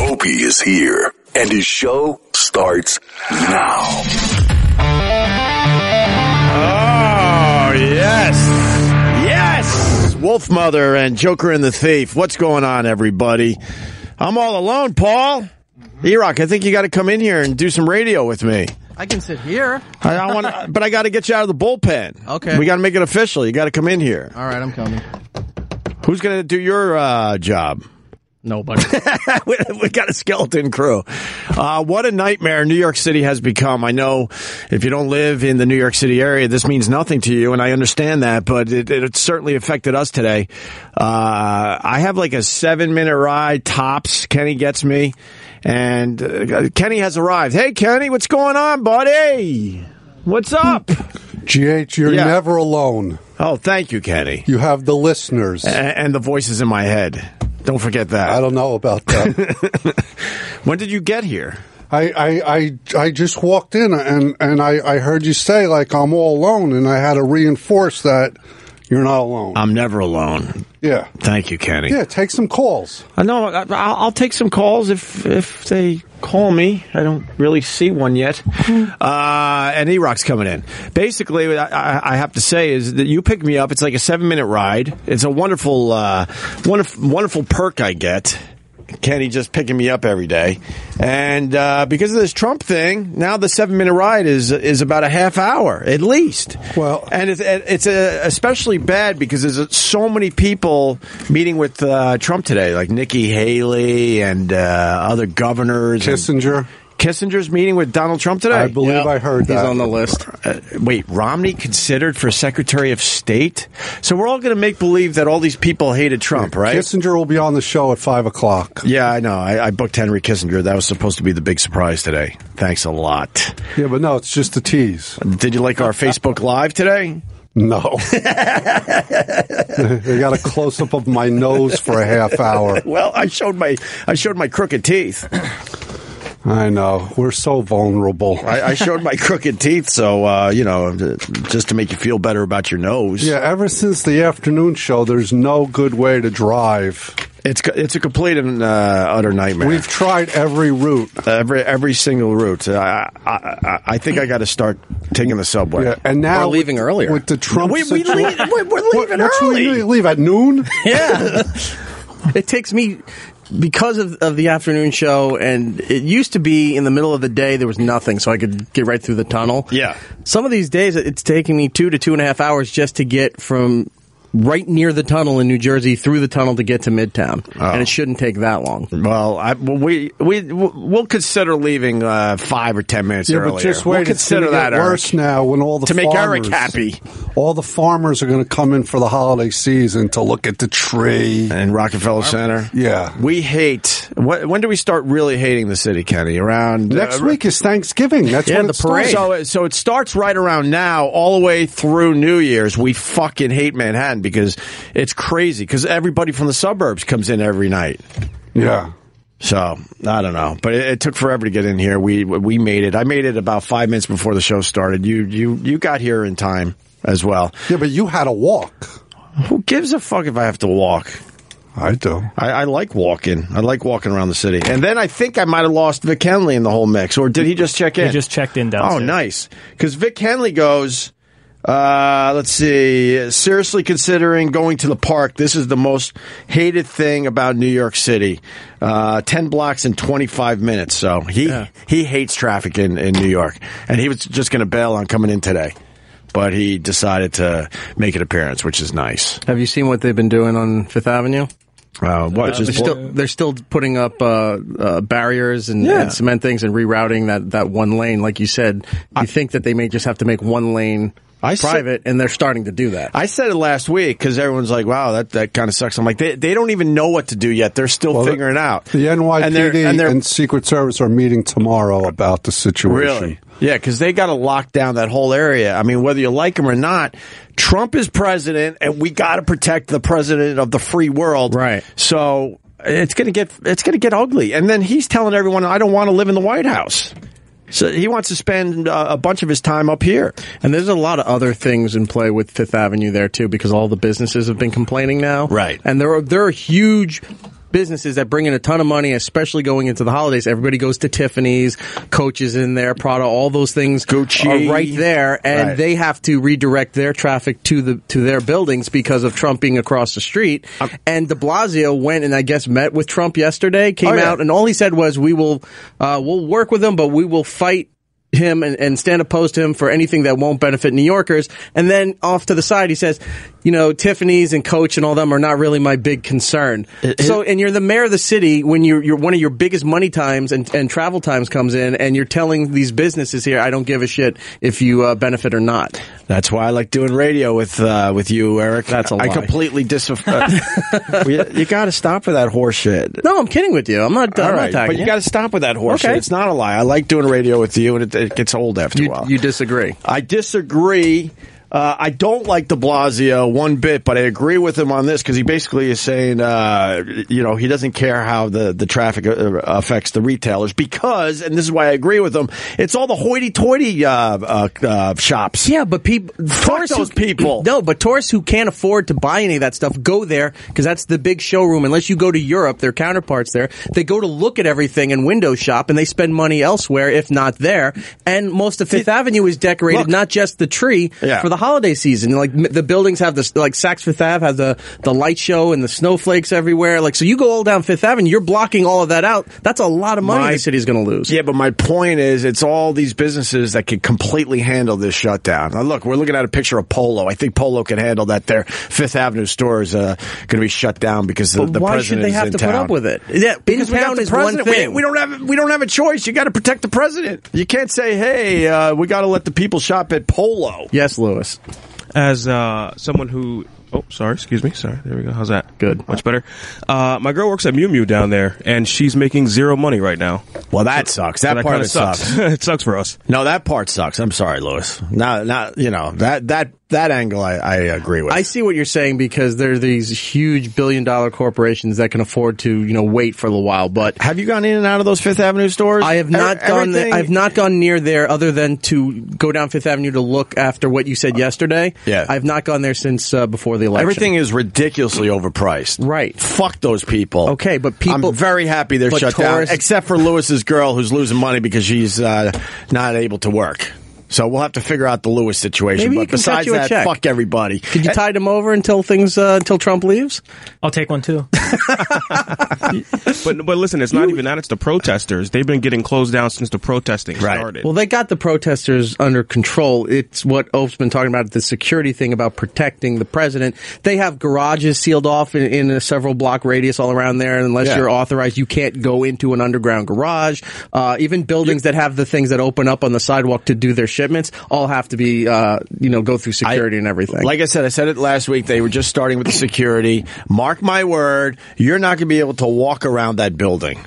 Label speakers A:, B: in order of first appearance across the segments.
A: Opie is here, and his show starts now.
B: Oh, yes. Yes. Wolf Mother and Joker and the Thief. What's going on, everybody? I'm all alone, Paul.
C: Mm-hmm.
B: E Rock, I think you got to come in here and do some radio with me.
C: I can sit here.
B: I, I want, but I got to get you out of the bullpen.
C: Okay.
B: we got to make it official. You got to come in here.
C: All right, I'm coming.
B: Who's going to do your uh, job?
C: Nobody.
B: we, we got a skeleton crew. Uh, what a nightmare New York City has become. I know if you don't live in the New York City area, this means nothing to you, and I understand that, but it, it certainly affected us today. Uh, I have like a seven minute ride, tops. Kenny gets me, and uh, Kenny has arrived. Hey, Kenny, what's going on, buddy? What's up?
D: GH, you're
B: Yeah.
D: never alone.
B: oh, thank you, Kenny.
D: You have the listeners.
B: A- and the voices in my head. Don't forget that.
D: I don't know about that.
B: when did you get here?
D: I, I, I, I just walked in and, and I, I heard you say, like, I'm all alone, and I had to reinforce that you're not alone.
B: I'm never alone.
D: yeah.
B: Thank you, Kenny.
D: Yeah, take some calls.
B: Uh, No, I- I'll, I'll take some calls if if they call me. I don't really see one yet. Uh, and E Rock's coming in. Basically, what I, I- I have to say is that you pick me up. It's like a seven minute ride. It's a wonderful, uh, wonderful, wonderful perk I get. Kenny just picking me up every day, and uh, because of this Trump thing, now the seven minute ride is is about a half hour at least.
D: Well-
B: And it's it's uh, especially bad because there's uh, so many people meeting with uh, Trump today, like Nikki Haley and uh, other governors. and-
D: Kissinger,
B: Kissinger's meeting with Donald Trump today.
D: I believe I heard that.
B: list. Uh, wait, Romney considered for Secretary of State? So we're all going to make believe that all these people hated Trump, right?
D: Kissinger will be on the show at 5 o'clock.
B: yeah, I know. I, I booked Henry Kissinger. That was supposed to be the big surprise today. Thanks a lot.
D: Yeah, but no, it's just a tease.
B: Did you like our Facebook Live today?
D: No. they got a close up of my nose for a half hour.
B: Well, I showed my I showed my crooked teeth.
D: I know. We're so vulnerable.
B: I, I showed my crooked teeth, so uh, you know, just to make you feel better about your nose.
D: Yeah, ever since the afternoon show, there's no good way to drive.
B: it's it's a complete and uh, utter nightmare.
D: We've tried e-, every route.
B: Every every single route. I I, I, I think I got to start taking the subway.
D: Yeah, and now
C: Or leaving
D: with-
C: earlier.
D: with the Trump.
B: we, we
D: situa-
B: leave, we're, we're
D: What-
B: leaving
D: what's
B: early.
D: we leave at noon?
C: yeah. it takes me because of, of the afternoon show, and it used to be in the middle of the day there was nothing, so I could get right through the tunnel.
B: Yeah.
C: Some of these days it's taking me two to two and a half hours just to get from right near the tunnel in New Jersey through the tunnel to get to Midtown, and it shouldn't take that long.
B: Oh. Well, I, well, we we we'll consider leaving uh, five or ten minutes
D: Yeah,
B: earlier.
D: but just
B: we'll
D: wait. it's
B: consider
D: gonna
B: that
D: get
B: Eric.
D: worse now when all the
B: to make Eric
D: farmers-
B: happy.
D: All the farmers are going to come in for the holiday season to look at the tree.
B: And Rockefeller Center.
D: Yeah.
B: we hate. When, when do we start really hating the city, Kenny? Around
D: Next
B: uh,
D: week is Thanksgiving. That's
C: Yeah,
D: when
C: the
D: it starts.
C: parade.
D: So-
B: So, it- so it starts right around now, all the way through New Year's. We fucking hate Manhattan because it's crazy. Because everybody from the suburbs comes in every night.
D: yeah.
B: So I don't know, but it, it took forever to get in here. We we made it. I made it about five minutes before the show started. You you you got here in time as well.
D: Yeah, but you had a walk.
B: Who gives a fuck if I have to walk?
D: I do.
B: I, I like walking. I like walking around the city. And then I think I might have lost Vic Henley in the whole mix, or did he just check in?
E: He just checked in
B: Oh,
E: downstairs.
B: nice. Because Vic Henley goes, uh, let's see, seriously considering going to the park. This is the most hated thing about New York City. Uh, 10 blocks in 25 minutes. So he, he hates traffic in, in New York. And he was just going to bail on coming in today. But he decided to make an appearance, which is nice.
C: Have you seen what they've been doing on Fifth Avenue?
B: Uh, what,
C: They're
B: just-
C: still, they're still putting up uh, uh, barriers and,
B: Yeah.
C: and cement things and rerouting that, that one lane. Like you said, you think that they may just have to make one lane
B: I said-
C: private, and they're starting to do that.
B: I said it last week because everyone's like, "Wow, that, that kind of sucks." I'm like, they, they don't even know what to do yet. They're still
D: Well,
B: figuring it out.
D: The NYPD
B: And
D: and,
B: they're- and they're-
D: Secret Service are meeting tomorrow about the situation.
B: Really? Yeah, because they got to lock down that whole area. I mean, whether you like him or not, Trump is president, and we got to protect the president of the free world.
C: Right.
B: So it's gonna get it's gonna get ugly, and then he's telling everyone, "I don't want to live in the White House." So he wants to spend uh, a bunch of his time up here.
C: And there's a lot of other things in play with Fifth Avenue there too, because all the businesses have been complaining now.
B: Right.
C: And there are there are huge businesses that bring in a ton of money, especially going into the holidays. Everybody goes to Tiffany's, Coaches in there, Prada, all those things
B: Gucci.
C: are right there, and
B: Right.
C: they have to redirect their traffic to the to their buildings because of Trump being across the street.
B: Um,
C: and De Blasio went and I guess met with Trump yesterday, came
B: Oh, yeah.
C: out, and all he said was, "We will, uh, we'll work with him, but we will fight." him and, and stand opposed to him for anything that won't benefit New Yorkers. And then off to the side, he says, you know, Tiffany's and Coach and all them are not really my big concern. so, and you're the mayor of the city when you're, you're one of your biggest money times and, and travel times comes in and you're telling these businesses here, I don't give a shit if you uh, benefit or not.
B: That's why I like doing radio with uh, with you, Eric.
C: That's a
B: I
C: lie.
B: completely uh, dis. you you got to stop with that horse shit.
C: No, I'm kidding with you. I'm not, I'm
B: All
C: not
B: right,
C: attacking
B: but you got to stop with that horse
C: Okay.
B: shit. It's not a lie. I like doing radio with you, and it, it gets old after a
C: you,
B: while.
C: you disagree.
B: I disagree. Uh, I don't like De Blasio one bit, but I agree with him on this because he basically is saying, uh, you know, he doesn't care how the the traffic uh, affects the retailers because, and this is why I agree with him. It's all the hoity-toity uh, uh, uh, shops.
C: Yeah, but people, tourists
B: those
C: who,
B: people.
C: No, but tourists who can't afford to buy any of that stuff go there because that's the big showroom. Unless you go to Europe, their counterparts there, they go to look at everything and window shop, and they spend money elsewhere if not there. And most of Fifth Avenue is decorated,
B: look.
C: not just the tree
B: Yeah.
C: for the holiday season. Like m- the buildings have this, like Saks Fifth Ave has the the light show and the snowflakes everywhere. Like so, you go all down Fifth Avenue, you're blocking all of that out. That's a lot of money
B: My-
C: the city's going to lose.
B: Yeah, but my point is, it's all these businesses that can completely handle this shutdown. Now, look, we're looking at a picture of Polo. I think Polo can handle that. Their Fifth Avenue store is uh, going to be shut down because the, the
C: why should
B: president
C: they
B: is
C: have
B: in
C: to put
B: town.
C: up with it? Yeah,
B: Because
C: in
B: we got
C: town
B: the
C: is one
B: president. We-
C: thing.
B: We, don't have we don't have a choice. You got to protect the president. You can't say, "Hey, uh, we got to let the people shop at Polo."
C: yes, Lewis.
E: as uh, someone who oh sorry excuse me sorry there we go how's that
C: Good.
E: much better uh, my girl works at Mew Mew down there and she's making zero money right now
B: Well, that sucks. That,
E: So
B: part
E: kinda
B: of it sucks.
E: it sucks for us
B: No, that part sucks. I'm sorry, Lewis. Not not you know that that that angle I, I agree with.
C: I see what you're saying because there are these huge billion dollar corporations that can afford to, you know, wait for a little while. But
B: have you gone in and out of those Fifth Avenue stores?
C: I have
B: E-
C: not gone.
B: everything-
C: I've not gone near there other than to go down Fifth Avenue to look after what you said yesterday.
B: Uh, yeah.
C: I've not gone there since uh, before the election.
B: Everything is ridiculously overpriced.
C: Right.
B: Fuck those people.
C: Okay, but people-
B: I'm very happy they're
C: but
B: shut
C: tourists-
B: down, except for Lewis's girl who's losing money because she's uh, not able to work. So we'll have to figure out the Lewis situation.
C: Maybe
B: but
C: you can cut
B: besides
C: you a
B: that,
C: check.
B: fuck everybody.
C: Could you
B: And-
C: tide them over until things uh, until Trump leaves?
F: I'll take one too.
E: but but listen it's not even that it's the protesters they've been getting closed down since the protesting
B: Right.
E: started
C: Well, they got the protesters under control. It's what Oph's been talking about, the security thing about protecting the president. They have garages sealed off in, in a several block radius all around there. and Unless
B: Yeah.
C: you're authorized, you can't go into an underground garage. Uh, even buildings that have the things that open up on the sidewalk to do their shipments all have to be, uh, you know, go through security and everything.
B: Like I said, I said it last week. They were just starting with the security. Mark my word, you're not going to be able to walk around that building.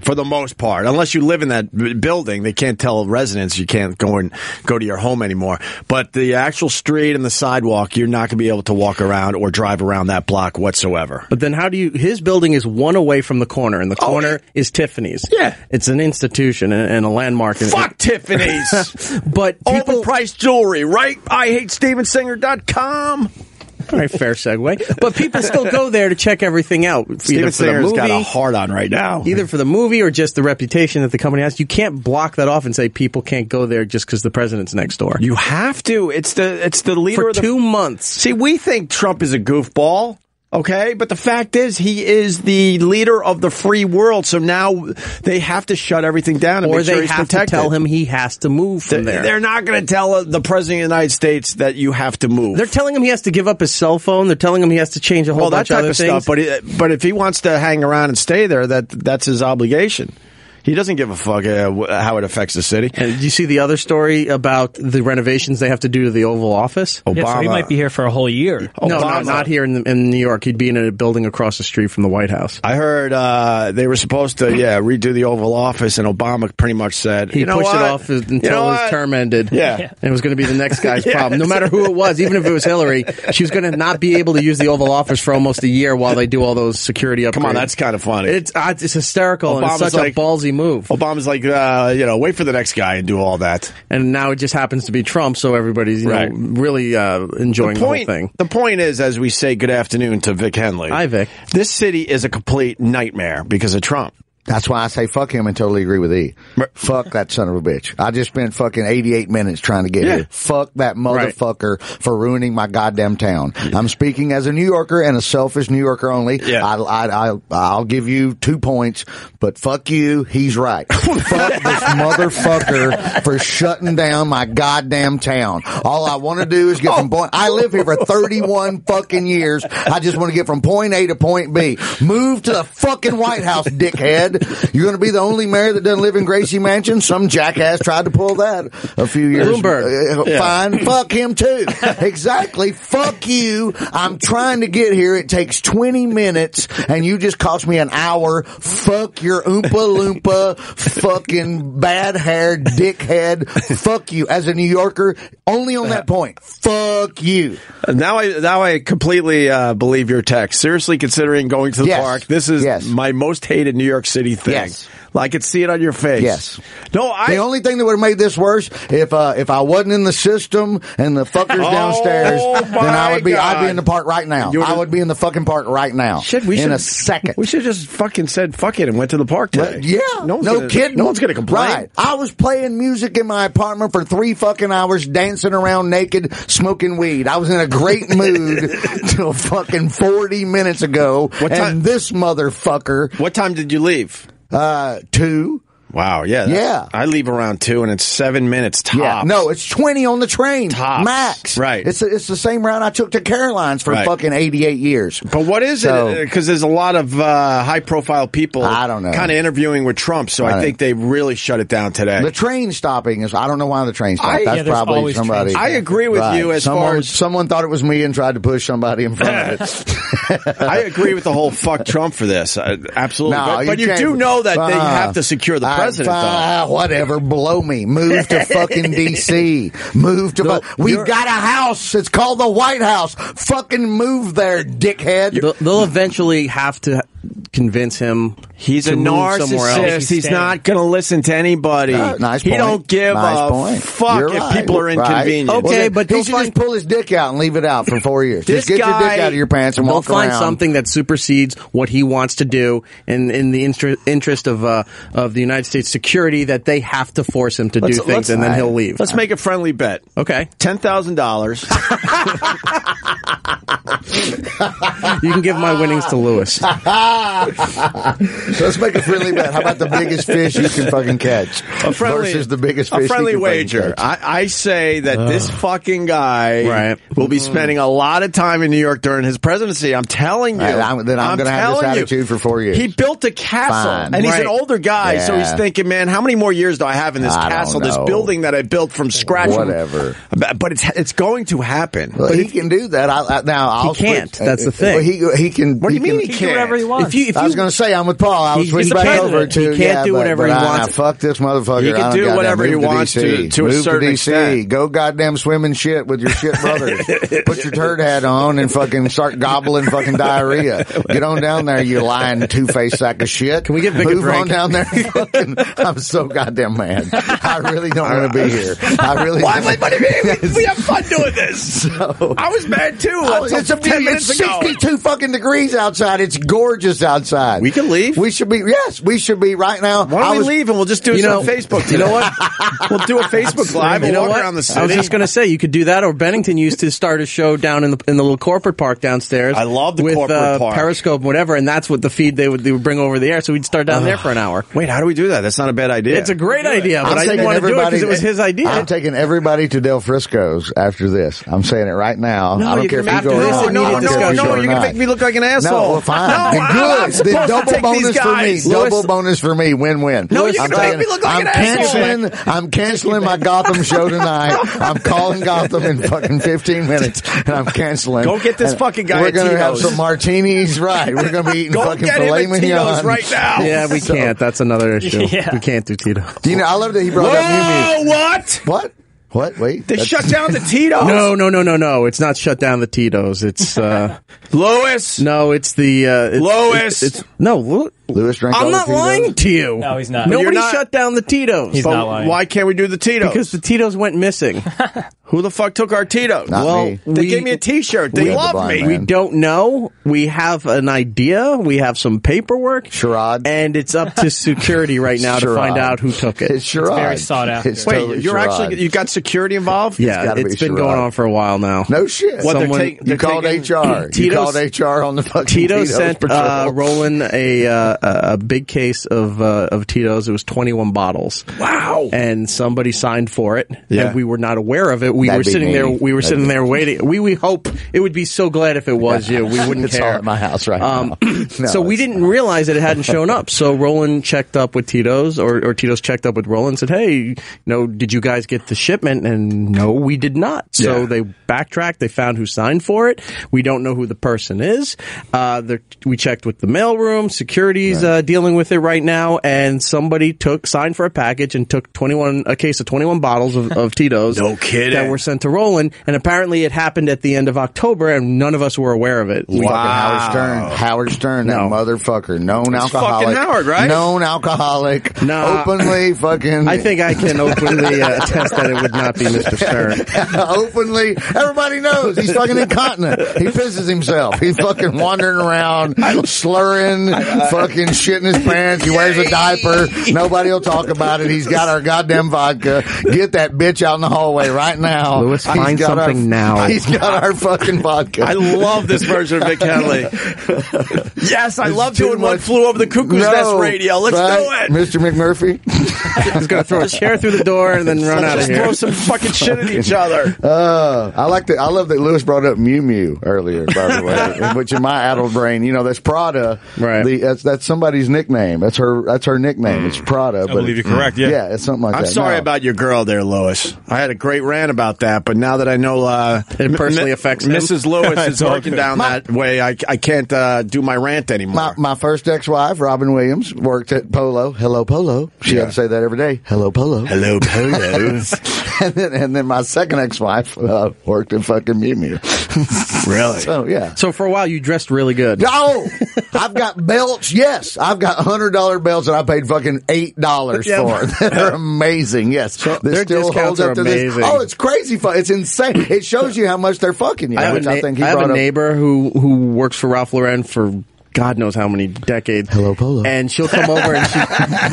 B: For the most part, unless you live in that b- building, they can't tell residents you can't go and go to your home anymore. But the actual street and the sidewalk, you're not going to be able to walk around or drive around that block whatsoever.
C: But then how do you, his building is one away from the corner and the corner is Tiffany's.
B: Oh, Yeah.
C: It's an institution and, and a landmark. and-
B: Fuck Tiffany's,
C: But people,
B: overpriced jewelry, right? I hate StevenSinger.com.
C: All right, fair segue. But people still go there to check everything out, either
B: Steven
C: for the
B: Singer's
C: movie,
B: got a hard on Oh, right now.
C: either for the movie or just the reputation that the company has. You can't block that off and say people can't go there just because the president's next door.
B: You have to. It's the it's the leader
C: for
B: of the
C: two months,
B: See, we think Trump is a goofball. Okay, but the fact is, he is the leader of the free world. So now they have to shut everything down, and
C: or
B: make sure
C: they
B: he's
C: have to
B: protected.
C: tell him he has to move from there.
B: They're not going to tell the president of the United States that you have to move.
C: They're telling him he has to give up his cell phone. They're telling him he has to change a whole
B: all
C: bunch
B: that
C: of
B: type
C: other
B: of
C: things.
B: stuff. But it, but if he wants to hang around and stay there, that that's his obligation. He doesn't give a fuck uh, wh- how it affects the city.
C: and did you see the other story about the renovations they have to do to the Oval Office?
B: Obama,
F: Yeah, so he might be here for a whole year.
C: no, no,
B: Obama.
C: not here in, in New York. He'd be in a building across the street from the White House.
B: I heard uh, they were supposed to, yeah, redo the Oval Office, and Obama pretty much said
C: He
B: you know
C: pushed
B: what?
C: it off until
B: You know
C: his
B: what?
C: term ended.
B: Yeah.
C: And it was going to be the next guy's problem. No matter who it was, even if it was Hillary, she was going to not be able to use the Oval Office for almost a year while they do all those security upgrades.
B: Come on, that's kind of funny.
C: It's, uh, it's hysterical and
B: Obama's
C: it's such
B: like,
C: a ballsy crazy move.
B: Obama's like, uh, you know, wait for the next guy and do all that.
C: And now it just happens to be Trump, so everybody's you
B: Right.
C: know, really uh, enjoying the,
B: Point,
C: whole thing.
B: the point is, as we say good afternoon to Vic Henley.
C: Hi, Vic.
B: This city is a complete nightmare because of Trump.
G: That's why I say fuck him and totally agree with E. Fuck that son of a bitch. I just spent fucking 88 minutes trying to get
B: Yeah.
G: here. Fuck that motherfucker for ruining my goddamn town. I'm speaking as a New Yorker and a selfish New Yorker only.
B: Yeah.
G: I, I, I, I'll give you two points, but fuck you. He's right. fuck this motherfucker for shutting down my goddamn town. All I want to do is get from point, I live here for 31 fucking years. I just want to get from point A to point B. Move to the fucking White House, dickhead. You're going to be the only mayor that doesn't live in Gracie Mansion. Some jackass tried to pull that a few years
C: Bloomberg.
G: uh, Fine. Fuck him too. exactly. Fuck you. I'm trying to get here. It takes 20 minutes and you just cost me an hour. Fuck your Oompa Loompa fucking bad hair dickhead. Fuck you. As a New Yorker, only on that
B: Uh,
G: point. Fuck you.
B: Now I now I completely uh, believe your text. Seriously, considering going to the
G: Yes.
B: park, this is
G: Yes.
B: my most hated New York City thing.
G: Yes.
B: I could see it on your face.
G: Yes.
B: No, I.
G: The only thing that would have made this worse if uh, if I wasn't in the system and the fuckers
B: Oh,
G: downstairs, then I
B: my
G: would be I'd
B: God.
G: be in the park right now.
B: You would've-
G: I would be in the fucking park right now.
B: Shit, we
G: in
B: should-
G: a second.
B: We should have just fucking said fuck it and went to the park today.
G: Yeah,
B: no,
G: no,
B: one's gonna,
G: kidding.
B: No one's gonna complain.
G: Right. I was playing music in my apartment for three fucking hours, dancing around naked, smoking weed. I was in a great mood till fucking forty minutes ago,
B: What time-
G: and this motherfucker,
B: What time did you leave?
G: uh, two.
B: Wow. Yeah. that's-
G: Yeah.
B: I leave around two, and it's seven minutes tops.
G: Yeah, no, it's twenty on the train,
B: Tops.
G: max.
B: Right.
G: It's it's the same route I took to Caroline's for
B: Right.
G: fucking eighty eight years.
B: But what is it?
G: So-
B: Because there's a lot of uh, high profile people.
G: I don't know.
B: Kind of interviewing with Trump, so I,
G: don't-
B: think they really shut it down today.
G: The train stopping is. I don't know why the train stopped.
B: I-
G: That's
F: yeah, there's
G: probably
F: always train
G: somebody.
B: I agree with you as
G: someone,
B: far as-
G: someone thought it was me and tried to push somebody in front of it.
B: I agree with the whole fuck Trump for this. I, absolutely.
G: No,
B: but but you,
G: can't-
B: do know that they
G: Uh,
B: have to secure the
G: I-
B: president, though.
G: uh, whatever, blow me. Move to fucking D.C. Move to. fu- We've got a house. It's called the White House. Fucking move there, dickhead.
C: They'll, they'll eventually have to convince him
B: He's
C: to
B: a
C: move somewhere
B: narcissist.
C: else.
B: He's, not going to listen to anybody.
G: Uh, nice
B: he
G: point.
B: don't give
G: nice
B: a
G: point.
B: fuck
G: You're
B: if
G: right.
B: people are
G: Right.
B: inconvenienced.
C: Okay,
G: then
C: but
G: he
C: they'll
G: should
C: find-
G: just pull his dick out and leave it out for four years.
B: This
G: just get your
B: guy-
G: dick out of your pants and
C: They'll
G: walk
C: find
G: around.
C: something that supersedes what he wants to do, and in the inter- interest of uh, of the United States security, that they have to force him to
B: Let's-
C: do things,
B: let's-
C: and then he'll leave.
B: Let's make a friendly bet.
C: okay,
B: Ten thousand dollars.
C: you can give my winnings to Lewis.
G: Ah! Let's make a friendly bet. How about the biggest fish you can fucking catch
B: A friendly
G: versus the biggest fish?
B: A
G: you
B: friendly
G: can fucking
B: wager.
G: catch?
B: I, I say that this fucking guy
C: Right.
B: will be spending a lot of time in New York during his presidency. I'm telling you.
G: Right, I'm- then I'm gonna have this
B: telling you.
G: attitude for four years.
B: He built a castle,
G: Fine.
B: and he's an
C: Right.
B: older guy, so he's
G: Yeah.
B: thinking, man, how many more years do I have in this
G: I don't
B: castle, this
G: know.
B: building that I built from scratch?
G: Whatever.
B: But but it's it's going to happen.
G: Well, he can do that. I, I, now I'll
C: can't.
G: switch-
C: That's the thing.
G: Well, he he can.
B: What do you mean he
F: He
B: can't?
F: can do whatever he wants.
C: if you if
G: I
C: you
G: was going to say I'm with Paul. I was
C: He's
G: switching
C: the
G: back
C: president.
G: over to
C: He can't
G: yeah,
C: do
G: but-
C: whatever
G: but
C: he
G: I-
C: wants.
G: I fuck this motherfucker.
B: He can
G: I don't
B: do
G: goddamn
B: whatever he
G: move
B: wants
G: DC.
B: to- to a
G: move
B: certain
G: to DC.
B: extent.
G: Go goddamn swim and shit with your shit brother. Put your turd hat on and fucking start gobbling fucking diarrhea. Get on down there, you lying two faced sack of shit. Can
C: we get Vic a
G: move
C: drink?
G: on down there? Fucking, I'm so goddamn mad. I really don't want to be here. I really.
B: Why am
G: don't-
B: I funny? We, we have fun doing this. I was mad too.
G: Oh,
B: until
G: it's a
B: 10
G: few, it's
B: minutes ago.
G: 62 fucking degrees outside. It's gorgeous outside.
B: We can leave.
G: We should be, yes, we should be right now.
B: Why don't
G: I
B: we
G: was-
B: leave and we'll just do it
C: You
B: on
C: know-
B: Facebook?
C: you know
B: today.
C: what?
B: we'll do a Facebook live.
C: You
B: and
C: know
B: walk
C: what?
B: around the city.
C: I was just going to say you could do that, or Bennington used to start a show down in the in the little corporate park downstairs.
B: I love the
C: with,
B: corporate
C: uh,
B: park.
C: Periscope, and whatever, and that's what the feed they would they would bring over the air. So we'd start down there for an hour.
B: Wait, how do we do that? That's not a bad idea.
C: It's a great idea, but
G: I'm
C: I didn't
G: taking
C: want to do it
G: everybody-
C: because it was his idea.
G: I'm taking everybody to Del Frisco's after this. I'm saying it right now. I don't care if you
C: after
G: go
C: this,
G: or
C: we
G: not.
C: need to
G: I
B: no, no,
G: don't care if
B: no,
G: you go
B: no!
G: or
B: You're gonna
G: not.
B: make me look like an
G: No,
B: asshole.
G: well, fine.
B: No,
G: Then
B: I'm- I'm
G: good.
B: supposed
G: Then
B: to
G: double
B: take these
G: bonus for me.
B: guys.
G: Double bonus for me. Win-win.
B: No, you're
G: I'm
B: gonna make
G: taking-
B: me look like
G: I'm
B: an asshole.
G: canceling, I'm canceling my Gotham show tonight. I'm calling Gotham in fucking 15 minutes, and I'm canceling.
B: Go get this
G: And
B: fucking guy
G: We're
B: at
G: gonna have
B: Tito's.
G: some martinis, right? We're gonna be eating
B: Go
G: fucking
B: get him
G: filet
B: at Tito's
G: mignon
B: right now.
C: yeah, we can't. That's another issue.
F: Yeah.
C: We can't do Tito.
G: Do you know? I love that he brought up Mimi.
B: Whoa, what?
G: What? What? Wait.
B: They
G: That's-
B: shut down the Tito's.
C: No, no, no, no, no. It's not shut down the Tito's. It's uh
B: Lois.
C: no, it's the uh it's,
B: Lois.
C: It's, it's- no, Lu-
G: Lewis drank all
C: I'm
G: the
C: not
G: Tito's?
C: lying to you.
F: No, he's not.
B: You're
C: Nobody
B: not-
C: shut down the Tito's.
F: He's
C: But-
F: not lying.
B: Why can't we do the Tito's?
C: because the Tito's went missing.
B: who the fuck took our Tito's?
G: Not
C: well,
G: me.
B: They
C: we-
B: gave me a T-shirt.
G: we
B: They
G: had the
B: love
G: blind
B: me.
G: man.
C: We don't know. We have an idea. We have some paperwork.
G: Sherrod.
C: And it's up to security right now to
G: Sherrod.
C: find out who took it.
G: It's Sherrod.
F: very sought after.
G: It's
B: Wait,
G: totally
B: you're
G: Sherrod.
B: actually you got security involved?
C: yeah,
G: gotta
C: it's
G: be
C: been
G: Sherrod.
C: going on for a while now.
G: no shit.
B: What, they're
C: someone-
B: taking-
G: you
B: they're
G: called
B: taking-
G: HR. You
C: Tito's-
G: called HR on the fucking
C: Tito
G: Tito's
C: sent
G: patrol.
C: uh, Roland a uh, a a big case of uh, of Tito's. It was 21 bottles.
B: Wow.
C: And somebody signed for it,
B: Yeah.
C: and we were not aware of it. We
G: That'd
C: were
G: be
C: sitting
G: me.
C: there. We were
G: That'd
C: sitting
G: be-
C: there waiting. We we hope it would be so glad if it was you. We wouldn't
G: It's all
C: care.
G: at my house right
C: Um,
G: now. No,
C: so we
G: it's
C: didn't realize that it hadn't shown up. So Roland checked up with Tito's, or, or Tito's checked up with Roland, and said, "Hey, you know, did you guys get the shipment?" And no, we did not. So
B: Yeah.
C: they backtracked. They found who signed for it. We don't know who the person is. Uh, they're- we checked with the mailroom. Security's uh, dealing with it right now, and somebody took signed for a package and took twenty one a case of twenty one bottles of, of Tito's.
B: No kidding.
C: That were sent to Roland, and apparently it happened at the end of October, and none of us were aware of it. We-
G: Fucking Howard Stern. Howard Stern, that
C: No.
G: motherfucker. Known alcoholic.
B: fucking Howard, right?
G: Known alcoholic.
C: Nah.
G: Openly fucking.
C: I think I can openly uh, attest that it would not be Mr. Stern.
G: openly. Everybody knows he's fucking incontinent. He pisses himself. He's fucking wandering around, slurring, fucking shit in his pants. He wears a diaper. Nobody will talk about it. He's got our goddamn vodka. Get that bitch out in the hallway right now.
C: Lewis,
G: He's
C: find
G: got our-
C: something now.
G: He's got our fucking vodka.
B: I love this version of Vic Henley. yes, I love
G: too
B: doing one
G: much-
B: flew over the cuckoo's
G: No,
B: nest radio. Let's
G: right?
B: do it.
G: Mr. McMurphy.
C: He's going to throw a chair through the door and then run out of
B: Let's
C: here.
B: throw some fucking shit at each other.
G: Uh, I like that. I love that Lewis brought up Mew Mew earlier, by the way. which in my adult brain, you know, that's Prada.
C: Right.
G: The, that's that's somebody's nickname. That's her. That's her nickname. It's Prada.
E: I believe you're correct. Yeah.
G: Yeah, it's something like
B: I'm
G: that.
B: sorry
G: No.
B: about your girl there, Lois. I had a great rant about that, but now that I know uh,
C: It personally affects him.
B: Mrs. Lewis is
E: It's all
B: working
E: good.
B: down that way. I, I can't uh, do my rant anymore.
G: My, my first ex-wife, Robin Williams, worked at Polo. Hello, Polo. She had to say that every day. Hello, Polo.
B: Hello, Polo.
G: and, then, and then my second ex-wife uh, worked at fucking Mew Mew.
B: really?
G: So, yeah.
C: So for a while, you dressed really good.
G: No, I've got belts. Yes, I've got hundred dollar belts that I paid fucking eight dollars
C: Yeah.
G: for. They're amazing. Yes, this
C: their discounts are amazing.
G: this. Oh, it's crazy. Fu- it's insane. It shows you how much they're fucking you.
C: I have,
G: which
C: a, na-
G: I think he
C: I have
G: brought
C: a
G: up.
C: neighbor who, who works for Ralph Lauren for God knows how many decades.
G: Hello, Polo.
C: And she'll come over and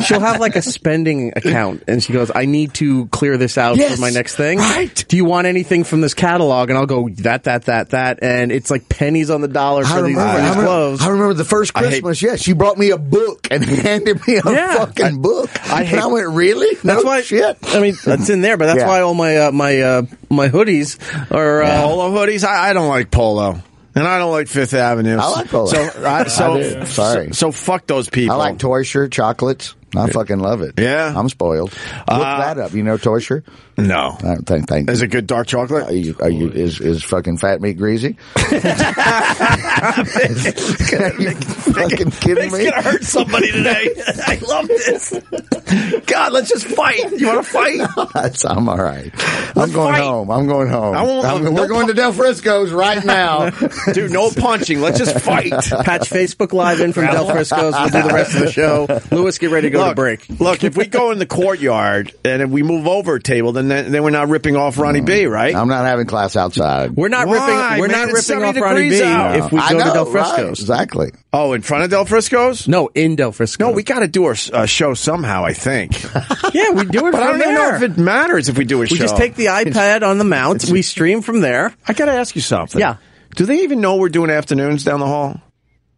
C: she, she'll have like a spending account. And she goes, I need to clear this out
G: Yes,
C: for my next thing.
G: right.
C: Do you want anything from this catalog? And I'll go, that, that, that, that. And it's like pennies on the dollar
G: I
C: for these, for
G: remember, I,
C: these
G: remember,
C: clothes.
G: I remember the first Christmas. yes, she brought me a book and handed me a
C: Yeah.
G: fucking
C: I-
G: book.
C: I hate-
G: and I went, really?
C: That's
G: no
C: why
G: shit.
C: I mean, that's in there, but that's
G: Yeah.
C: why all my uh, my uh, my hoodies are. Uh,
B: polo hoodies. I, I don't like polo, and I don't like Fifth Avenue.
G: I like polo.
B: So, I, so,
G: I do. Sorry.
B: So, so fuck those people.
G: I like toy shirt chocolates. I fucking love it.
B: Yeah.
G: I'm spoiled. Look
B: Uh,
G: that up. You know toy shirt.
B: no.
G: I don't think. Thank
B: Is it good dark chocolate?
G: Are you, are you, is, is fucking fat meat greasy? are you fucking kidding
B: It's
G: me?
B: gonna hurt somebody today. I love this. God, let's just fight. You want to fight?
G: That's- I'm all right. I'm going
B: fight.
G: home. I'm going home.
B: I won't-
G: I'm-
B: no
G: we're going to Del Frisco's right now.
B: Dude, no punching. Let's just fight.
C: Patch Facebook Live in from Del Frisco's. We'll do the rest of the show. Lewis, get ready to go
B: look,
C: to break.
B: look, if we go in the courtyard and if we move over a table, then then we're not ripping off Ronnie B, right?
G: Mm. I'm not having class outside.
C: We're not
B: Why,
C: ripping. We're not
B: man? It's
C: ripping
B: 70
C: off Ronnie
B: degrees
C: B.
B: out.
C: If we
G: I
C: go
G: know,
C: to Del
G: right,
C: Frisco's,
G: exactly.
B: oh, in front of Del Frisco's?
C: no, in Del Frisco.
B: No, we got to do our uh, show somehow. I think, but
C: yeah, we do it
B: I
C: from
B: don't even know
C: there.
B: if it matters if we do a show.
C: we just take the iPad on the mount. We stream from there.
B: I got to ask you something.
C: Yeah.
B: Do they even know we're doing afternoons down the hall?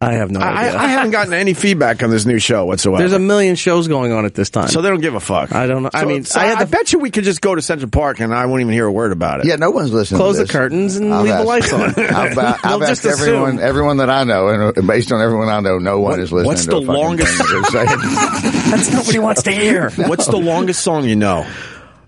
C: I have no
B: I,
C: idea.
B: I haven't gotten any feedback on this new show whatsoever.
C: There's a million shows going on at this time.
B: so they don't give a fuck.
C: I don't know. I
B: So-
C: mean,
B: so
C: I
B: I,
C: had the-
B: bet you we could just go to Central Park and I won't even hear a word about it.
G: Yeah, no one's listening.
C: Close
G: to
C: the
G: this.
C: curtains and
G: I've
C: leave the
G: asked-
C: lights on.
G: I've,
C: They'll
G: I've asked
C: just assume.
G: everyone, everyone that I know, and uh, based on everyone I know, no one
B: What-
G: is listening.
B: what's
G: to
B: the
G: a fucking
B: longest-
G: thing that they're saying.
F: That's nobody wants to hear.
B: What's the longest song you know?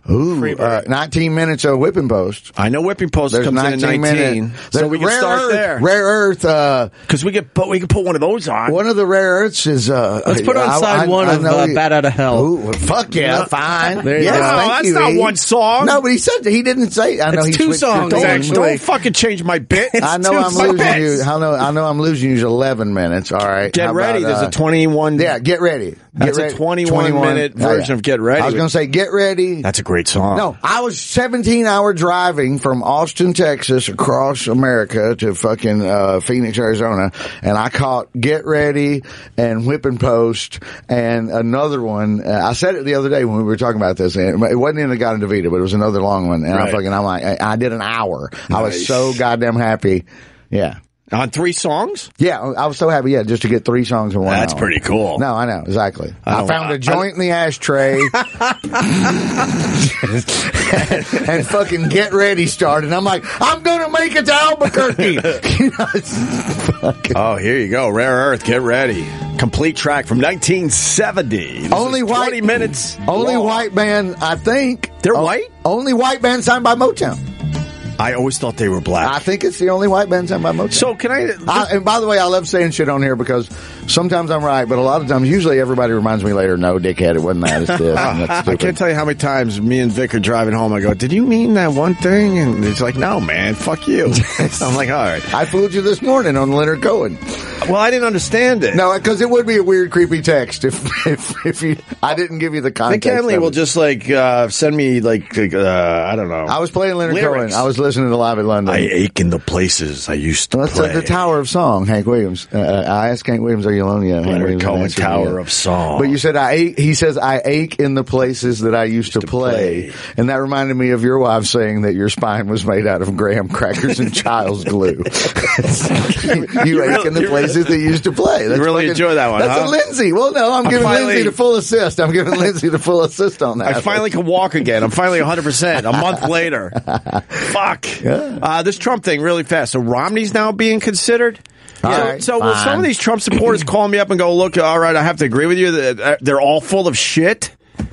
G: Ooh, uh, 19 minutes of whipping post.
B: I know whipping post
G: There's
B: comes
G: 19,
B: in at 19,
G: minutes.
B: so we can
G: rare
B: start
G: earth,
B: there.
G: Rare earth. Uh,
B: Because we could put we could put one of those on.
G: one of the rare earths is. Uh,
C: Let's put on
G: I-
C: side
G: I-
C: one
G: I
C: of,
G: know
C: uh,
G: you-
C: Bat Outta Hell.
G: Ooh, well, fuck yeah, fine.
C: There you
G: Yes,
C: go. No,
G: thank
B: that's
G: you,
B: not
G: E.
B: one song.
G: No, but he said he didn't say. I know
C: It's
G: he
C: two
G: switched your
C: songs,
G: tone.
B: don't,
C: actually.
B: don't fucking change my bit.
G: I know
B: Dude,
G: I'm
B: my
G: losing
B: bits.
G: you. I know, I know I'm losing you 11 minutes. All right.
B: Get
G: How about,
B: ready. There's
G: uh,
B: a 21.
G: Yeah, get ready. Get
B: That's a
G: ready. Oh,
B: 21 minute version of Get Ready.
G: I was going to say get ready.
B: That's a great song.
G: no, I was 17 hour driving from Austin, Texas, across America to fucking uh, Phoenix, Arizona, and I caught Get Ready and Whipping Post and another one. Uh, I said it the other day when we were talking about this, and it wasn't in the God and DeVita, but it was another long one. And I
B: Right.
G: fucking, I'm like, I, I did an hour. I was so goddamn happy. Yeah.
B: On three songs?
G: Yeah, I was so happy. Yeah, just to get three songs in one.
B: That's
G: hour.
B: pretty cool.
G: No, I know exactly.
B: I
G: I,
B: don't-
G: found
B: I-
G: a joint in the ashtray, and fucking get ready started. I'm like, I'm gonna make it to Albuquerque. you know, it's fucking-
B: Oh, here you go. Rare Earth, get ready. Complete track from 1970. This
G: Only
B: is
G: white-
B: 20 minutes.
G: only
B: long.
G: white band, I think.
B: They're white?
G: Only white band signed by Motown.
B: I always thought they were black.
G: I think it's the only white band signed by Motown.
B: so can I?
G: I, and by the way, I love saying shit on here because sometimes I'm right, but a lot of times, usually everybody reminds me later, no, dickhead, it wasn't that. It's this. and that's
B: I
G: stupid.
B: can't tell you how many times me and Vic are driving home. I go, "Did you mean that one thing?" And he's like, "No, man, fuck you." I'm like, "All right."
G: I fooled you this morning on Leonard Cohen.
B: Well, I didn't understand it.
G: No, because it would be a weird, creepy text if if, if you I didn't give you the
B: Vic
G: context.
B: Henley
G: of
B: will
G: it.
B: just like uh, send me like uh, I don't know.
G: I was playing Leonard Cohen.
B: Lyrics.
G: I was listening to Live at London.
B: I ache in the places I used to
G: That's
B: play.
G: like the Tower of Song, Hank Williams. Uh, Uh, I asked Hank Williams, "Are you alone yet?" Hank
B: Leonard
G: Williams
B: Cohen,
G: answered me,
B: Tower
G: yeah.
B: of Song.
G: But you said I ache. He says I ache in the places that I used, to, play.
B: play.
G: and that reminded me of your wife saying that your spine was made out of graham crackers and child's glue. you ache in the places that you used to play. That's
B: really enjoy that one,
G: That's
B: huh?
G: a Lindsay. Well, no, I'm,
B: I
G: giving
B: finally-
G: Lindsay the full assist. I'm giving Lindsay the full assist on that.
B: I finally can walk again. I'm finally 100% a month later. Fuck. Uh, this Trump thing really fast. So Romney's now being considered?
G: All
B: so,
G: right,
B: so will some
G: fine.
B: of these Trump supporters call me up and go, look, all right, I have to agree with you. that, uh, They're all full of shit.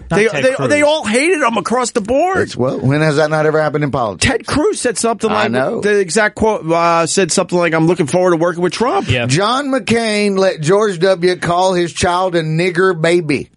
B: They,
F: Ted
B: they,
F: Cruz.
B: they all hated him across the board.
G: It's- well, when has that not ever happened in politics?
B: Ted Cruz said something
G: I
B: like
G: know.
B: the exact quote uh, said something like, "I'm looking forward to working with Trump."
F: Yeah.
G: John McCain let George W. call his child a nigger baby.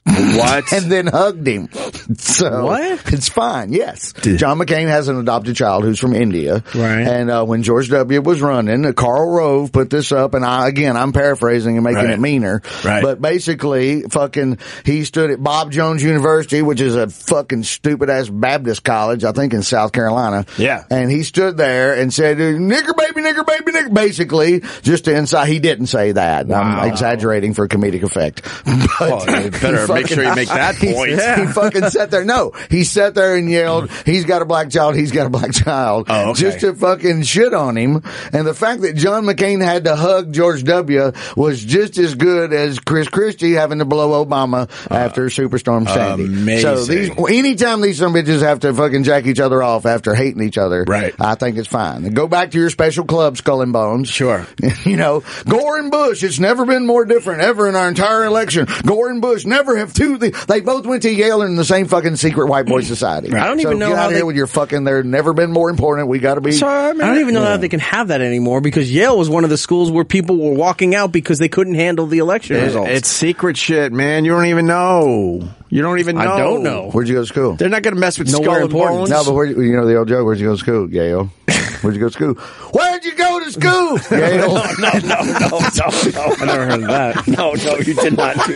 B: What?
G: and then hugged him. So
F: What?
G: it's fine. Yes, John McCain has an adopted child who's from India.
F: Right.
G: And uh, when George W. was running, uh, Karl Rove put this up, and I again I'm paraphrasing and making
B: Right.
G: it meaner.
B: Right.
G: But basically, fucking, he stood at Bob Jones University, which is a fucking stupid ass Baptist college, I think in South Carolina.
B: Yeah.
G: And he stood there and said, "Nigger baby, nigger baby, nigger." Basically, just to inside, he didn't say that. I'm exaggerating for comedic effect. But
B: Oh, you better
G: he
B: make sure you make that
G: he-
B: point.
G: He,
B: Yeah.
G: fucking sat there. No, he sat there and yelled, "He's got a black child. He's got a black child."
B: Oh, okay.
G: Just to fucking shit on him. And the fact that John McCain had to hug George W. was just as good as Chris Christie having to blow Obama after Superstorm Sandy. So
B: Uh, amazing.
G: these, anytime these some bitches have to fucking jack each other off after hating each other,
B: Right.
G: I think it's fine. Go back to your special club, Skull and Bones.
B: Sure.
G: You know, Gore and Bush, it's never been more different ever in our entire election. Gore and Bush never have two. They, they both went to Yale and in the same fucking secret white boy society.
F: I don't
G: So
F: even know
G: get
F: how
G: out of
F: they-
G: here with your fucking. They're never been more important. We got to be.
C: I don't even know how they can have that anymore because Yale was one of the schools where people were walking out because they couldn't handle the election results.
B: It's secret shit, man. You don't even know. You don't even know.
C: I don't know.
G: Where'd you go to school?
B: They're not going to mess with
C: Nowhere
B: skull and
C: important.
B: bones.
G: No, but where you know the old joke? Where'd you go to school, Yale? Where'd you go to school? Where'd you go to school, Yale?
B: no, no, no, no, no. I never heard of that. No, no, you did not do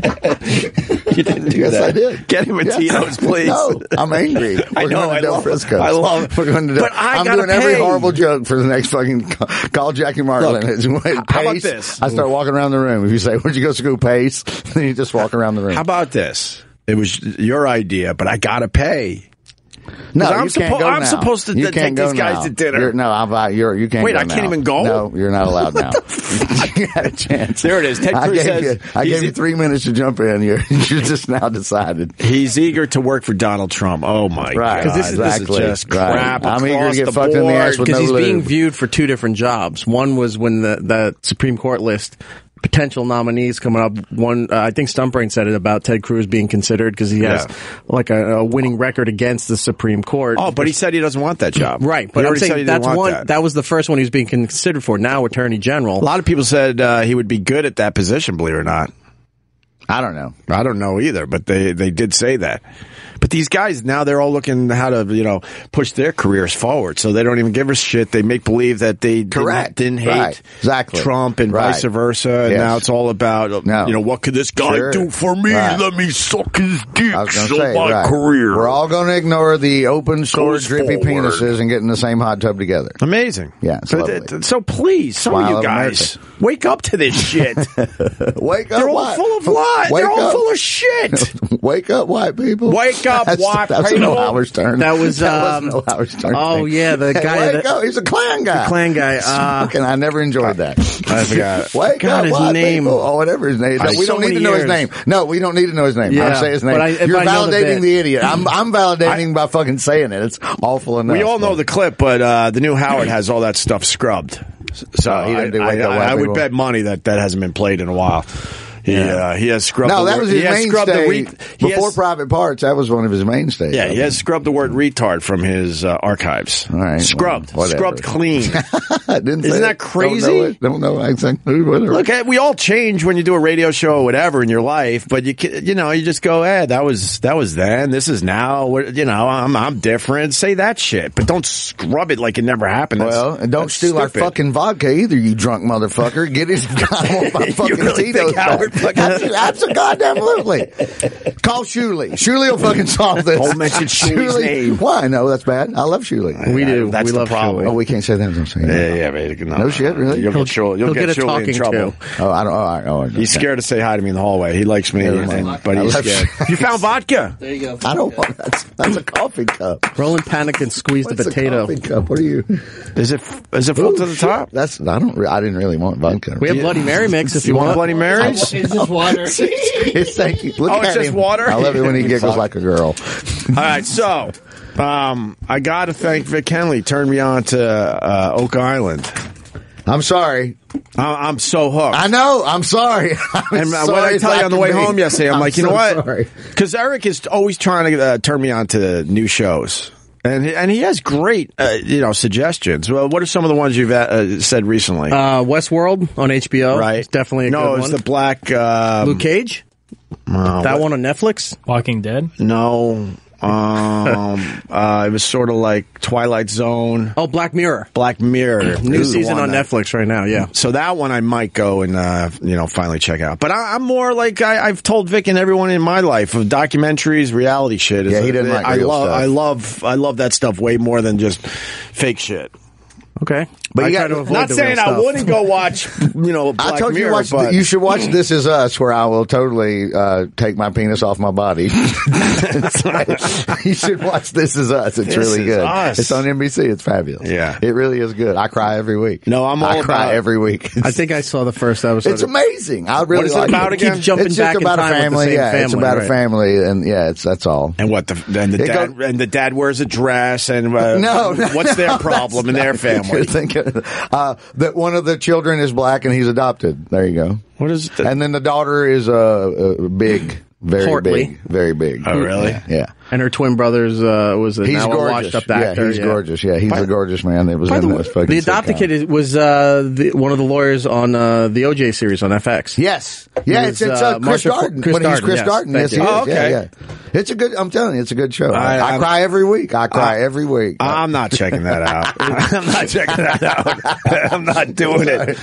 B: that. you didn't do
G: Yes,
B: that.
G: I did.
B: Get him a
G: Yes.
B: Tito's, please.
G: No, I'm angry. We're
B: I know,
G: Going to
B: I
G: Del
B: love-
G: Frisco's.
B: I love-
G: We're going to. Del-
B: But I
G: I'm
B: gotta
G: doing every
B: pay.
G: horrible joke for the next fucking call, call Jackie Marlin. It's when pace,
B: how about this?
G: I start walking around the room. If you say, "Where'd you go to school?" Pace, then you just walk around the room.
B: How about this? It was your idea, but I got to pay.
G: no,
B: 'cause I'm
G: you can't
B: suppo-
G: go
B: I'm
G: now.
B: supposed to
G: You
B: th-
G: can't
B: take
G: go
B: these guys
G: now.
B: to dinner.
G: You're, no, I'm about you're. You can't.
B: Wait,
G: go
B: I can't
G: now.
B: even go?
G: No, you're not allowed now. you had a chance.
B: There it is. Ted
G: I
B: Cruz
G: gave
B: says
G: you. I
B: he's
G: gave you
B: in-
G: three minutes to jump in. You're, you're just now decided.
B: He's eager to work for Donald Trump. Oh my
G: Right,
B: god!
G: Because this is-
B: this is
G: exactly,
B: just
G: right.
B: crap.
G: I'm eager to
B: across
G: get
B: the
G: fucked in the
B: board.
G: ass with
C: because
G: no
C: he's being
G: lube.
C: viewed for two different jobs. One was when the, the Supreme Court list potential nominees coming up. One, uh, I think Stumpbrain said it about Ted Cruz being considered because he has
B: Yeah.
C: like a, a winning record against the Supreme Court.
B: Oh, but he said he doesn't want that job.
C: right.
B: He
C: But I'm
B: already said he
C: saying
B: didn't
C: that's
B: want
C: one.
B: that.
C: That. was the first one he was being considered for. Now Attorney General.
B: A lot of people said uh, he would be good at that position, believe it or not.
G: I don't know.
B: I don't know either, but they, they did say that. But these guys now they're all looking how to you know push their careers forward, so they don't even give a shit. They make believe that they didn't-
G: Correct.
B: didn't, hate
G: Right. Exactly.
B: Trump and
G: Right.
B: vice versa. And
G: Yes.
B: now it's all about
G: No.
B: you know what could this guy
G: Sure.
B: do for me?
G: Right.
B: Let me suck his dick,
G: I was going to
B: so
G: say,
B: my
G: right.
B: career.
G: We're all going to ignore the open sore
B: Goes
G: drippy
B: forward.
G: penises and get in the same hot tub together.
B: Amazing,
G: Yeah, it's
B: So,
G: lovely.
B: th- so please, some
G: Smile
B: of you
G: of
B: guys, wake up to this shit.
G: Wake up!
B: They're all
G: white-
B: full of lies.
G: Wake
B: They're all
G: up.
B: full of shit.
G: Wake up, white people!
B: Wake up,
G: that's,
B: white
G: that's
B: people.
G: An Howard Stern.
C: That was,
G: that was
C: um,
G: an Howard Stern.
C: oh,
G: thing.
C: yeah, the
G: Hey,
C: guy
G: Wake
C: that-
G: up! He's a Klan guy.
C: Klan guy, uh,
G: Smoking. I never enjoyed that.
B: I forgot.
G: Wake
C: God,
G: up,
C: his
G: white
C: name.
G: people. Oh, whatever his name. is. No, we
C: so
G: don't need to
C: many
G: know his
C: years.
G: name. No, we don't need to know his name.
C: Yeah.
G: I'll say his
C: But
G: name.
C: I- if
G: You're
C: I know the
G: validating
C: bit.
G: the idiot. I'm I'm validating by fucking saying it. It's awful enough.
B: We all know the clip, but uh, the new Howard has all that stuff scrubbed. So
G: Oh, he didn't do
B: I,
G: Wake Up,
B: I-
G: White
B: I would
G: People.
B: bet money that that hasn't been played in a while. He, uh, he has scrubbed.
G: No,
B: the
G: that
B: word-
G: was
B: he
G: his
B: has scrubbed the
G: mainstay.
B: re- he
G: Before
B: has-
G: private parts, that was one of his mainstays.
B: yeah, he has scrubbed the word retard from his uh, archives.
G: All right, well,
B: scrubbed,
G: whatever.
B: scrubbed clean.
G: I didn't say
B: Isn't
G: it.
B: that crazy?
G: Don't know it. Don't know exactly. Whatever.
B: Look, eh, we all change when you do a radio show or whatever in your life, but you ca- you know you just go, eh, that was that was then, this is now. What- You know, I'm I'm different. Say that shit, but don't scrub it like it never happened. That's-
G: Well, and don't
B: that's
G: steal our
B: stupid.
G: fucking vodka either, you drunk motherfucker. Get his goddamn my
B: You
G: fucking
B: really think
G: Tito's
B: Howard
G: back.
B: fucking-
G: Abso- abso- goddamn absolutely. Call Shuley. Shuley will fucking solve this.
B: Don't mention Shuley's name.
G: Why? No, that's bad. I love Shuley.
C: we do.
B: That's
C: we
B: the
C: love
B: problem.
C: Shuley.
G: Oh, we can't say that. I'm saying.
B: Yeah, yeah, man.
G: No shit, really?
B: You'll
G: He'll-
B: get, Shul-
C: he'll
B: you'll get,
C: get a
B: Shuley
C: talking
B: in trouble.
C: to.
G: Oh, I don't. All right, all right.
B: He's scared to say hi to me in the hallway. He likes me,
G: Never
B: and-
G: mind.
B: but
G: I
B: he's
G: left-
B: scared. you found vodka.
C: There you go.
G: I don't want that's, that's a coffee cup.
C: Roland panicked and squeezed
G: What's
C: the potato.
G: A coffee cup. What are you?
B: Is it is it full to the
G: Shit.
B: top?
G: That's I don't. re- I didn't really want vodka.
C: We have Bloody Mary mix if you,
B: You want
C: want.
B: Bloody Marys?
H: It's just water.
G: it's thank you. Look
B: Oh, it's
G: at
B: just
G: him.
B: water?
G: I love it when he giggles like a girl.
B: All right, so um, I got to thank Vic Henley. Turned me on to uh, Oak Island.
G: I'm sorry.
B: I- I'm so hooked.
G: I know. I'm sorry. I'm
B: and
G: sorry
B: what I
G: as
B: tell you on the
G: can
B: way
G: be.
B: home yesterday, I'm, like, you
G: so
B: know what?
G: sorry.
B: Because Eric is always trying to uh, turn me on to new shows, and he- and he has great uh, you know suggestions. Well, what are some of the ones you've uh, said recently?
C: Uh, Westworld on HBO.
B: right,
C: It's definitely a
B: no.
C: good
B: it's
C: one.
B: the black um,
C: Luke Cage. that one on Netflix.
F: Walking Dead.
B: No, um, uh, it was sort of like Twilight Zone,
C: Oh, Black Mirror.
B: Black Mirror.
C: New
B: This is the
C: season
B: one
C: on
B: that-
C: Netflix right now. Yeah.
B: So that one I might go and uh, you know finally check out. But I, I'm more like I, I've told Vic and everyone in my life of documentaries, reality shit. is-
G: Yeah, he doesn't like
B: I
G: real
B: love,
G: stuff.
B: I love, I love that stuff way more than just fake shit.
C: Okay.
G: But
C: I
G: you
C: try
G: got-
C: to avoid
B: Not
C: the
B: saying
C: real
B: I
C: stuff.
B: wouldn't go watch, you know, Black
G: I told
B: Mirror,
G: you watch.
B: but
G: you should watch This Is Us, where I will totally uh, take my penis off my body. you should watch This Is Us. It's
B: This
G: really
B: Is
G: good.
B: Us.
G: It's on NBC. It's fabulous.
B: Yeah.
G: it really is good. I cry every week.
B: No, I'm
G: I
B: all
G: cry
B: about-
G: every week.
C: I think I saw the first episode.
G: It's amazing. I really
B: is it
G: like
B: about again? Keep
C: jumping
G: it's just
C: back in
G: about
C: time
G: a
C: with the
G: family.
C: same
G: yeah, it's
C: family,
G: about a
C: right.
G: family, and yeah, it's that's all.
B: and what the and the
G: It
B: dad
G: go-
B: and the dad wears a dress and uh,
G: No, no,
B: what's
G: no,
B: their
G: that's
B: problem in their
G: not- You're
B: family?
G: thinking uh, that one of the children is black and he's adopted. There you go.
B: What is the,
G: And then the daughter is uh, uh, big, very
C: Portly.
G: big, very big.
B: oh really?
G: Yeah.
C: and her twin brothers uh, was a
G: He's
C: now a
G: gorgeous.
C: washed up
G: yeah,
C: actor.
G: he's gorgeous. Yeah, he's a gorgeous man. That was
C: By
G: in
C: the way,
G: this fucking
C: the adopted
G: sitcom.
C: kid is, was uh, the, one of the lawyers on uh, the OJ series on FX.
G: Yes. Yeah,
C: Is,
G: it's, it's uh,
C: uh,
G: Chris
C: Marsha-
G: Darden.
C: Chris
G: when he's
C: Darden,
G: Chris
C: yes.
G: Darden.
C: Thank
G: Yes, he
C: you.
G: is.
B: Oh, okay.
G: Yeah, yeah. It's a good, I'm telling you, it's a good show.
B: right,
G: I,
B: I'm-
G: cry every week. I cry
B: I-
G: every week.
B: I'm not checking that out. I'm not checking that out. I'm not doing it.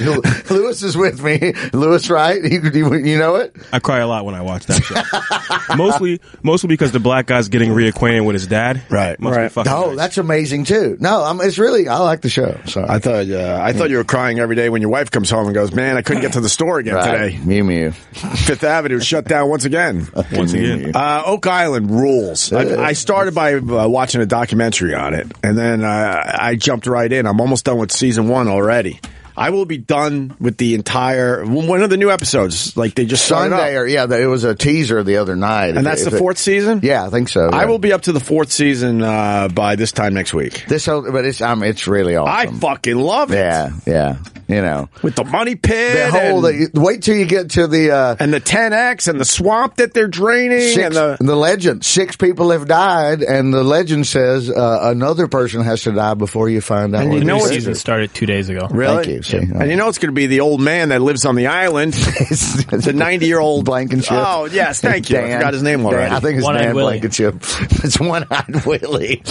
G: Lewis is with me. Lewis, right? You, you, you know it?
E: I cry a lot when I watch that show. mostly, mostly because the black guy's getting reacquainted with his dad.
B: Right.
E: Must be
C: Right.
E: fucking
G: No,
E: nice.
G: Oh, that's amazing too. No, I'm, it's really, I like the show. Sorry.
B: I thought uh, I thought you were crying every day when your wife comes home and goes, "Man, I couldn't get to the store again
G: right.
B: today.
G: Mew Mew.
B: Fifth Avenue shut down once again."
E: once again.
B: Uh, Oak Island rules. I, I started by uh, watching a documentary on it, and then uh, I jumped right in. I'm almost done with season one already. I will be done with the entire one of the new episodes. Like they just started
G: Sunday,
B: up,
G: or yeah, it was a teaser the other night.
B: and that's
G: If
B: the
G: it-
B: fourth season.
G: Yeah, I think so.
B: I
G: yeah.
B: will be up to the fourth season uh, by this time next week.
G: This whole, but um, it's, I mean, it's really
B: I
G: awesome.
B: fucking love it.
G: yeah, yeah. You know,
B: with the money pit
G: the whole
B: and,
G: the, wait till you get to the uh,
B: and the 10x and the swamp that they're draining
G: six,
B: and the
G: legend. Six people have died, and the legend says uh, another person has to die before you find out.
B: And you
G: what
B: know
G: it
B: what-
G: is.
F: Season started two days ago.
G: Thank you. See, uh,
B: And you know it's going to be the old man that lives on the island,
G: it's-
B: the ninety-year-old
G: Blankenship.
B: Oh yes, thank you. I
G: Dan.
B: forgot his name
G: Dan.
B: already.
G: I think it's
F: One-eyed
G: Dan
F: Willie.
G: Blankenship. It's one eyed Willie.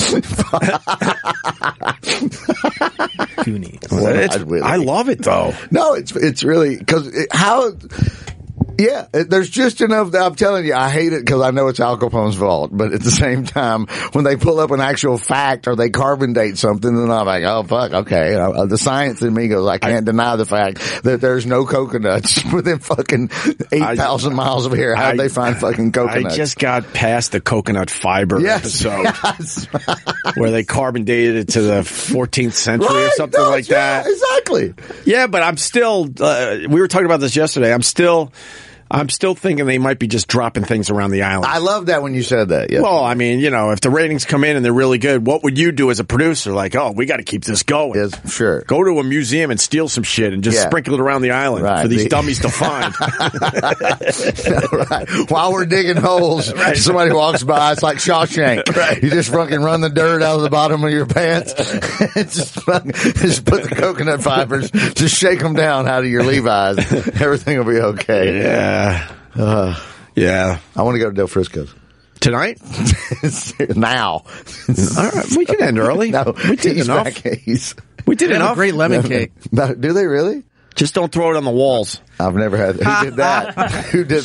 F: Goonies.
B: It's-
G: One-eyed Willie.
B: I love it though.
G: No, it's it's really because it, how. Yeah, it- there's just enough. That I'm telling you, I hate it because I know it's Al Capone's fault. But at the same time, when they pull up an actual fact or they carbon date something, then I'm like, oh fuck, okay. Uh, the science in me goes, I can't deny the fact that there's no coconuts within fucking eight thousand miles of here. How would
B: I-
G: they find fucking coconuts?
B: I just got past the coconut fiber
G: Yes.
B: episode where they carbon dated it to the 14th century or
G: Right?
B: something
G: No,
B: like
G: it's- yeah,
B: that.
G: Exactly.
B: Yeah, but I'm still. Uh, we were talking about this yesterday. I'm still. I'm still thinking they might be just dropping things around the island.
G: I love that when you said that. Yeah.
B: well, I mean, you know, if the ratings come in and they're really good, what would you do as a producer? Like, oh, we got to keep this going.
G: Yes, sure.
B: Go to a museum and steal some shit and just
G: Yeah.
B: sprinkle it around the island
G: Right.
B: for these
G: The-
B: dummies to find.
G: right. While we're digging holes, somebody walks by. It's like Shawshank. You just fucking run the dirt out of the bottom of your pants. just, fucking- just put the coconut fibers, just shake them down out of your Levi's. Everything will be okay. Uh,
B: yeah. yeah.
G: I want to go to Del Frisco's.
B: Tonight?
G: now.
B: All right, we can end early.
G: No,
B: we did
G: he's
B: enough.
G: back. He's-
B: We did
C: They have
B: enough.
C: a great lemon cake.
G: No, do they really?
B: Just don't throw it on the walls.
G: I've never had. Who did that? Who did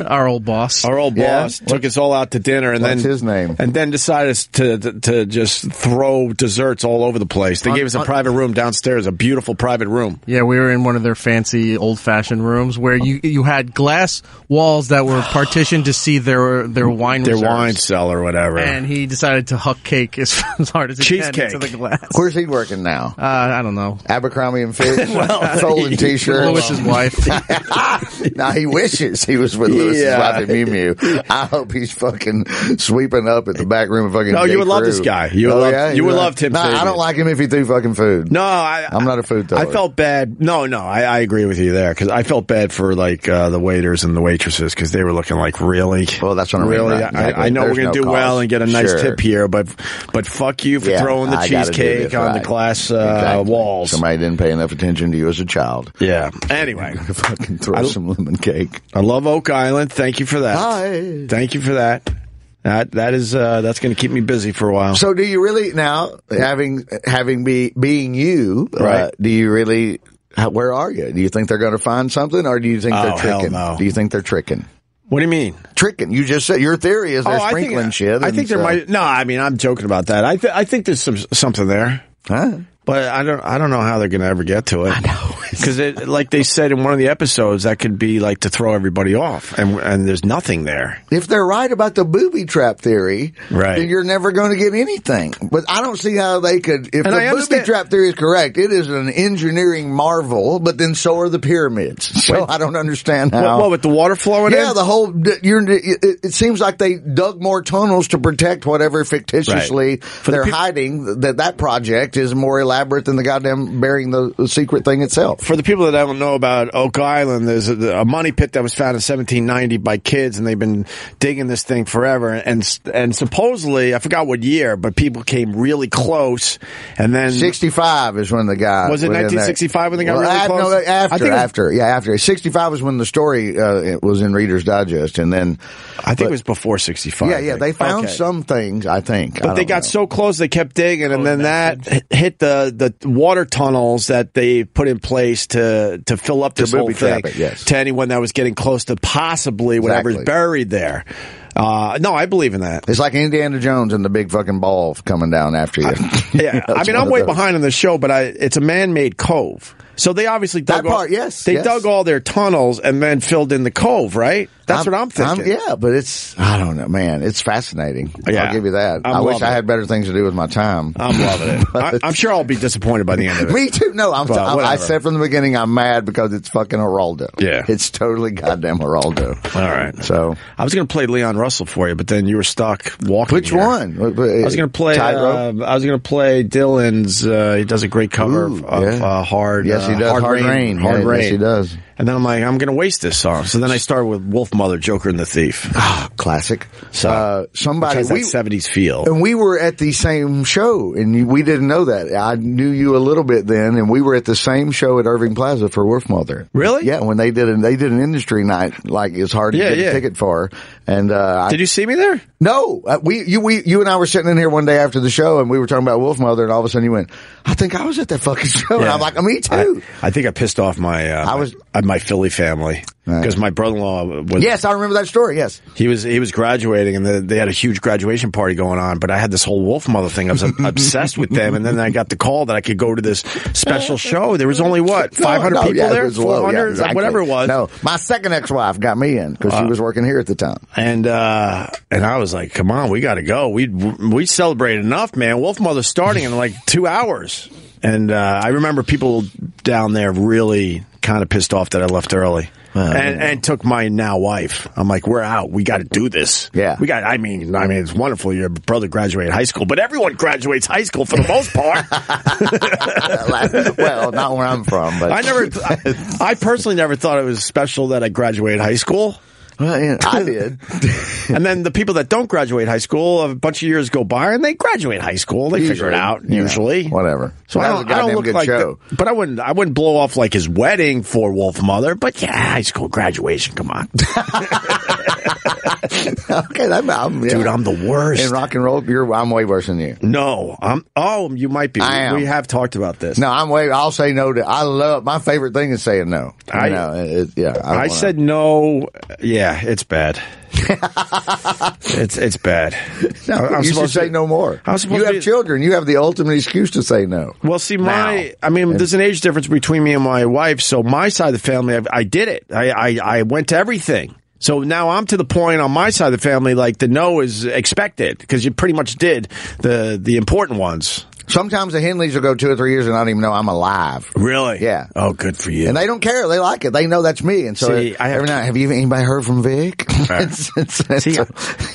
C: Our old boss.
B: Our old
G: Yeah.
B: boss took us all out to dinner, and
G: What's
B: then
G: his name?
B: and then decided to, to to just throw desserts all over the place. They gave us a
C: on-
B: private room downstairs, a beautiful private room.
C: Yeah, we were in one of their fancy old fashioned rooms where you you had glass walls that were partitioned to see their their wine
B: Their
C: reserves.
B: wine cellar, whatever.
C: And he decided to huck cake as, as hard as he
B: Cheesecake.
C: can into the glass.
G: Where's he working now?
C: Uh, I don't know.
G: Abercrombie and Fitch, folding t-shirts.
C: Lewis's wife.
G: now he wishes he was with Lewis's
B: Yeah.
G: wife at Mew Mew. I hope he's fucking sweeping up at the back room of fucking.
B: No, you
G: J.
B: would love
G: Crew. Oh,
B: this guy. You would love- you would love Tim
G: No, I
B: Sabian.
G: don't like him if he threw fucking food.
B: no, I,
G: I'm not a food
B: I
G: thrower.
B: felt bad. No, no, I, I agree with you there because I felt bad for like uh, the waiters and the waitresses because they were looking like really.
G: Well, that's what I mean,
B: really.
G: right, exactly.
B: I, I know
G: There's
B: we're gonna
G: no
B: do well
G: cost.
B: and get a nice
G: Sure.
B: tip here, but but fuck you for
G: Yeah,
B: throwing the
G: I gotta do
B: cheesecake
G: this,
B: on
G: right.
B: the glass uh,
G: Exactly.
B: walls.
G: Somebody didn't pay enough attention to you as a child.
B: Yeah. Anyway,
G: Fucking throw some lemon cake.
B: I love Oak Island. Thank you for that.
G: Hi.
B: Thank you for that. That that is uh, that's going to keep me busy for a while.
G: So, do you really now having having be being you? uh,
B: Right.
G: do you really? How, where are you? Do you think they're going to find something, or do you think they're
B: Oh, hell
G: tricking?
B: no.
G: Do you think they're tricking?
B: what do you mean?
G: Tricking. You just said your theory is they're sprinkling
B: Oh, I think,
G: shit.
B: I
G: and
B: think there
G: so-
B: might. No, I mean I'm joking about that. I th- I think there's some something there.
G: Huh?
B: But I don't, I don't know how they're going to ever get to it. I know, because it, like they said in one of the episodes, that could be like to throw everybody off, and and there's nothing there.
G: If they're right about the booby trap theory,
B: Right.
G: then you're never going to get anything. But I don't see how they could. If
B: And
G: the
B: I
G: booby
B: understand-
G: trap theory is correct, it is an engineering marvel. But then so are the pyramids. So I don't understand how.
B: What, what with the water flowing
G: yeah,
B: in?
G: the whole you're, it, it seems like they dug more tunnels to protect whatever fictitiously
B: the
G: they're
B: peop-
G: hiding. That that project is more elaborate than the goddamn burying the, the secret thing itself.
B: for the people that don't know about Oak Island, there's a, a money pit that was found in 1790 by kids, and they've been digging this thing forever. And s- and supposedly, I forgot what year, but people came really close, and then
G: 65 is when the guy
B: Was it
G: in there.
B: 1965 when they got
G: well,
B: really
G: af-
B: close?
G: No, after,
B: I think it was-
G: after, yeah, after. 65 was when the story uh, it was in Reader's Digest, and then
B: I think it was before 65.
G: yeah,
B: I
G: yeah,
B: think.
G: they found
B: Okay.
G: some things. I Oh, think,
B: But they got so close, they kept digging, and then that h- hit the, the water tunnels that they put in place to to fill up this whole
G: booby trap
B: thing
G: it, yes.
B: to anyone that was getting close to possibly whatever's
G: Exactly.
B: buried there. Uh, no, I believe in that.
G: It's like Indiana Jones and the big fucking ball coming down after you.
B: Yeah, I
G: It's
B: mean,
G: one
B: I'm
G: of
B: way
G: those.
B: behind on the show, but I, it's a man-made cove. So they obviously dug
G: That part,
B: all,
G: yes,
B: they
G: yes.
B: dug all their tunnels and then filled in the cove, right? That's what I'm thinking.
G: yeah, but it's I don't know, man. It's fascinating.
B: Yeah.
G: I'll give you that.
B: I'm
G: i wish
B: loving
G: I
B: it.
G: had better things to do with my time.
B: I'm loving it. I, I'm sure I'll be disappointed by the end of it.
G: Me too. No, I'm.
B: Well,
G: I- I
B: whatever.
G: said from the beginning, I'm mad because it's fucking Geraldo.
B: Yeah.
G: it's totally goddamn Geraldo.
B: All right.
G: So
B: I was going to play Leon Russell for you, but then you were stuck walking.
G: which
B: here.
G: one?
B: I was going to play. Uh, I was going to play Dylan's. Uh, he does a great cover
G: Ooh,
B: of of,
G: yeah.
B: uh, hard.
G: Yes, he
B: uh,
G: does.
B: Hard,
G: Hard
B: rain.
G: Rain.
B: Hard
G: Yeah,
B: rain.
G: yes, he does.
B: And then I'm like, I'm going to waste this song. So then I started with Wolf Mother, Joker and the Thief.
G: Ah, classic.
B: So
G: uh,
B: which
G: somebody
B: has
G: we, Oh,
B: that 70s feel.
G: and we were at the same show, and you- we didn't know that. I knew you a little bit then, and we were at the same show at Irving Plaza for Wolf Mother.
B: Really?
G: Yeah, when they did an they did an industry night, like it's hard to
B: Yeah,
G: get
B: yeah.
G: a ticket for. And uh, I
B: Did you see me there?
G: No, uh, we you we you and I were sitting in here one day after the show, and we were talking about Wolf Mother, and all of a sudden you went, "I think I was at that fucking show," Oh, and
B: Yeah.
G: I'm like, "Me
B: I,
G: too."
B: I think I pissed off my. Uh,
G: I was-
B: my, my Philly family
G: Right.
B: because my brother-in-law was.
G: yes, I remember that story. Yes,
B: He was he was graduating, and the, they had a huge graduation party going on. But I had this whole wolf mother thing. I was obsessed with them, and then I got the call that I could go to this special show. There was only what
G: No,
B: five hundred
G: no,
B: people
G: yeah, it
B: there,
G: was low,
B: four hundred,
G: yeah, exactly.
B: whatever it was.
G: No, my second ex-wife got me in
B: Uh,
G: because she was working here at the time.
B: And uh, and I was like, "Come on, we got to go. We we celebrated enough, man. Wolf Mother's starting in like two hours." And uh, I remember people down there really kind of pissed off that I left early.
G: Uh,
B: and, and took my now wife. I'm like, we're out. We got to do this.
G: Yeah.
B: we got. I mean, I mean, it's wonderful. Your brother graduated high school, but everyone graduates high school for the most part.
G: well, not where I'm from, but
B: I never. I personally never thought it was special that I graduated high school.
G: Well, yeah, I did.
B: and then the people that don't graduate high school, a bunch of years go by and they graduate high school. They figure it out
G: Yeah,
B: usually.
G: whatever.
B: So I
G: That was a
B: don't, I don't
G: goddamn
B: look
G: good
B: like,
G: show.
B: the- but I wouldn't. I wouldn't blow off like his wedding for Wolf Mother. But yeah, high school graduation. Come on,
G: okay, that, I'm, Um, yeah.
B: dude, I'm the
G: in
B: worst.
G: rock and roll. You're, I'm way worse than you.
B: No, I'm. Oh, you might be.
G: I am.
B: We have talked about this.
G: No, I'm way. I'll say no to. I love my favorite thing is saying no. You
B: I-
G: know, it- it- yeah. don't
B: I,
G: wanna-
B: said no. Yeah, it's bad. it's it's bad. I- I'm
G: you should
B: supposed
G: say
B: to-
G: no more.
B: I was supposed
G: you
B: to
G: have
B: be-
G: children. You have the ultimate excuse to say no.
B: Well, see,
G: Now.
B: my I mean, there's an age difference between me and my wife. So my side of the family, I, I did it. I, I I went to everything. So now I'm to the point on my side of the family, like the no is expected because you pretty much did the the important ones.
G: Sometimes the Henleys will go two or three years and I don't even know I'm alive.
B: Really?
G: Yeah.
B: Oh, good for you.
G: And they don't care. They like it. They know that's me. And so
B: See, I have-
G: every night, have you anybody heard from Vic? It's- it's- it's-
B: See,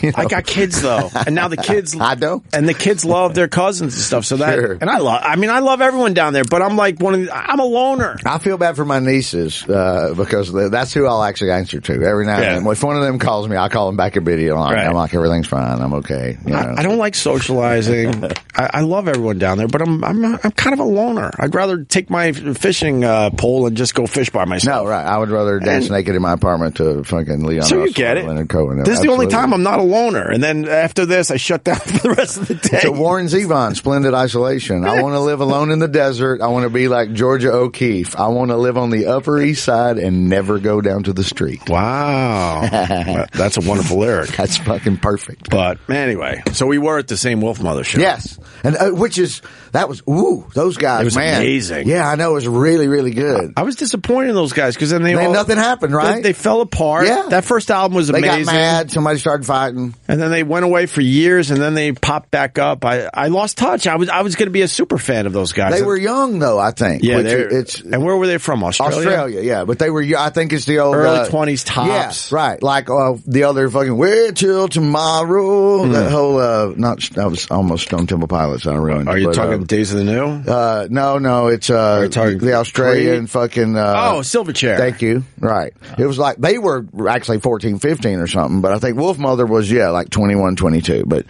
G: you know.
B: I got kids though, and now the kids.
G: I don't.
B: And the kids love their cousins and stuff. So that,
G: Sure.
B: and I love. I mean, I love everyone down there, but I'm like one of. The, I'm a loner.
G: I feel bad for my nieces uh, because th- that's who I'll actually answer to every now
B: Yeah.
G: and then. If one of them calls me, I call them back a video line.
B: Right.
G: I'm like, everything's fine. I'm okay. You know.
B: I, I don't like socializing. I, I love everyone down there, but I'm I'm I'm kind of a loner. I'd rather take my fishing uh, pole and just go fish by myself.
G: No, right. I would rather dance
B: And-
G: naked in my apartment to fucking Leon.
B: So you
G: Russell
B: get
G: and
B: it.
G: Leonard Cohen.
B: This is the only
G: Absolutely.
B: time I'm not a loner. And then after this, I shut down for the rest of the day.
G: So Warren Zevon, splendid isolation. I want to live alone in the desert. I want to be like Georgia O'Keeffe. I want to live on the Upper East Side and never go down to the street.
B: wow, that's a wonderful lyric.
G: That's fucking perfect.
B: But anyway, so we were at the same Wolf Mother show.
G: Yes, and uh, which is that was ooh those guys
B: It was
G: man
B: amazing.
G: Yeah, I know it was really really good.
B: I was disappointed in those guys because then they
G: Man,
B: all,
G: nothing happened, right?
B: They, they fell apart.
G: Yeah.
B: that first album was
G: They
B: amazing.
G: got mad. Somebody started fighting.
B: and then they went away for years, and then they popped back up. I, I lost touch. I was I was going to be a super fan of those guys.
G: They were young though, I think.
B: yeah.
G: which
B: they're-
G: it's
B: and where were they from? Australia.
G: Australia, yeah, but they were. I think it's the old
B: Early
G: uh,
B: 20s tops.
G: Yeah, right. Like uh, the other fucking "Wait till tomorrow."
B: Hmm.
G: That whole uh, not that was almost Stone Temple Pilots. I ruined.
B: Are you
G: but,
B: talking Days of the New?
G: Uh, uh, no, no, it's
B: Are
G: uh,
B: you talking
G: the Australian
B: Creed?
G: fucking. Uh,
B: oh, Silverchair.
G: Thank you. Right. It was like they were actually 14, 15 or something, but I think Wolf Mother was, yeah, like 21, 22. But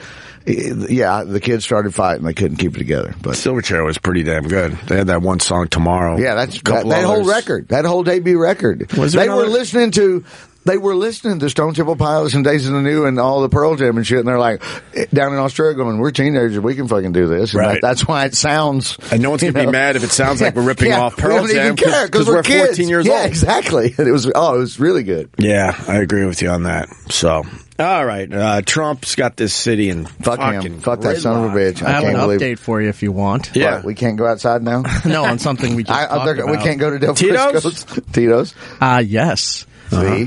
G: eh, yeah, the kids started fighting. They couldn't keep it together. But
B: Silverchair was pretty damn good. They had that one song tomorrow.
G: Yeah, that's
B: A
G: that,
B: couple
G: that whole
B: others.
G: record, that whole debut record.
B: Was there
G: they were
B: another-
G: listening to. They were listening to Stone Temple Pilots and Days of the New and all the Pearl Jam and shit, and they're like, eh, down in Australia, going, "We're teenagers, we can fucking do this." And
B: Right.
G: that- that's why it sounds.
B: And no one's
G: you
B: gonna be
G: know,
B: mad if it sounds like we're ripping off Pearl
G: we don't
B: Jam
G: even care
B: 'cause- 'cause we're 14
G: kids.
B: years
G: yeah,
B: old.
G: exactly. And it was oh, it was really good.
B: Yeah, I agree with you on that. So, all right, uh, Trump's got this city and
G: Fuck him. Fuck that son of a bitch.
F: I
G: I,
F: have an
G: can't believe.
F: update for you if you want.
B: Yeah.
G: What, we can't go outside now.
F: no, on something we just
G: I, I-
F: talked
G: we
F: about.
G: can't go to Del
B: Tito's?
G: Frisco's. Tito's.
F: Ah, yes.
G: See?
C: Uh-huh.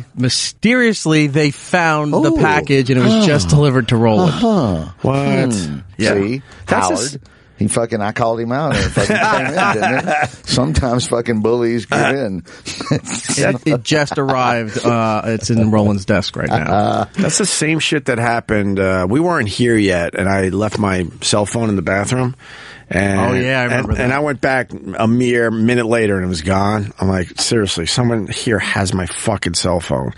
C: Mysteriously, they found the
G: Oh.
C: package and it was just delivered to Roland.
B: Uh-huh.
C: Hmm.
B: What?
C: Yeah.
G: See,
B: That's a
G: Howard.
B: s-
G: he fucking, I called him out and it fucking came in, didn't it? Sometimes fucking bullies
B: Uh-huh.
G: get in.
C: It, it just arrived. Uh, it's in Roland's desk right now.
B: That's the same shit that happened. Uh, we weren't here yet, and I left my cell phone in the bathroom. And,
C: Oh, yeah, I remember
B: and,
C: that.
B: and I went back a mere minute later, and it was gone. I'm like, seriously, someone here has my fucking cell phone.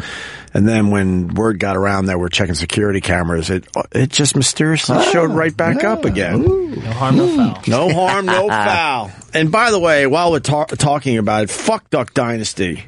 B: And then when word got around that we're checking security cameras, it it just mysteriously showed right back up again.
F: No harm, no foul.
B: No harm, no foul. And by the way, while we're ta- talking about it, fuck Duck Dynasty.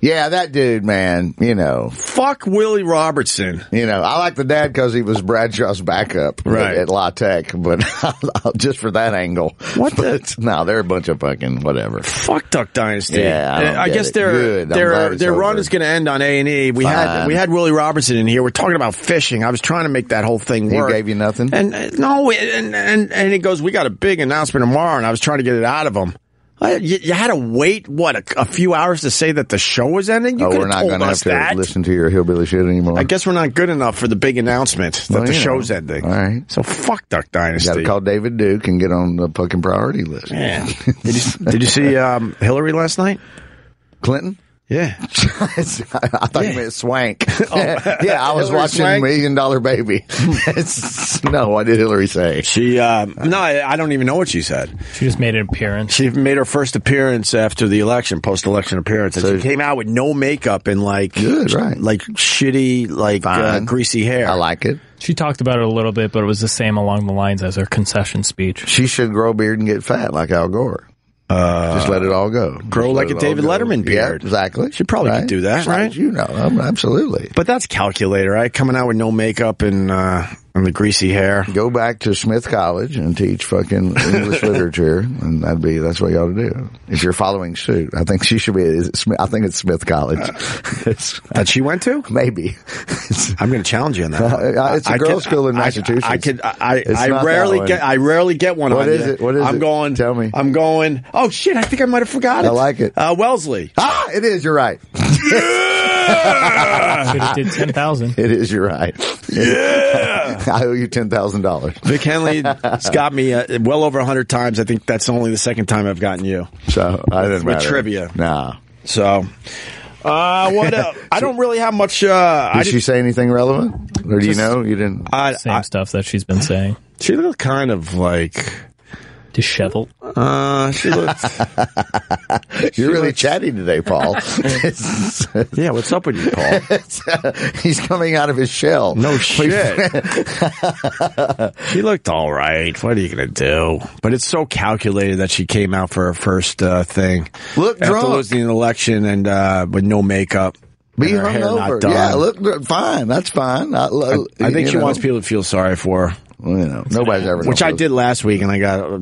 G: yeah, that dude, man, you know,
B: Fuck Willie Robertson.
G: you know, I like the dad because he was Bradshaw's backup
B: Right.
G: at, at La Tech, but just for that angle.
B: What the-
G: But, no, they're a bunch of fucking whatever.
B: Fuck Duck Dynasty.
G: Yeah, I don't
B: I
G: get
B: guess
G: it.
B: their
G: Good. I'm glad
B: their
G: it's
B: their run
G: over.
B: is going to end on A and E. We had
G: Fine.
B: we had Willie Robertson in here. We're talking about fishing. I was trying to make that whole thing
G: He
B: work.
G: gave you nothing?
B: And uh, no, and and and he goes, "We got a big announcement tomorrow," and I was trying to get it out of him. I, you, you had to wait what a, a few hours to say that the show was ending. You
G: oh,
B: could
G: we're not
B: told
G: going to have
B: us
G: to
B: that.
G: listen to your hillbilly shit anymore.
B: I guess we're not good enough for the big announcement that
G: Well,
B: the
G: you know.
B: show's ending.
G: All right.
B: So fuck Duck
G: Got
B: Dynasty.
G: to call David Duke and get on the fucking priority list.
B: Man. did you did you see um, Hillary last night?
G: Clinton?
B: Yeah.
G: It's- I thought you meant swank. yeah, I was
B: Oh. Hillary
G: watching
B: Swank?
G: Million Dollar Baby. It's- no, what did Hillary say?
B: She um, no, I, I don't even know what she said.
F: She just made an appearance.
B: She made her first appearance after the election, post-election appearance, and
G: So-
B: she came out with no makeup and like
G: Good, right.
B: like shitty, like uh,
G: Fine.
B: greasy hair.
G: I like it.
F: She talked about it a little bit, but it was the same along the lines as her concession speech.
G: She should grow a beard and get fat like Al Gore. Uh, Just let it all go.
B: grow
G: Just let
B: like a
G: it all
B: David
G: go.
B: Letterman
G: Yeah,
B: beard.
G: exactly.
B: She probably could do that,
G: Just like
B: right?
G: You know, um, absolutely.
B: but that's calculated, right? Coming out with no makeup and uh, and the greasy hair.
G: Go back to Smith College and teach fucking English literature, and that'd be that's what you ought to do if you're following suit. I think she should be. is it Smith- I think it's Smith College. It's-
B: Uh, That she went to.
G: maybe.
B: I'm going to challenge you on that. one.
G: Uh, it's a
B: I could-
G: girls' school in
B: I-
G: Massachusetts.
B: I, could. I,
G: It's
B: I,
G: not
B: I
G: that
B: rarely
G: one.
B: get. I rarely get one.
G: What
B: on
G: is
B: you.
G: it? What is
B: I'm
G: it?
B: going.
G: Tell me.
B: I'm going. Oh shit! I think I might have forgot it.
G: I like it.
B: Uh, Wellesley.
G: ah, it is. You're right.
F: But it did 10,000.
G: It is. You're right. I owe you ten thousand dollars.
B: Vic Henley's got me uh, well over 100 times. I think that's only the second time I've gotten you.
G: So I didn't
B: With
G: matter.
B: trivia.
G: Nah.
B: So, uh, what else? I don't really have much. Uh, I
G: Did she
B: just,
G: say anything relevant, or do you
B: Just-
G: know you didn't?
B: I,
F: Same
B: I,
F: stuff that she's been saying.
B: she looked kind of like.
F: Disheveled.
B: Uh, she looked.
G: You're really chatty today, Paul.
B: yeah, what's up with you, Paul?
G: uh, He's coming out of his shell.
B: No shit. she looked all right. What are you gonna do? But it's so calculated that she came out for her first uh, thing.
G: Look
B: after
G: drunk.
B: losing an election and uh, with no makeup.
G: Be
B: and her hair not
G: hungover.
B: done.
G: Yeah, look, fine. That's fine. I, lo-
B: I think
G: you
B: she
G: know,
B: wants people to feel sorry for her.
G: You know, nobody's ever.
B: which
G: gonna
B: I
G: feel-
B: did last week, and I got uh,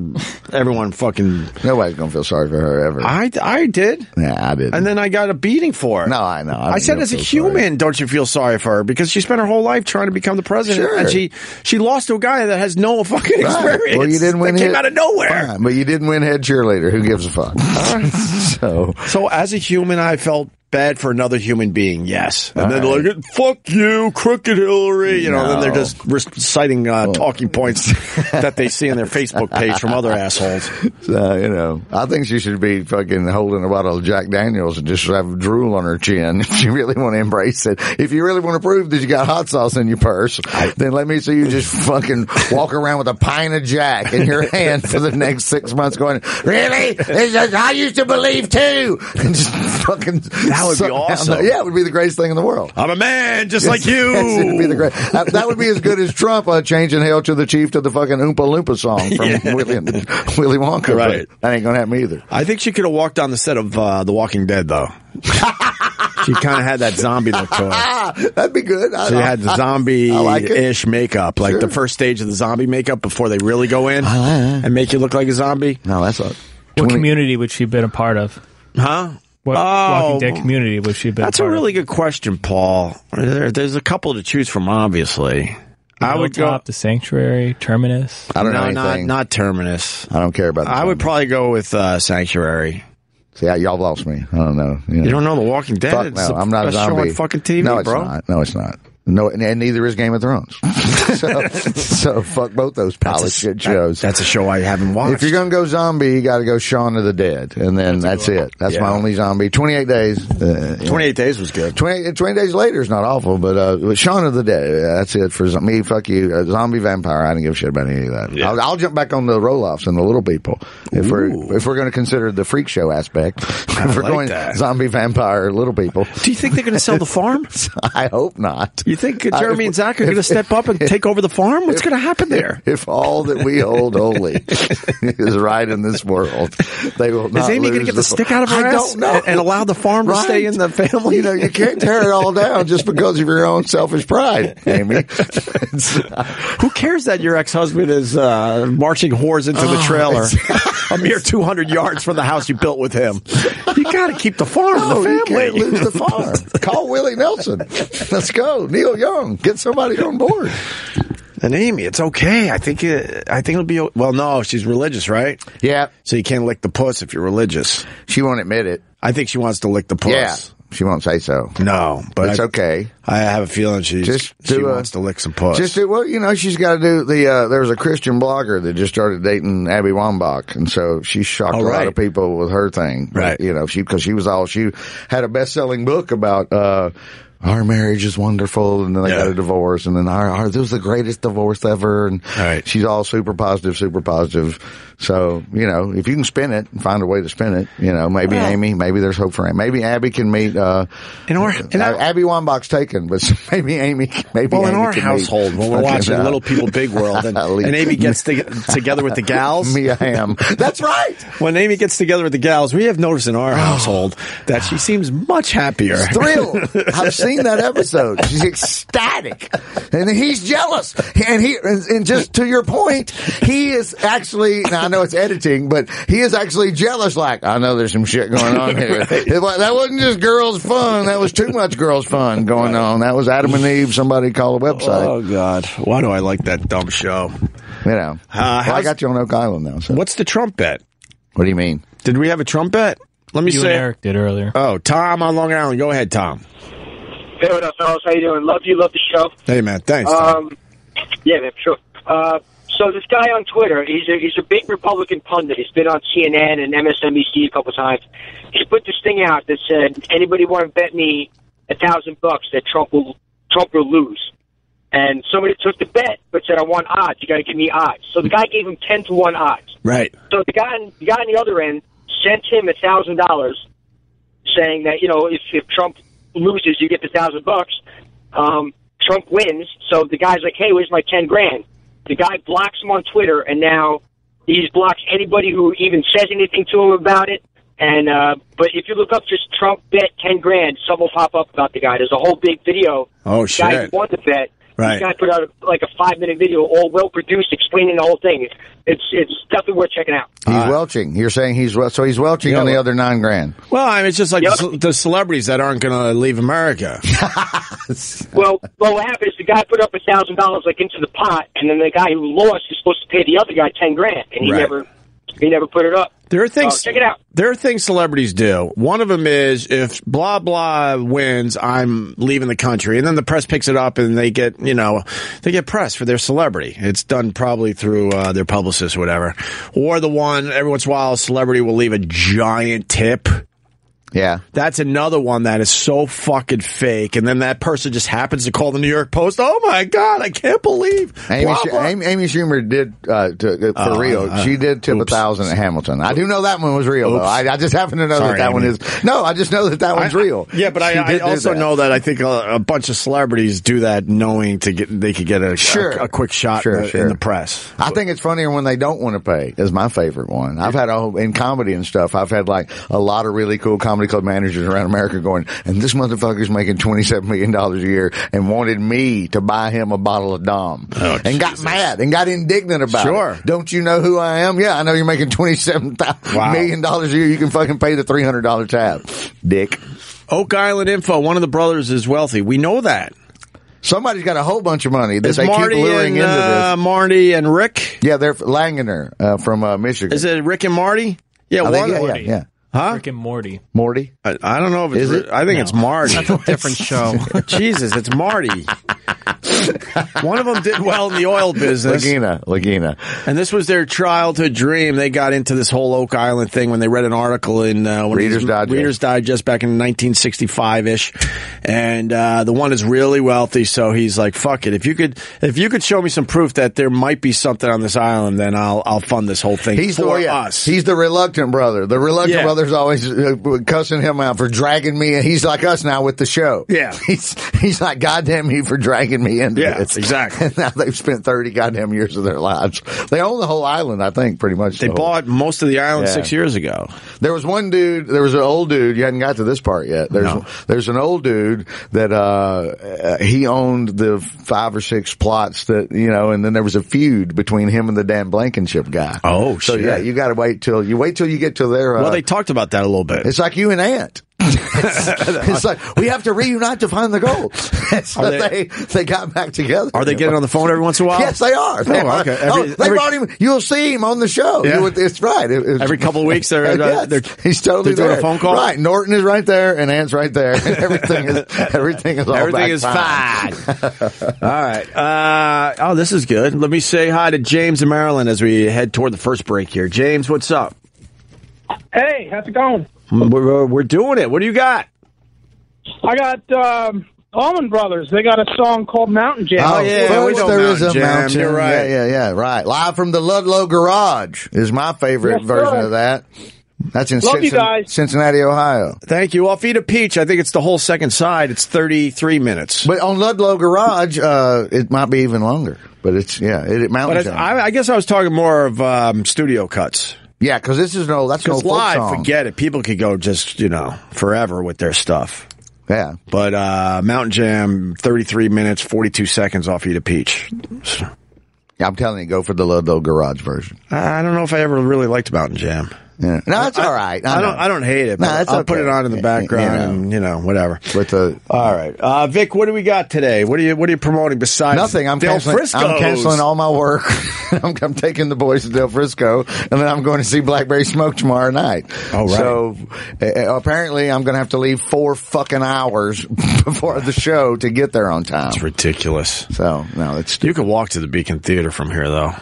B: everyone fucking.
G: Nobody's gonna feel sorry for her ever.
B: I I did,
G: yeah, I didn't.
B: and then I got a beating for it.
G: no, I know.
B: I, said,
G: don't
B: as a
G: feel sorry.
B: human, don't you feel sorry for her because she spent her whole life trying to become the president,
G: Sure.
B: and she she lost to a guy that has no fucking
G: Right.
B: experience.
G: Well, you didn't win.
B: That came
G: head-
B: out of nowhere.
G: Fine, but you didn't win head cheerleader. Who gives a fuck? so
B: So as a human, I felt bad for another human being. Yes, and then they're like, "Fuck you, crooked Hillary," you know. Then they're
G: No.
B: just reciting uh, talking points that they see on their Facebook page from other assholes.
G: So, you know, I think she should be fucking holding a bottle of Jack Daniels and just have drool on her chin if you really want to embrace it. If you really want to prove that you got hot sauce in your purse, then let me see you just fucking walk around with a pint of Jack in your hand for the next six months going, really? This is, I used to believe too. And just fucking. That
B: would be awesome.
G: yeah, it would be the greatest thing in the world.
B: I'm a man just like you.
G: Yes, it'd be the great. That, that would be as good as Trump uh, changing "Hail to the Chief" to the fucking Oompa Loompa song from Willy, Willy Wonka. but
B: Right.
G: That ain't gonna happen either.
B: I think she could have walked on the set of uh, The Walking Dead, though. she kind of had that zombie look to her.
G: Ah, that'd be good. I,
B: She had the zombie-ish makeup, like
G: Sure.
B: the first stage of the zombie makeup before they really go in and make you look like a zombie,
G: No, that's a.
F: What
G: 20
F: community would she have been a part of?
B: huh?
F: What
B: Oh.
F: Walking Dead community would she have been
B: That's
F: a
B: a
F: part
B: really good question, Paul. There, there's a couple to choose from, obviously.
F: of?
B: I would go.
F: Hilltop, The Sanctuary, Terminus.
G: I don't know
B: No,
G: anything.
B: not not terminus.
G: I don't care about. The
B: I would
G: zombie.
B: probably go with uh, sanctuary.
G: See, I, y'all lost me. I don't know. know.
B: You don't know The Walking Dead?
G: Fuck
B: it's
G: no,
B: a,
G: I'm not a,
B: a show
G: zombie.
B: on fucking TV,
G: no, it's
B: bro.
G: not. No, it's not. No, and, and neither is Game of Thrones. so, so fuck both those pile of shit shows.
B: That's a show I haven't watched.
G: if you're gonna go zombie, you got to go Shaun of the Dead, and then that's, it. That's my
B: Yeah.
G: only zombie. Twenty eight days. Uh, yeah.
B: 28 Days was good.
G: 20, 20 days later is not awful, but uh, Shaun of the Dead. uh, That's it for zom- me. Fuck you, uh, zombie vampire. I didn't give a shit about any of that. I'll, I'll jump back on the roll-offs and the little people if we're if we're going to consider the freak show aspect. if we're
B: like
G: going
B: that.
G: zombie vampire little people,
B: Do you think they're going to sell the farm?
G: I hope not.
B: You think
G: I-
B: Jeremy and Zach are going to step up and take over the farm? What's going to happen there?
G: If all that we hold holy is right in this world, they will not
B: Is Amy going to
G: lose
B: get the stick out of her
G: I
B: ass
G: don't know.
B: and, and allow the farm to stay in the family?
G: You know, you can't tear it all down just because of your own selfish pride, Amy. It's-
B: Who cares that your ex-husband is uh, marching whores into
G: Oh,
B: the trailer a mere 200 yards from the house you built with him? You got to keep the farm,
G: no,
B: the
G: you can't
B: family.
G: lose the farm. Call Willie Nelson. Let's go, Neil Young. Get somebody on board.
B: And Amy, it's okay. I think it, I think it'll be. o- Well, no, she's religious, right?
G: Yeah,
B: So you can't lick the puss if you're religious.
G: she won't admit it.
B: I think she wants to lick the puss.
G: Yeah, she won't say so.
B: No, but
G: It's
B: I-
G: okay.
B: I have a feeling she's,
G: Just
B: she
G: do a-
B: wants to lick some puss.
G: Just do well, you know. She's got to do the. Uh, there was a Christian blogger that just started dating Abby Wambach, and so she shocked
B: Oh,
G: a lot
B: right.
G: of people with her thing.
B: Right.
G: you know, she because she was all she had a best selling book about. uh our marriage is wonderful, and then they
B: Yeah.
G: got a divorce, and then our, our this was the greatest divorce ever, and
B: Right.
G: she's all super positive, super positive. So you know, if you can spin it and find a way to spin it, you know, maybe Amy, maybe there's hope for Amy. Maybe Abby can meet uh,
B: in our, in
G: Ab-
B: our,
G: Abby Wambach's taken, but maybe Amy. Maybe
B: well, in
G: Amy
B: our
G: can
B: household,
G: be
B: when we're
G: fucking
B: watching
G: out.
B: Little People Big World, and,
G: Golly.
B: and Amy gets to, together with the gals,
G: Mia Hamm. That's right.
B: when Amy gets together with the gals, we have noticed in
G: Oh.
B: our household that she seems much happier.
G: Thrilled. I've seen that episode. She's ecstatic, and he's jealous. And he, and, and just to your point, he is actually. Now I know it's editing, but he is actually jealous. Like I know there's some shit going on here. It's like, that wasn't just girls' fun. That was too much girls' fun going on. That was Adam and Eve. Somebody call a website.
B: Oh God, why do I like that dumb show?
G: You know.
B: Uh,
G: well, I
B: how's-
G: got you on Oak Island now. So what,
B: What's the Trump bet?
G: what do you mean?
B: Did we have a Trump bet? Let me
F: You and
B: say.
F: Eric did earlier.
B: Oh, Tom on Long Island. Go ahead, Tom.
H: Hey, what up, fellas? How you doing? Love you, love the show.
B: Hey, man. Thanks. Tom.
H: Um, yeah, man, sure. Uh, so this guy on Twitter, he's a, he's a big Republican pundit. He's been on CNN and MSNBC a couple times. He put this thing out that said, "Anybody want to bet me a thousand bucks that Trump will Trump will lose?" And somebody took the bet, but said, "I want odds. You got to give me odds." So the guy gave him ten to one odds.
B: right.
H: So the guy, on- the guy on the other end sent him a thousand dollars, saying that you know if, if Trump loses, you get the thousand bucks. Um, Trump wins, so the guy's like, "Hey, where's my ten grand?" The guy blocks him on Twitter, and now he just blocks anybody who even says anything to him about it. And uh, but if you look up just Trump bet ten grand, some will pop up about the guy. There's a whole big video.
B: Oh,
H: The Guy
B: shit.
H: won the bet.
B: Right.
H: The guy put out like a five minute video, all well produced, explaining the whole thing. It's it's definitely worth checking out.
G: He's
B: Uh,
G: welching. You're saying he's wel- so he's welching on the other nine grand.
B: Well, I mean, it's just like
H: Yep.
B: the ce- the celebrities that aren't going to leave America.
H: Well, well, what happened is the guy put up a thousand dollars like into the pot, and then the guy who lost is supposed to pay the other guy ten grand, and he
B: Right.
H: never he never put it up.
B: There are things.
H: Oh, check it out.
B: There are things celebrities do. One of them is if blah blah wins, I'm leaving the country, and then the press picks it up and they get you know they get press for their celebrity. It's done probably through uh, their publicist, or whatever, or the one every once in a while a celebrity will leave a giant tip.
G: Yeah.
B: That's another one that is so fucking fake, and then that person just happens to call the New York Post. Oh my god, I can't believe
G: Amy,
B: blah,
G: Schu-
B: blah." uh,
G: Amy, Amy Schumer did uh, to,
B: Oh,
G: for real. she did tip a thousand at Hamilton. I do know that one was real. Though. I, I just happen to know
B: Sorry,
G: that that one
B: Amy.
G: is. No, I just know that that one's
B: I-
G: real.
B: Yeah, but
G: She
B: I, I
G: did do
B: also know that I think a, a bunch of celebrities do that knowing to get they could get a
G: Sure.
B: a, a quick shot
G: Sure,
B: in, the,
G: sure.
B: in the press.
G: I think it's funnier when they don't want to pay. Is my favorite one. I've had a whole, in comedy and stuff. I've had like a lot of really cool comedy club managers around America going, and this motherfucker's making twenty seven million dollars a year and wanted me to buy him a bottle of Dom and got mad and got indignant about.
B: Oh, Sure.
G: it. don't you know who I am? Yeah, I know you're making twenty seven
B: Wow.
G: dollars a year. You can fucking pay the three hundred dollar tab, dick.
B: Oak Island Info. One of the brothers is wealthy. We know that.
G: Somebody's got a whole bunch of money that
B: Is
G: they
B: Marty
G: keep luring
B: and
G: into
B: uh,
G: this.
B: Marty and Rick?
G: Yeah, they're Langener uh, from uh, Michigan.
B: Is it Rick and Marty? Yeah,
G: I
B: one
G: think-
B: of
G: yeah, yeah,
B: them.
G: yeah.
B: Huh?
F: Rick and Morty.
G: Morty.
B: I, I don't know if it's.
G: Is it?
B: I think it's Marty.
F: That's a different show.
B: Jesus, it's Marty. One of them did well in the oil business,
G: Lagina, Lagina.
B: and this was their childhood dream. They got into this whole Oak Island thing when they read an article in uh, one of
G: Reader's
B: these-
G: Digest.
B: Reader's Digest back in 1965 ish, and uh, the one is really wealthy, so he's like, "Fuck it! If you could, if you could show me some proof that there might be something on this island, then I'll I'll fund this whole thing
G: He's
B: for
G: the oh, yeah,
B: us."
G: He's the reluctant brother. The reluctant
B: Yeah.
G: brother's always uh, cussing him out for dragging me. in. He's like us now with the show.
B: Yeah.
G: he's he's like goddamn you for dragging me into
B: Yeah,
G: this.
B: exactly.
G: And now they've spent thirty goddamn years of their lives. They own the whole island, I think, pretty much.
B: they
G: the whole-
B: bought most of the island
G: Yeah.
B: six years ago.
G: There was one dude. There was an old dude. You hadn't got to this part yet. There's there's an old dude that uh, uh, he owned the five or six plots that you know, and then there was a feud between him and the Dan Blankenship guy.
B: Oh,
G: so
B: shit.
G: yeah, you got to wait till you wait till you get to their. Uh,
B: Well, they talked about that a little bit.
G: it's like you and Ant. it's like we have to reunite to find the gold. so
B: Are
G: they,
B: they-
G: they got back together.
B: Are they getting on the phone every once in a while?
G: Yes, they are. They are.
B: okay.
G: Oh,
B: Every-
G: they
B: every-
G: brought him. You'll see him on the show.
B: Yeah.
G: You would- it's right. It- it's-
B: Every couple of weeks, they're-
G: Yes.
B: they're- they're-
G: he's totally
B: they're doing a
G: there.
B: phone call?
G: Right. Norton is right there, and Ant's right there. everything is everything is all
B: Everything
G: back
B: is fine. All right. Uh, oh, this is good. Let me say hi to James in Maryland as we head toward the first break here. James, what's up? Mm,
I: Hey, how's it going?
B: We're, we're- we're doing it. What do you got?
I: I got um, Almond Brothers. They got a song called Mountain Jam.
G: Oh,
B: yeah,
G: first
B: we know
G: there
B: Mountain
G: is a
B: Jam.
G: mountain.
B: You're right.
G: Yeah, yeah, yeah. Right. Live from the Ludlow Garage is my
I: Yes,
G: favorite
I: sir.
G: version of that. That's in
I: Love you
G: Cincinnati,
I: guys.
G: Cincinnati, Ohio.
B: Thank you. I'll feed a peach. I think it's the whole second side. It's 33 minutes.
G: But on Ludlow Garage, uh, it might be even longer. But it's yeah, it, it mountain.
B: But
G: Jam.
B: I, I guess I was talking more of um, studio cuts.
G: yeah, because this is no that's no
B: Because
G: folk
B: live,
G: song.
B: forget it. People could go just, you know, forever with their stuff.
G: Yeah,
B: But uh, Mountain Jam, 33 minutes, 42 seconds off Eat a Peach.
G: Yeah, I'm telling you, go for the Ludlow Garage version.
B: I don't know if I ever really liked Mountain Jam.
G: Yeah. No, it's all right.
B: I, don't.
G: know.
B: I don't hate it.
G: No,
B: But
G: that's
B: I'll
G: okay.
B: put it on in the
G: You
B: background,
G: know.
B: and you know, whatever.
G: With the
B: All right, uh, Vic. What do we got today? What are you What are you promoting besides
G: nothing, I'm
B: Del
G: canceling.
B: Frisco's?
G: I'm canceling all my work. I'm, I'm taking the boys to Del Frisco, and then I'm going to see Blackberry Smoke tomorrow night.
B: Oh, right.
G: So uh, apparently, I'm going to have to leave four fucking hours before the show to get there on time.
B: It's ridiculous.
G: So no, it's
B: You could walk to the Beacon Theater from here, though.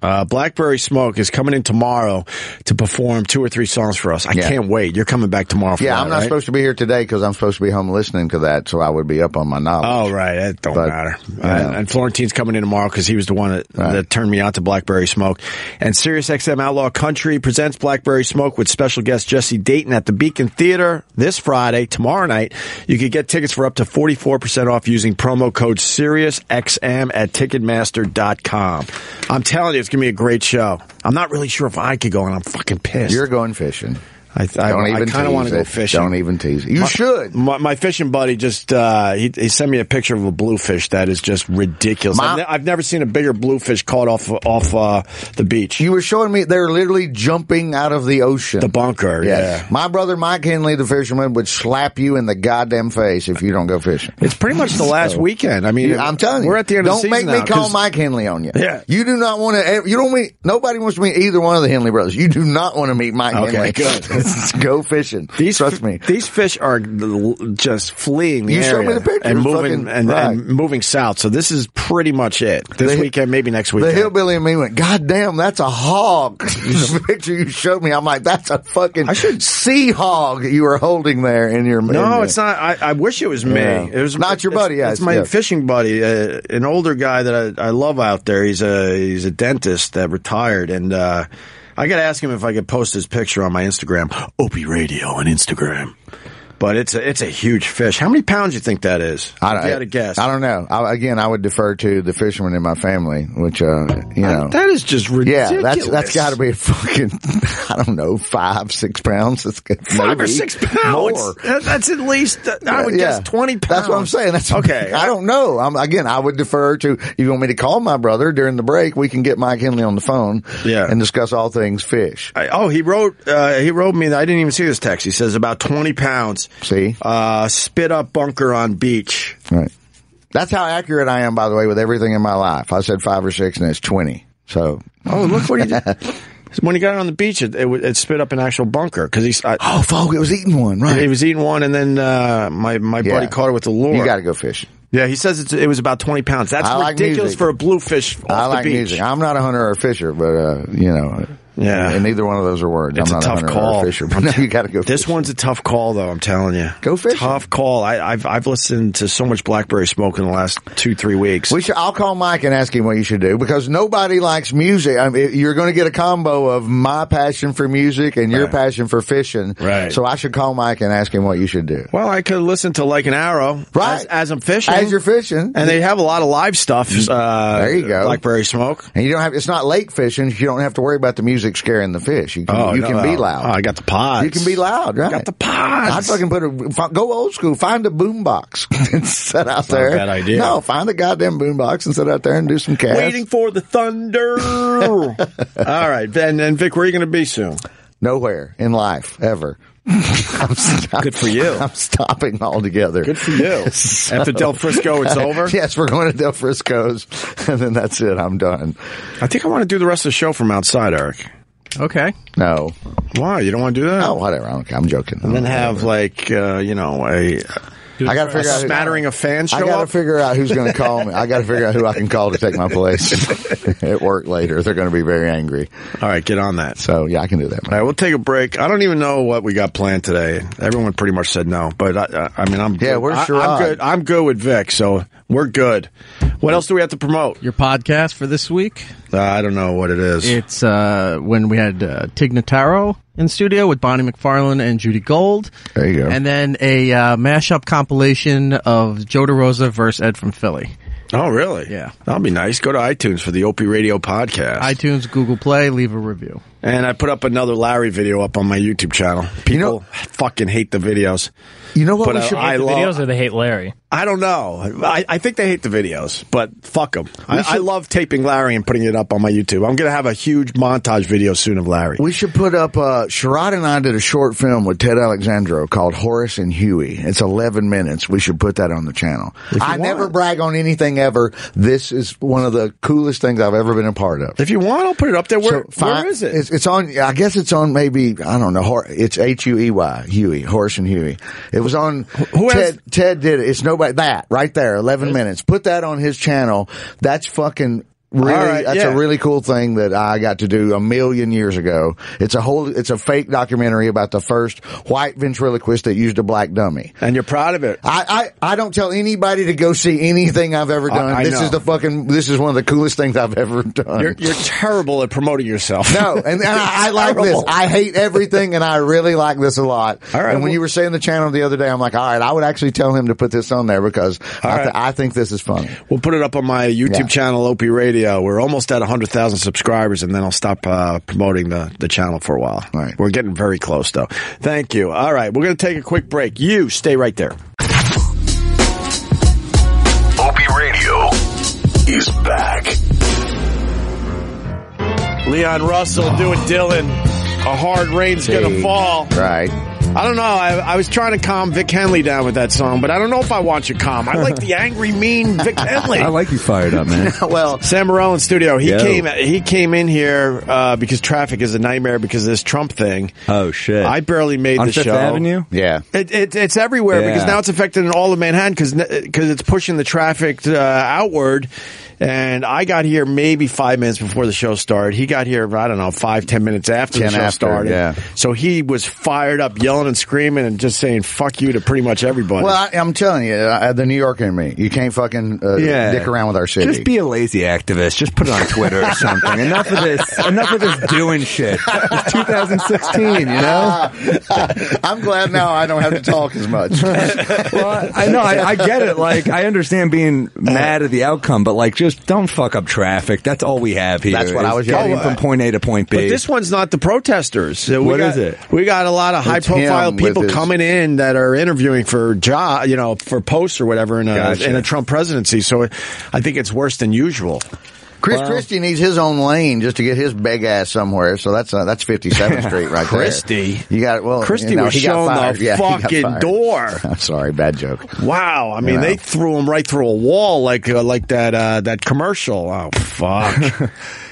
B: Uh, Blackberry Smoke is coming in tomorrow to perform two or three songs for us. I
G: Yeah.
B: can't wait. You're coming back tomorrow. For
G: yeah.
B: that,
G: I'm not
B: right?
G: supposed to be here today because I'm supposed to be home listening to that, so I would be up on my knowledge.
B: Oh right, it don't
G: But,
B: matter.
G: you
B: And,
G: know.
B: and Florentine's coming in tomorrow because he was the one that,
G: Right.
B: that turned me on to Blackberry Smoke. And Sirius XM Outlaw Country presents Blackberry Smoke with special guest Jesse Dayton at the Beacon Theater this Friday, tomorrow night. You can get tickets for up to forty four percent off using promo code SiriusXM at Ticketmaster.com. I'm telling you, it's gonna be a great show. I'm not really sure if I could go, and I'm fucking pissed.
G: You're going fishing.
B: I, I,
G: Don't
B: I
G: even
B: kind of want to
G: tease
B: go
G: it.
B: fishing.
G: Don't even tease. it. You should.
B: My, my fishing buddy just uh, he, he sent me a picture of a bluefish that is just ridiculous.
G: My-
B: I've, ne- I've never seen a bigger bluefish caught off off uh, the beach.
G: You were showing me they're literally jumping out of the ocean.
B: the bunker,
G: Yes.
B: yeah.
G: My brother Mike Henley, the fisherman, would slap you in the goddamn face if you don't go fishing.
B: It's pretty much the last weekend. I mean,
G: I'm telling you,
B: we're at the end
G: Don't
B: of the season
G: make me
B: now,
G: call
B: 'cause-
G: Mike Henley on you.
B: Yeah.
G: you do not want to. You don't meet. Nobody wants to meet either one of the Henley brothers. You do not want to meet Mike
B: Okay,
G: Henley.
B: good.
G: go fishing.
B: These
G: Trust me.
B: These fish are l- just fleeing the
G: You showed
B: area
G: me the picture.
B: and
G: It's
B: moving
G: fucking-
B: and,
G: right.
B: and moving south. So this is pretty much it. This
G: The-
B: weekend, maybe next
G: The
B: weekend.
G: hillbilly and me went, God damn, that's a hog. the picture you showed me, I'm like, that's a fucking
B: I should-
G: sea hog you were holding there in your
B: No,
G: in-
B: it's not. I, I wish it was me.
G: Yeah.
B: It was
G: Not your
B: it's-
G: buddy, yeah,
B: It's my
G: yes.
B: fishing buddy, uh, an older guy that I, I love out there. He's a he's a dentist that retired, and uh, I got to ask him if I could post his picture on my Instagram, Opie Radio on Instagram. But it's a it's a huge fish. How many pounds you think that is?
G: I don't,
B: If you had to guess.
G: I don't know. I, again, I would defer to the fishermen in my family, which, uh, you know.
B: That is just ridiculous.
G: yeah, that's that's got to be fucking I don't know five six pounds. That's good.
B: five or
G: Maybe
B: six pounds.
G: more.
B: That- That's at least uh, I would
G: Yeah.
B: guess twenty pounds.
G: That's what I'm saying. That's
B: okay.
G: I don't know. I'm again. I would defer to. If you want me to call my brother during the break, we can get Mike Henley on the phone.
B: Yeah.
G: and discuss all things fish.
B: I, oh, he wrote. Uh, he wrote me. I didn't even see this text. He says about twenty pounds.
G: See?
B: uh, spit up bunker on beach.
G: Right. That's how accurate I am, by the way, with everything in my life. I said five or six, and it's twenty. So
B: Oh, look what he did. When he got it on the beach, it, it, w- it spit up an actual bunker because he. s- I,
G: Oh, fuck, it was eating one, right?
B: He was eating one, and then uh, my my
G: Yeah.
B: buddy caught it with a lure.
G: You got to go fishing.
B: Yeah, he says it's, it was about twenty pounds. That's
G: I like
B: ridiculous
G: music.
B: for a bluefish off
G: I
B: the
G: like
B: beach.
G: music. I'm not a hunter or a fisher, but uh, you know,
B: Yeah.
G: And neither one of those are words.
B: It's
G: I'm
B: a
G: not
B: tough
G: a hunter
B: call.
G: or a fisher. But no, you got to go.
B: This
G: fishing.
B: one's a tough call, though. I'm telling you,
G: Go fishing.
B: Tough call. I, I've I've listened to so much blackberry smoke in the last two three weeks.
G: We should. I'll call Mike and ask him what you should do because nobody likes music. I mean, you're going to get a combo of my passion for music and your passion for fishing.
B: Right.
G: So I should call Mike and ask him what you should do.
B: well, I could listen to like an arrow,
G: Right.
B: As, as I'm fishing,
G: As you're fishing,
B: and they have a lot of live stuff. Uh,
G: Mm-hmm. There you go.
B: Blackberry smoke.
G: and you don't have. It's not lake fishing. You don't have to worry about the music scaring the fish. You can. you
B: no,
G: can be
B: no.
G: loud.
B: Oh, I got the pods.
G: You can be loud, right?
B: Got the pods.
G: I'd fucking put a fi- go old school. Find a boom box and set out
B: not a
G: there.
B: bad idea.
G: No, find a goddamn boom box and set out there and do some casts.
B: Waiting for the thunder. All right, and then Vic, where are you going to be soon?
G: Nowhere in life ever. I'm stop-
B: Good for you.
G: I'm stopping altogether.
B: Good for you. After Del Frisco, it's over.
G: Yes, we're going to Del Frisco's, and then that's it. I'm done.
B: I think I want to do the rest of the show from outside, Eric.
F: Okay.
G: No,
B: Why? You don't want to do that?
G: oh whatever. I don't care. I'm joking.
B: And then have like uh, you know a,
G: I got to
B: a
G: figure out who-
B: smattering of fans
G: I
B: show
G: got to
B: up.
G: figure out who's going to call me. I got to figure out who I can call to take my place at work later. They're going to be very angry.
B: All right, get on that.
G: So yeah, I can do that.
B: All right, we'll take a break. I don't even know what we got planned today. Everyone pretty much said no, but I, I I mean, I'm
G: Yeah, where's
B: I,
G: Sherrod?
B: I'm good. I'm good with Vic, so we're good. What else do we have to promote?
C: Your podcast for this week.
B: Uh, I don't know what it is.
C: It's uh, when we had uh, Tignataro in studio with Bonnie McFarlane and Judy Gold.
G: There you go.
C: And then a uh, mashup compilation of Joe DeRosa versus Ed from Philly.
B: oh, really?
C: Yeah.
B: that'll be nice. Go to iTunes for the Opie Radio podcast.
C: iTunes, Google Play, leave a review.
B: and I put up another Larry video up on my YouTube channel. People
G: know-
B: fucking hate the videos.
G: You know what
B: But
G: we
B: I-
G: should
B: I
F: the
B: love
F: videos or they hate Larry.
B: I don't know. I, I think they hate the videos, but fuck them. I, I love taping Larry and putting it up on my YouTube. I'm going to have a huge montage video soon of Larry.
G: We should put up, uh, Sherrod and I did a short film with Ted Alexandro called Horace and Huey. It's 11 minutes. We should put that on the channel. I never brag on anything ever. This is one of the coolest things I've ever been a part of.
B: if you want, I'll put it up there. Where,
G: So, fi-
B: where is it?
G: It's, it's on, I guess it's on maybe, I don't know, Hor- it's H-U-E-Y, Huey, Horace and Huey. It was on,
B: who
G: Ted,
B: has-
G: Ted did it. It's nobody, that, right there, 11 minutes. Put that on his channel. That's fucking, Really,
B: All right,
G: that's
B: yeah.
G: a really cool thing that I got to do a million years ago. It's a whole, it's a fake documentary about the first white ventriloquist that used a black dummy.
B: and you're proud of it.
G: I, I, I don't tell anybody to go see anything I've ever done.
B: I
G: this
B: know.
G: is the fucking, this is one of the coolest things I've ever done.
B: You're, you're terrible at promoting yourself.
G: No, and, and I, I like this.
B: Terrible.
G: I hate everything, and I really like this a lot.
B: All right,
G: and when
B: well-
G: you were saying the channel the other day, I'm like, all right, I would actually tell him to put this on there because I, th-
B: right.
G: I think this is funny.
B: We'll put it up on my YouTube
G: Yeah.
B: channel, Opie Radio. We're almost at 100,000 subscribers, and then I'll stop uh, promoting the, the channel for a while.
G: All right.
B: We're getting very close, though. Thank you. All right, we're going to take a quick break. You stay right there.
A: Opie Radio is back.
B: Leon Russell doing Dylan. A hard rain's going to
G: Jeez.
B: fall.
G: Right.
B: I don't know. I, I was trying to calm Vic Henley down with that song, but I don't know if I want you calm. I like the angry, mean Vic Henley.
J: I like you fired up, man.
G: Well,
B: Sam Morrell in studio. He
J: Yo.
B: came. He came in here uh, because traffic is a nightmare because of this Trump thing.
J: Oh shit!
B: I barely made
J: on
B: the
J: Fifth
B: show.
J: Avenue.
G: yeah.
B: It, it, it's everywhere
J: Yeah.
B: because now it's affecting all of Manhattan because it's pushing the traffic uh, outward. And I got here maybe five minutes before the show started. He got here, I don't know, five, ten minutes after the
G: 10
B: show
G: after,
B: started.
G: yeah.
B: So he was fired up, yelling and screaming and just saying "fuck you" to pretty much everybody.
G: Well, I, I'm telling you, uh, the New Yorker in me, you can't fucking uh,
J: Yeah.
G: dick around with our city.
J: Just be a lazy activist. Just put it on Twitter or something. enough of this. Enough of this doing shit. It's 2016. You know.
G: I'm glad now I don't have to talk as much.
J: Well, I know. I, I get it. Like I understand being mad at the outcome, but like just don't fuck up traffic. That's all we have here.
G: That's what I
J: is
G: was
J: getting
G: yelling
J: from
G: at.
J: point A to point B.
B: But this one's not the protesters. So
J: What
B: we got,
J: is it?
B: We got a lot of high profile
G: him with
B: people
G: his-
B: coming in that are interviewing for job, you know, for posts or whatever in a
J: Gotcha.
B: in a Trump presidency. So I think it's worse than usual.
G: Chris
B: Wow.
G: Christie needs his own lane just to get his big ass somewhere. So that's uh, that's 57th Street right there.
B: Christie.
G: You got well.
B: Christie
G: you know,
B: was
G: Oh, he got
B: shown
G: fired.
B: the
G: Yeah, he got
B: fucking
G: fired.
B: door.
G: I'm sorry, bad joke.
B: Wow, I mean
G: Yeah.
B: they threw him right through a wall like uh, like that uh, that commercial. Oh fuck!
J: Uh,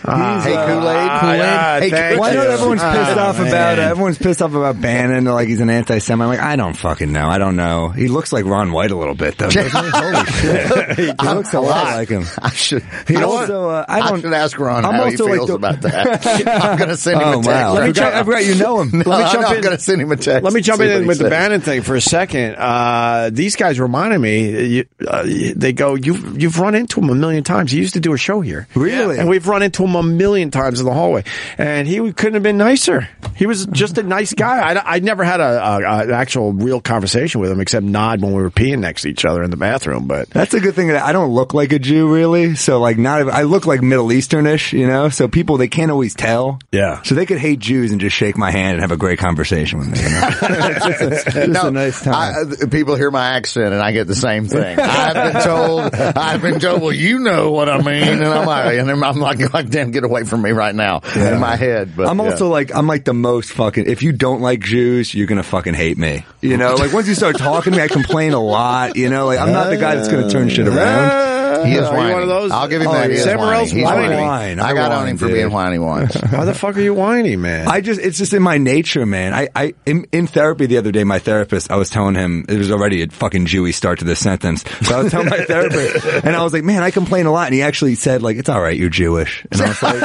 B: Ah,
G: hey Kool-Aid,
B: ah,
G: Kool-Aid.
B: yeah,
G: Hey,
B: thank
J: Why
B: you.
J: not everyone's pissed
B: Ah,
J: off about
B: man.
J: everyone's pissed off about Bannon? They're like he's an anti-Semite. I'm like, I don't fucking know. I don't know. He looks like Ron White a little bit though. doesn't he? Holy shit! He looks a lot like him.
G: I should.
J: He
G: I
J: also, uh, I don't-
G: should ask Ron
J: I'm
G: how he
J: also like
G: feels
J: the-
G: about that. I'm going to send him
J: Oh,
G: a text.
J: wow. Let me
G: right
J: jump-
G: now.
J: I forgot you know him.
G: No,
J: Let me
G: I
J: jump
G: know, I'm
J: in.
G: going to send him a text.
B: Let me jump
G: See what
B: in
G: he
B: with the
G: says.
B: Bannon thing for a second. Uh, these guys reminded me. You, uh, they go, you've you've run into him a million times. He used to do a show here,
J: Really?
B: and we've run into him a million times in the hallway. And he couldn't have been nicer. He was just a nice guy. I, I never had a, a, an actual real conversation with him except nod when we were peeing next to each other in the bathroom. But
J: That's a good thing that I don't look like a Jew, really. So, like, not I look like Middle Easternish, you know. So people they can't always tell.
B: Yeah.
J: So they could hate Jews and just shake my hand and have a great conversation with me. You know? it's just
G: No,
J: a nice time.
G: I, uh, people hear my accent and I get the same thing. I've been told, I've been told, well, you know what I mean. And I'm like, and I'm I'm like, God damn, get away from me right now in my head. But
J: I'm
G: yeah.
J: also like I'm like the most fucking. If you don't like Jews, you're gonna fucking hate me. You know, like once you start talking to me, I complain a lot. You know, like I'm not the guy that's gonna turn shit around.
G: he is
B: Are you
G: whiny.
B: one of those?
G: I'll give him
J: Oh,
G: that. He is
J: Sam
G: whiny.
B: Morril's
G: He's
B: whiny.
G: whiny.
J: Whine.
G: I
J: I
G: got on
J: whine,
G: him for
J: dude.
G: being whiny once.
B: why the fuck are you whiny, man?
J: I just it's just in my nature, man. I, I in, in therapy the other day, my therapist, I was telling him it was already a fucking Jewy start to this sentence. So I was telling my therapist, and I was like, man, I complain a lot, and he actually said like, it's all right, you're Jewish, and I was like,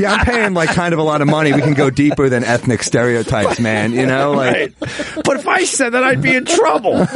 J: yeah, I'm paying like kind of a lot of money. We can go deeper than ethnic stereotypes, man. You know, like
B: Right. But if I said that, I'd be in trouble.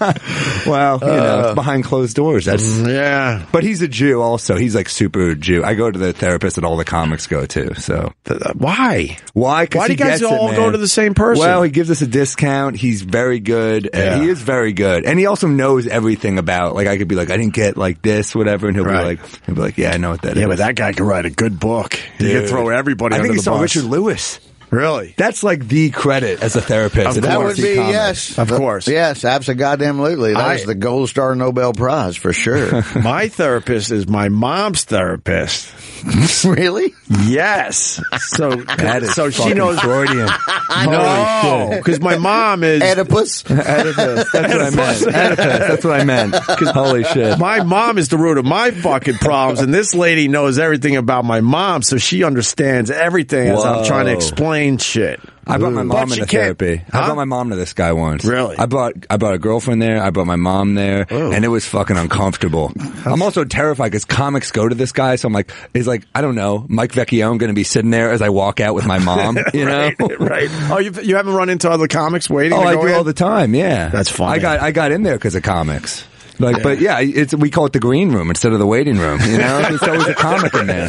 J: well, you know, it's behind closed doors. That's
B: Uh, mm, yeah.
J: but he's a Jew also. He's like super Jew. I go to the therapist that all the comics go to. So
B: Th- th- Why?
J: Why? 'Cause
B: Why do
J: he
B: you guys
J: gets it,
B: all
J: man.
B: go to the same person?
J: Well, he gives us a discount. He's very good. Uh,
B: Yeah.
J: He is very good, and he also knows everything about. Like I could be like, I didn't get like this, whatever, and he'll
B: Right.
J: be like, he'll be like, Yeah, I know what that is.
B: yeah, but that guy could write a good book. He
J: Dude.
B: could throw everybody
J: I
B: under
J: think he
B: the
J: saw
B: bus.
J: Richard Lewis.
B: Really?
J: That's like the credit as a
B: Of
J: therapist.
G: That
B: course.
G: would be yes,
B: Of course.
G: yes, absolutely. That
B: I-
G: is the Gold Star Nobel Prize for sure.
B: my therapist is my mom's therapist.
G: really?
B: Yes. So
J: That is
B: so she
J: fucking
B: knows
J: Freudian.
B: no, because my mom is
G: Oedipus.
J: Oedipus. That's what I meant. Oedipus. That's what I meant. Holy shit.
B: my mom is the root of my fucking problems, and this lady knows everything about my mom, so she understands everything as I'm
J: Whoa.
B: trying to explain shit.
J: I brought my
B: Ooh.
J: mom
B: But
J: into
B: she can't-
J: therapy. I
B: Huh?
J: brought my mom to this guy once.
B: Really?
J: I brought I brought a girlfriend there. I brought my mom there, and it was fucking uncomfortable. I'm also terrified because comics go to this guy, so I'm like, is like I don't know, Mike Vecchione going to be sitting there as I walk out with my mom, you know?
B: right, right. Oh, you you haven't run into other comics waiting.
J: Oh,
B: to
J: I
B: go
J: do
B: in?
J: all the time. Yeah,
B: That's funny.
J: I got I got in there because of comics. Like, but yeah, it's we call it the green room instead of the waiting room. You know, it's always a comic in there.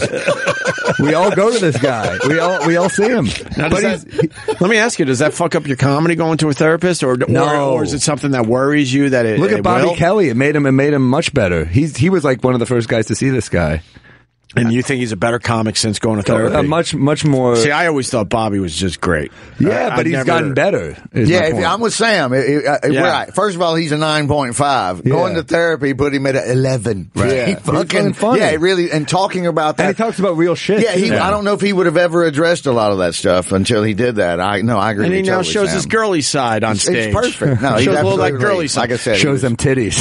J: We all go to this guy. We all we all see him.
B: Now,
J: but
B: does
J: he's,
B: that- let me ask you: Does that fuck up your comedy going to a therapist, or or,
J: No.
B: or is it something that worries you that it?
J: Look
B: it
J: at Bobby
B: will?
J: Kelly. It made him. It made him much better. He's he was like one of the first guys to see this guy.
B: and you think he's a better comic since going to therapy?
J: Uh, much much more.
B: See, I always thought Bobby was just great.
J: yeah,
B: I-
J: but
B: I've
J: he's
B: never-
J: gotten better. is my
G: Yeah, if,
J: point.
G: I'm with Sam. It- it- uh,
B: Yeah.
G: Right. First of all, he's a 9.5. Going
J: Yeah.
G: to therapy put him at a 11.
J: Right.
G: He
J: He's
G: fucking,
J: fucking funny.
G: Yeah, really. And talking about that.
J: and he talks about real shit.
G: yeah, he,
J: too.
G: I don't know if he would have ever addressed a lot of that stuff until he did that. I no, I agree.
B: and he
G: with you
B: now
G: totally,
B: shows
G: Sam.
B: his girly side on
G: It's
B: stage.
G: perfect. No, he's
B: shows a little that
G: absolutely
B: girly
G: right.
B: side.
G: Like I said, he
J: shows
G: was-
J: them titties.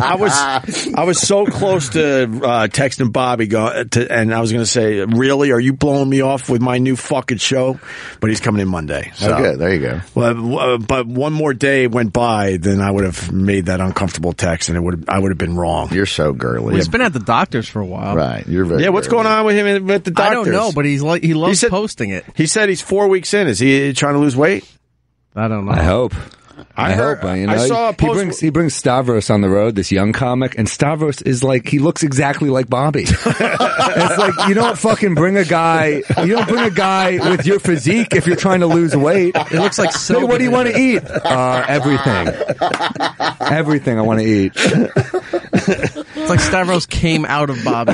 B: I was I was so close to uh, texting Bobby, go, to, and I was going to say, "Really, are you blowing me off with my new fucking show?" But he's coming in Monday. So.
G: Oh, good. There you go.
B: Well, uh, but one more day went by, then I would have made that uncomfortable text, and it would I would have been wrong.
G: You're so girly.
F: He's been at the doctor's for a while.
G: right. You're very.
B: Yeah, what's
G: girly.
B: going on with him and- with the
F: I
B: doctors?
F: don't know, but he's like he loves
B: said-
F: posting it.
B: he said he's four weeks in. Is he trying to lose weight?
F: I don't know.
J: I hope.
B: I heard-
J: hope. You know,
B: I saw a
J: he
B: post-
J: brings he brings Stavros on the road. This young comic, and Stavros is like he looks exactly like Bobby. it's like you don't fucking bring a guy. You don't bring a guy with your physique if you're trying to lose weight.
F: It looks like so.
J: Hey, what do you want to eat? Uh, everything. everything I want to eat.
F: It's like Stavros came out of Bobby.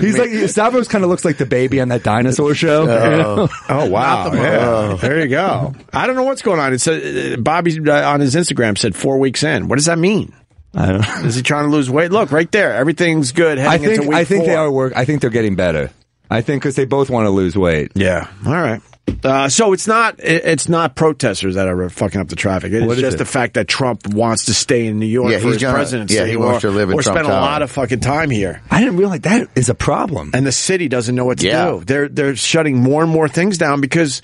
J: He's like Stavros. Kind of looks like the baby on that dinosaur show.
B: Oh wow! Yeah. There you go. I don't know what's going on. It said uh, Bobby uh, on his Instagram said four weeks in. What does that mean?
J: I don't.
B: Is he trying to lose weight? Look, right there. Everything's good.
J: I
B: Heading
J: think
B: into week
J: I think
B: four.
J: they are work. I think they're getting better. I think because they both want to lose weight.
B: Yeah. All right. Uh, so it's not it- it's not protesters that are fucking up the traffic. It's
J: What is
B: just
J: it?
B: the fact that Trump wants to stay in New York
J: Yeah,
B: for
J: he's
B: his
J: gonna-
B: presidency.
J: yeah, he
B: or,
J: wants to live in
B: or
J: Trump
B: spend a
J: Tower.
B: lot of fucking time here.
J: I didn't realize that is a problem.
B: And the city doesn't know what to
J: Yeah.
B: do. They're they're shutting more and more things down because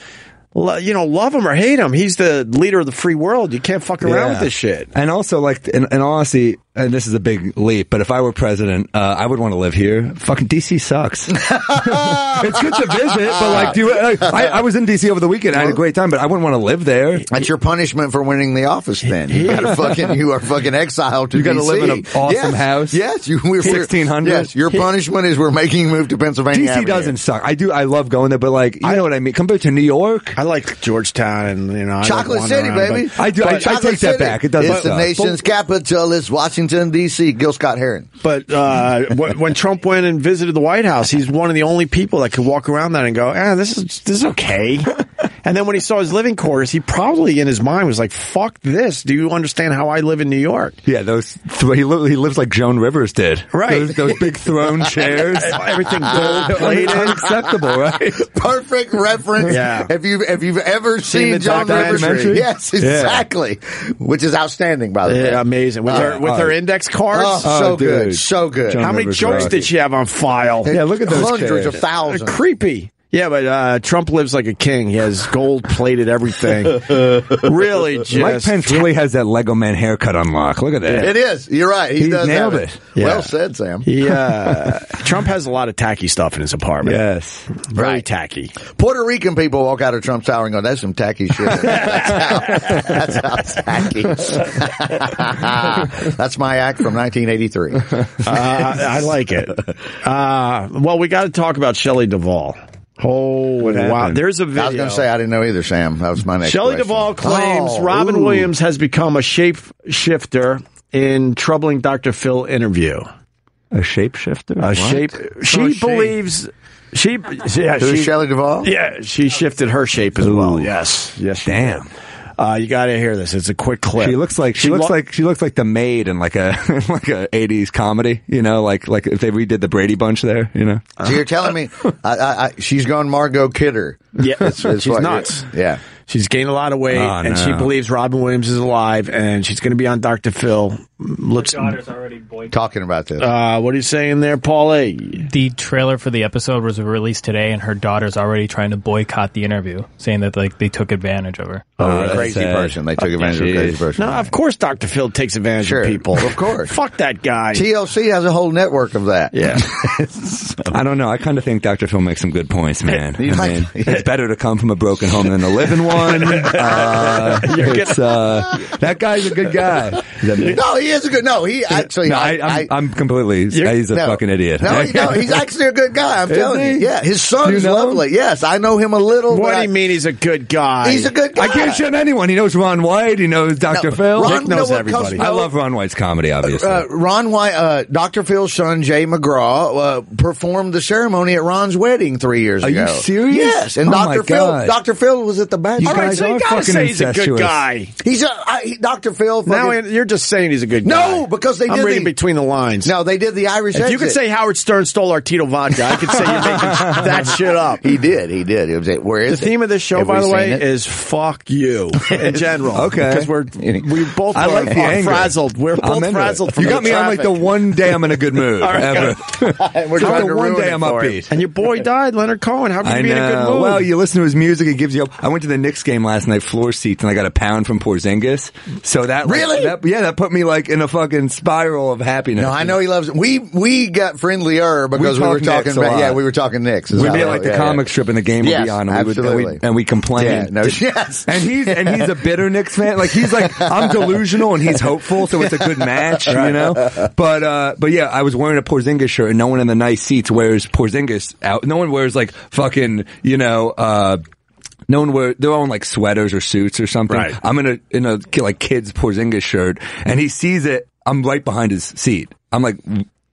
B: lo- you know love him or hate him, he's the leader of the free world. You can't fuck around with
J: Yeah.
B: this shit.
J: And also, like, in, in all honesty, and this is a big leap, but if I were president, uh, I would want to live here. Fucking DC sucks. it's good to visit, but like, do you, like, I, I was in DC over the weekend. I had a great time, but I wouldn't want to live there.
G: That's your punishment for winning the office. Then you
J: Yeah.
G: got to fucking you are fucking exiled to
J: You gotta
G: DC.
J: live in an awesome
G: yes.
J: house.
G: Yes, you we're,
J: 1600.
G: Yes, your punishment is we're making you move to Pennsylvania.
J: DC
G: Avenue.
J: doesn't suck. I do. I love going there, but like, you know what I mean. Compared to New York,
B: I like Georgetown and you know I like
G: Chocolate
B: wandering
G: City,
B: around,
G: baby.
B: but-
J: I do- I- I
G: Chocolate
J: take that
G: City.
J: back. It doesn't
G: It's the
J: suck.
G: nation's capital. It's Washington D.C. Gil Scott Heron.
B: But uh, when, when Trump went and visited the White House, he's one of the only people that could walk around that and go, "Ah, this is this is okay." and then when he saw his living quarters, he probably in his mind was like, "Fuck this! Do you understand how I live in New York?"
J: Yeah, those th- he, li- he lives like Joan Rivers did.
B: Right.
J: Those, those big throne chairs,
B: Everything gold plated.
J: unacceptable, right?
G: Perfect reference.
B: Yeah.
G: If you've if you've ever
B: Seen
G: seen,
B: the
G: John Rivers,
B: documentary?
G: yes,
B: Yeah.
G: exactly. Which is outstanding, by the way. Uh,
B: Yeah, amazing with her with her index cards.
G: Oh, so good, so good.
B: How many jokes did she have on file?
J: Yeah, look at those
G: Hundreds
J: kids.
G: of thousands.
B: Creepy. Yeah, but uh, Trump lives like a king. He has gold plated everything. really, just
J: Mike Pence really has that Lego Man haircut unlock. Look at that.
G: It is. You're right. He,
J: He
G: does
J: nailed
G: have
J: it.
B: Yeah.
G: Well said, Sam.
B: Yeah, Trump has a lot of tacky stuff in his apartment.
J: Yes,
B: very tacky.
G: Puerto Rican people walk out of Trump's tower and go, "That's some tacky shit." that's, how, that's how tacky. Ah, that's my act from 1983.
B: Uh, I like it. Uh, well, we got to talk about Shelley Duvall. Oh, wow!
J: happened?
B: There's a video.
G: I was going to say I didn't know either, Sam. That was my next.
B: Shelley
G: question.
B: Duvall claims
G: Oh,
B: Robin
G: ooh.
B: Williams has become a shapeshifter in troubling Dr. Phil interview.
J: A shapeshifter.
B: A shape. She
J: Oh, she.
B: believes she. Yeah,
G: Who's
B: she,
G: Shelley Duvall?
B: yeah, she shifted her shape as well. Yes, yes. she
J: Damn.
B: did. Uh, you got to hear this. It's a quick clip.
J: She looks like she, looks
B: lo-
J: like she looks like the maid in like a like a eighties comedy, you know, like like if they redid the Brady Bunch there, you know.
B: Uh-huh.
G: So you're telling me I, I, I, she's gone Margot Kidder?
B: Yeah,
G: That's
B: she's
G: what you're-
B: nuts.
G: Yeah.
B: She's gained a lot of weight,
J: Oh,
B: and she
J: no.
B: believes Robin Williams is alive, and she's going to be on Dr. Phil. Looks.
F: daughter's already boy.
G: Talking about this.
B: Uh, what are you saying there, Paul A?
F: The trailer for the episode was released today, and her daughter's already trying to boycott the interview, saying that like they took advantage of her.
J: Uh,
G: oh, crazy
J: sad.
G: person. They took advantage of a crazy
J: Jeez.
G: person.
B: No, of course Dr. Phil takes advantage
G: Sure,
B: of people.
G: of course.
B: Fuck that guy.
G: TLC has a whole network of that.
B: yeah.
J: I don't know. I kind of think Dr. Phil makes some good points, man. I mean, it's better to come from a broken home than to live in one. Uh, it's, uh, that guy's a good guy.
G: No, he is a good. No, he actually.
J: No, I,
G: I,
J: I'm,
G: I-
J: I, am completely. He's a
G: No.
J: fucking idiot.
G: No, he- no, he's actually a good guy. I'm
J: Is
G: telling you.
J: he?
G: Yeah, his son
J: Do you
G: is
J: know him?
G: lovely. Yes, I know him a little.
B: What
G: but
B: do
G: I-
B: you mean he's a good guy?
G: He's a good guy.
J: I can't shun anyone. He knows Ron White. He knows Dr. Phil.
G: Ron-
B: Dick knows
G: no one
B: everybody.
G: comes-
J: I love Ron White's comedy, obviously.
G: Uh, Ron White, uh, Dr. Phil's son, Jay McGraw, uh, performed the ceremony at Ron's wedding three years
J: Are you
G: ago.
J: serious?
G: Yes, and
J: Oh my
G: Dr. Phil,
J: God.
G: Dr. Phil was at the
J: You
G: bachelor.
B: All right,
J: guys
B: so you
J: are
B: gotta
J: fucking
B: say he's a good
J: incestuous.
B: guy.
G: He's a I, he, Dr. Phil.
B: Now
G: fucking-
B: you're just saying he's a good guy.
G: No, because they
B: I'm
G: did
B: reading
G: the-
B: between the lines.
G: no, they did the Irish.
B: if you
G: exit.
B: could say Howard Stern stole our Tito vodka, I could say you're making that shit up.
G: he did, he did. It was it. Where
B: The
G: is
B: theme
G: it?
B: of this show,
G: Have
B: by
G: we
B: the way,
G: seen it?
B: is "fuck you" in general.
J: Okay.
B: because we're we both
J: I
B: are,
J: like the
B: are
J: anger.
B: frazzled. We're
J: I'm
B: both
J: into it.
B: frazzled. From
J: You got
B: the
J: me on like the
B: traffic.
J: one day I'm in a good mood ever.
G: We're
J: Just
G: trying
J: the
G: to
J: one
G: ruin
J: day
G: it
J: I'm
G: for him.
J: upbeat.
B: And your boy died, Leonard Cohen. How can
J: I
B: you be in a good
J: know.
B: mood?
J: Well, you listen to his music; it gives you. Up. I went to the Knicks game last night, floor seats, and I got a pound from Porzingis. So that like,
G: Really?
J: that, yeah, that put me like in a fucking spiral of happiness.
G: No, I know he loves it. We we got friendlier because we,
J: talk
G: were talking.
J: Knicks a
G: about-
J: lot.
G: Yeah, we were talking Knicks.
J: We'd be at, like the
G: Yeah,
J: comic
G: yeah.
J: strip, and the game would
G: Yes,
J: be on, and we would and we,
G: absolutely.
J: and we complain.
G: Yeah, no, yes.
J: And he's and he's a bitter Knicks fan. Like he's like I'm delusional, and he's hopeful, so it's a good match, you know. But uh, but yeah, I was wearing a Porzingis shirt, and no one in the nice seats wears Porzingis out. No one wears like fucking you know. uh no one wear they're all in like sweaters or suits or something.
B: Right.
J: I'm in a in a ki- like kids Porzingis shirt, and he sees it. I'm right behind his seat. I'm like,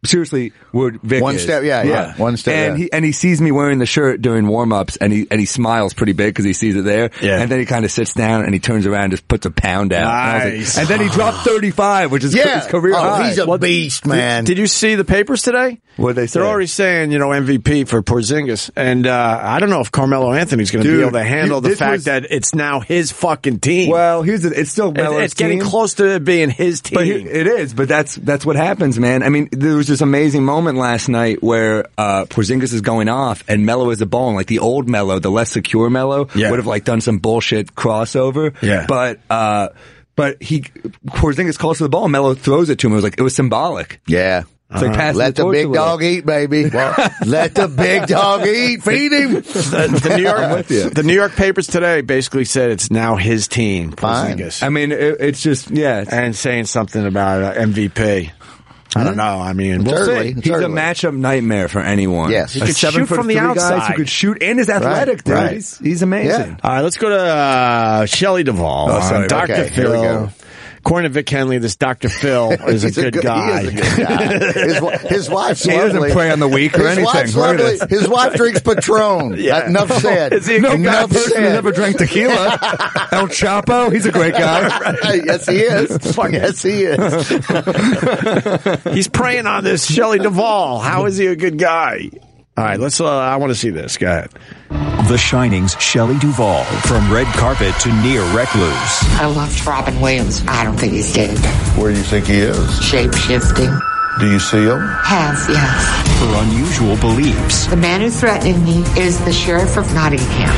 J: seriously would Vic
G: One
J: is.
G: step, yeah, yeah. One step,
J: And
G: yeah.
J: he and he sees me wearing the shirt during warm ups, and he and he smiles pretty big because he sees it there. Yeah. And then he kind of sits down and he turns around, and just puts a pound out. And, I was like-
B: Nice.
J: and then he dropped thirty five, which is
B: Yeah.
J: his career
B: Oh,
J: high.
B: he's a What- beast, man. Did you see the papers today?
J: What they say?
B: They're already saying, you know, MVP for Porzingis, and uh, I don't know if Carmelo Anthony's going to be
J: Dude,
B: able to handle
J: you-
B: the
J: this
B: fact
J: was-
B: that it's now his fucking team.
J: Well, here's the, it's still Melo's
B: it's getting
J: team.
B: close to it being his team.
J: But he- it is, but that's that's what happens, man. I mean, there was this amazing moment last night where uh, Porzingis is going off and Mello is a ball, and like the old Mello, the less secure Mello,
E: Yeah.
J: would have like done some bullshit crossover.
E: Yeah.
J: but uh, but he Porzingis calls for the ball, and Mello throws it to him. It was like it was symbolic.
G: Yeah.
J: It's like passing
G: Uh-huh. Let the
J: torch a
G: big
J: little.
G: dog eat, baby. Let the big dog eat. Feed him.
B: the, the New York, the New York papers today basically said it's now his team.
G: Fine.
B: Porzingis.
J: I mean, it, it's just yeah, it's-
B: and saying something about uh, MVP.
G: Hmm?
B: I don't know. I mean, we'll
J: Certainly,
B: see.
J: he's a matchup nightmare for anyone.
G: Yes. He
J: A
B: could
J: seven
B: shoot
J: foot
B: from the
J: three Guys
B: outside.
J: who could shoot and is athletic, dude.
B: Right.
J: He's, he's amazing.
B: All right, let's go to uh, Shelly Duvall.
J: Oh, sorry.
B: on Dr.
J: Okay,
G: here we
B: Phil.
G: go.
B: According to Vic Henley, this Dr. Phil is a
G: He's
B: good guy.
G: He is a good guy. His, wi- his wife's
J: He doesn't
G: lovely.
J: pray on the week or
G: his
J: anything.
G: Wife's
J: Look at
G: lovely.
J: this.
G: His wife drinks Patron.
B: Yeah.
G: Enough said.
B: Is he a
J: No,
B: good guy?
J: God,
G: Enough
J: person who
G: said.
J: never drank tequila. El Chapo, he's a great guy.
G: yes, he is. yes, he is.
B: He's preying on this Shelly Duvall. How is he a good guy? All right, let's. Uh, I want to see this. Go ahead.
K: The Shining's Shelley Duvall, from red carpet to near recluse.
L: I loved Robin Williams. I don't think he's dead.
M: Where do you think he is?
L: Shape shifting.
M: Do you see him?
L: Has, yes.
K: Her unusual beliefs.
L: The man who's threatening me is the sheriff of Nottingham.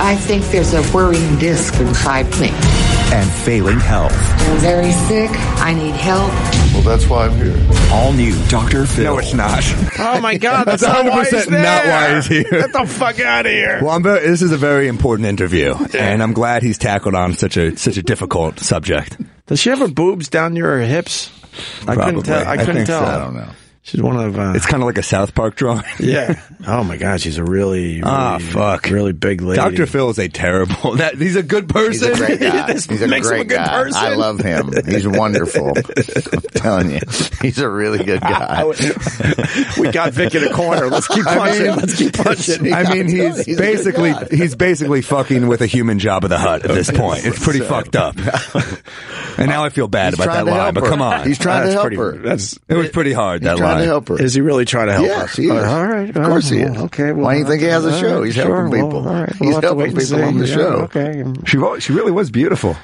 L: I think there's a worrying disc inside me.
K: and failing health.
L: I'm very sick. I need help.
M: Well, that's why I'm here.
K: All new Dr. Phil.
J: No, it's not.
B: Oh my God, that's,
J: That's
B: not why he's
J: 100% not
B: there.
J: why he's here.
B: Get the fuck out of here.
J: Well, I'm very, this is a very important interview, and I'm glad he's tackled on such a such a difficult subject.
B: Does she have her boobs down near her hips? I couldn't
J: Probably.
B: tell. I
J: I
B: couldn't
J: think so.
B: tell.
J: I don't know.
B: She's one of. Uh,
J: It's kind of like a South Park drawing.
B: yeah. Oh my God, she's a really, really
J: Ah, fuck.
B: really big lady.
J: Dr. Phil is a terrible. That he's a good
G: He's a
J: person.
G: great guy.
J: This
G: He's a
J: makes
G: great
J: him a good
G: guy.
J: person.
G: I love him. He's wonderful. I'm telling you, he's a really good guy.
B: we got Vic in a corner. Let's keep
G: I
B: punching.
G: mean-
B: Let's keep punching.
J: I mean, he's,
G: He's a good
J: basically
G: guy.
J: he's basically fucking with a human job of the hut at this point. It's pretty fucked up. And now I feel bad
G: He's
J: about
G: trying
J: that
G: to
J: line,
G: help
J: but
G: her.
J: come on,
G: He's trying to
J: That's
G: help
J: pretty-
G: her.
J: That's it was pretty hard.
G: He's
J: That
G: trying
J: line.
G: to help her.
B: Is he really trying to help
G: Yes,
B: her?
G: he is.
B: All right.
G: Of course he
B: well,
G: is.
B: Okay. Well,
G: Why do you think he has a
B: all
G: show? He's
B: uh, sure,
G: helping
B: well,
G: people.
B: all right.
G: He's
B: We'll have to
G: helping
B: wait and
G: people
B: see.
G: on the
B: Yeah,
G: show.
B: Okay.
J: She wa- she really was beautiful.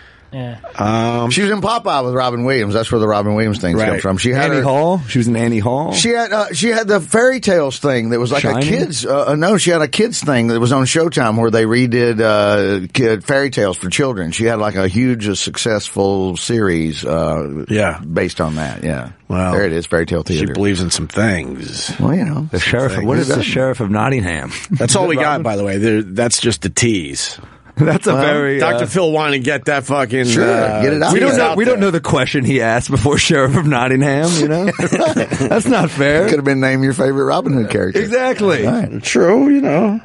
B: Um,
G: She was in Popeye with Robin Williams. That's where the Robin Williams things come from. She had
J: Annie
G: her,
J: Hall. She was in Annie Hall.
G: She had uh, she had the fairy tales thing that was like a
J: Shining?
G: kids. Uh, uh, no, she had a kids thing that was on Showtime where they redid uh, kid fairy tales for children. She had like a huge, uh, successful series. Uh,
B: Yeah.
G: based on that. Yeah,
B: Wow.
G: there it is, fairy tale
B: She
G: theater.
B: believes in some things.
G: well, you know,
J: the sheriff.
G: What
J: What
G: is
J: is the
G: that?
J: sheriff of Nottingham?
B: That's all we got, by the way. There, that's just a tease.
J: That's a very uh,
B: Dr. Phil wanted to get that fucking.
G: Sure,
B: uh,
G: get it out
J: We don't
G: He's
J: know. We don't know the question he asked before sheriff of Nottingham. You know, that's not
G: could
J: fair.
G: have been named your favorite Robin Hood character.
J: Exactly.
B: know. True, you know.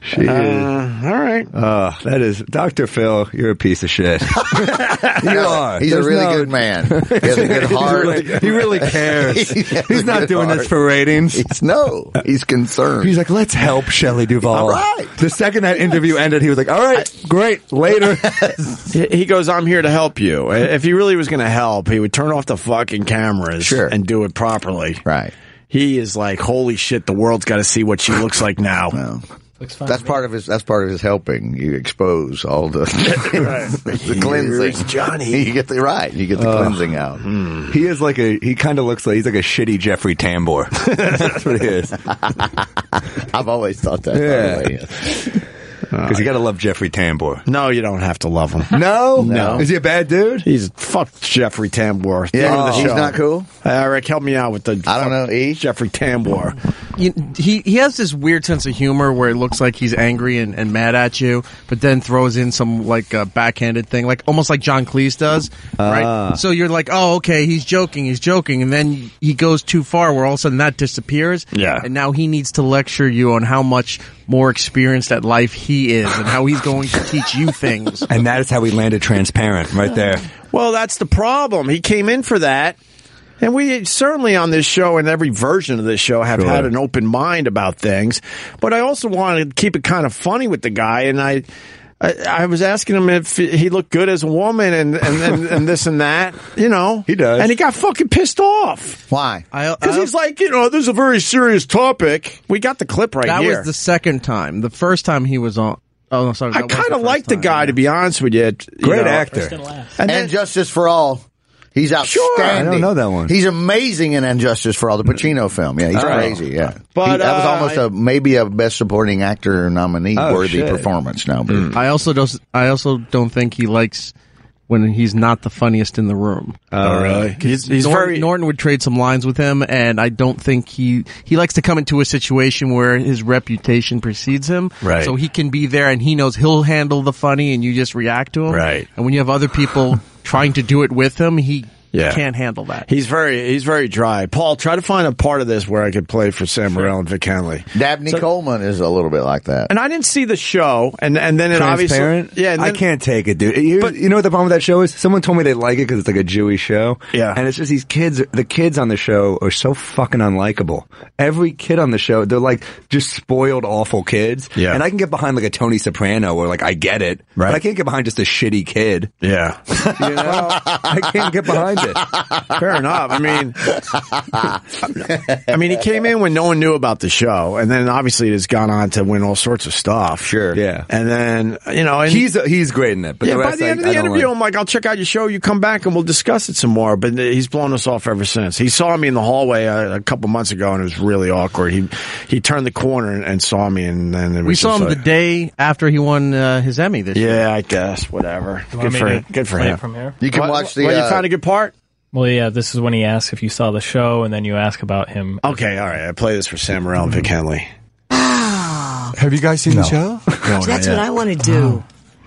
G: She is.
B: Uh, all right.
J: Oh, that is Dr. Phil. You're a piece of shit. you are.
G: He's a
J: There's
G: really
J: no-
G: good man. He has a good
J: He's
G: heart.
J: really- he really cares.
G: He has
J: he's
G: a
J: not
G: good
J: doing
G: heart.
J: this for ratings.
G: He's no. He's concerned.
J: He's like, let's help Shelley Duvall.
G: All right.
J: The second that interview ended, he was like, all right, great, later.
B: He he goes, I'm here to help you. If he really was going to help, he would turn off the fucking cameras
G: Sure.
B: and do it properly.
G: right.
B: He is like, holy shit, the world's got to see what she looks like now.
G: No. That's part of his. That's part of his helping. You expose all the the
B: Here's
G: cleansing.
B: Johnny.
G: You get the right. You get the cleansing out. Hmm.
J: he is like a, he kind of looks like, he's like a shitty Jeffrey Tambor. That's what he is.
G: I've always thought that.
J: Yeah.
G: Yeah. By the way.
J: Because you got to love Jeffrey Tambor.
B: No, you don't have to love him.
J: No?
B: No.
J: Is he a bad dude?
B: He's fuck Jeffrey Tambor.
G: Yeah,
B: Name of the
G: he's
B: show.
G: not cool?
B: Uh, Rick, help me out with the.
G: I don't know, E?
B: Jeffrey Tambor.
C: You, he he has this weird sense of humor where it looks like he's angry and, and mad at you, but then throws in some like uh, backhanded thing, like almost like John Cleese does,
B: Ah.
C: right? So you're like, oh, okay, he's joking, he's joking, and then he goes too far, where all of a sudden that disappears,
B: Yeah.
C: and now he needs to lecture you on how much more experienced at life he is and how he's going to teach you things.
J: And that is how we landed transparent right there.
B: Well, that's the problem. He came in for that. And we certainly on this show and every version of this show have had an open mind about things, but I also wanted to keep it kind of funny with the guy. And I, I, I was asking him if he looked good as a woman and and, and, and this and that, you know. He does, and he got fucking pissed off.
G: Why?
B: Because he's like, you know, this is a very serious topic. We got the clip right
C: that
B: here.
C: was the second time. The first time he was on. Oh, no, sorry.
B: I kind of like the guy, to be honest with you.
G: Great actor. First and And, Justice for All. He's outstanding.
J: I don't know that one.
G: He's amazing in Injustice for
B: Mm.
G: All, the Pacino film. Yeah, he's
J: Oh.
G: crazy. Yeah,
J: But,
G: He- that was
J: uh,
G: almost a maybe a best supporting actor nominee
C: Oh,
G: worthy
C: shit.
G: performance. Now,
J: Hmm.
C: I also don't. I also don't think he likes when he's not the funniest in the room. Uh,
B: Oh, really? He's- he's
C: Norton,
B: very-
C: Norton would trade some lines with him, and I don't think he he likes to come into a situation where his reputation precedes him.
B: Right.
C: So he can be there, and he knows he'll handle the funny, and you just react to him.
B: Right.
C: And when you have other people trying to do it with him, he
B: Yeah.
C: can't handle that.
B: He's very he's very dry. Paul, try to find a part of this where I could play for Sam Morril and Vic Henley.
G: Dabney Coleman is a little bit like that.
B: And I didn't see the show, and and then it
J: Transparent.
B: obviously yeah. And
J: I
B: then,
J: can't take it, dude. You, you know what the problem with that show is? Someone told me they like it because it's like a Jewish show.
B: Yeah.
J: and it's just these kids. The kids on the show are so fucking unlikable. Every kid on the show, they're like just spoiled, awful kids.
B: Yeah.
J: and I can get behind like a Tony Soprano, or like I get it,
B: Right.
J: But I can't get behind just a shitty kid.
B: Yeah,
J: you know, I can't get behind it.
B: Fair enough. I mean, I mean, he came in when no one knew about the show, and then obviously it has gone on to win all sorts of stuff. Sure, yeah. And then you know, and
J: He's he's great in it. But
B: yeah,
J: the
B: by
J: rest,
B: the
J: I-
B: end of
J: I
B: the
J: don't
B: interview,
J: like.
B: I'm like, I'll check out your show. You come back and we'll discuss it some more. But he's blown us off ever since. He saw me in the hallway uh, a, a couple months ago, and it was really awkward. He he turned the corner and, and saw me, and then it was
C: We saw
B: just
C: him
B: like-
C: the day after he won uh, his Emmy this year.
B: Yeah, I guess. Whatever.
C: You want
B: Good
C: me
B: for
C: to
B: him. Good for
C: play it
B: him.
C: from here?
G: You can watch the,
B: Well, you
G: uh,
B: found a good part.
F: Well, yeah, this is when he asks if you saw the show, and then you ask about him.
B: Okay, all right. I play this for Sam Morril and Vic Henley.
N: Have you guys seen the show?
O: So that's what I want to do.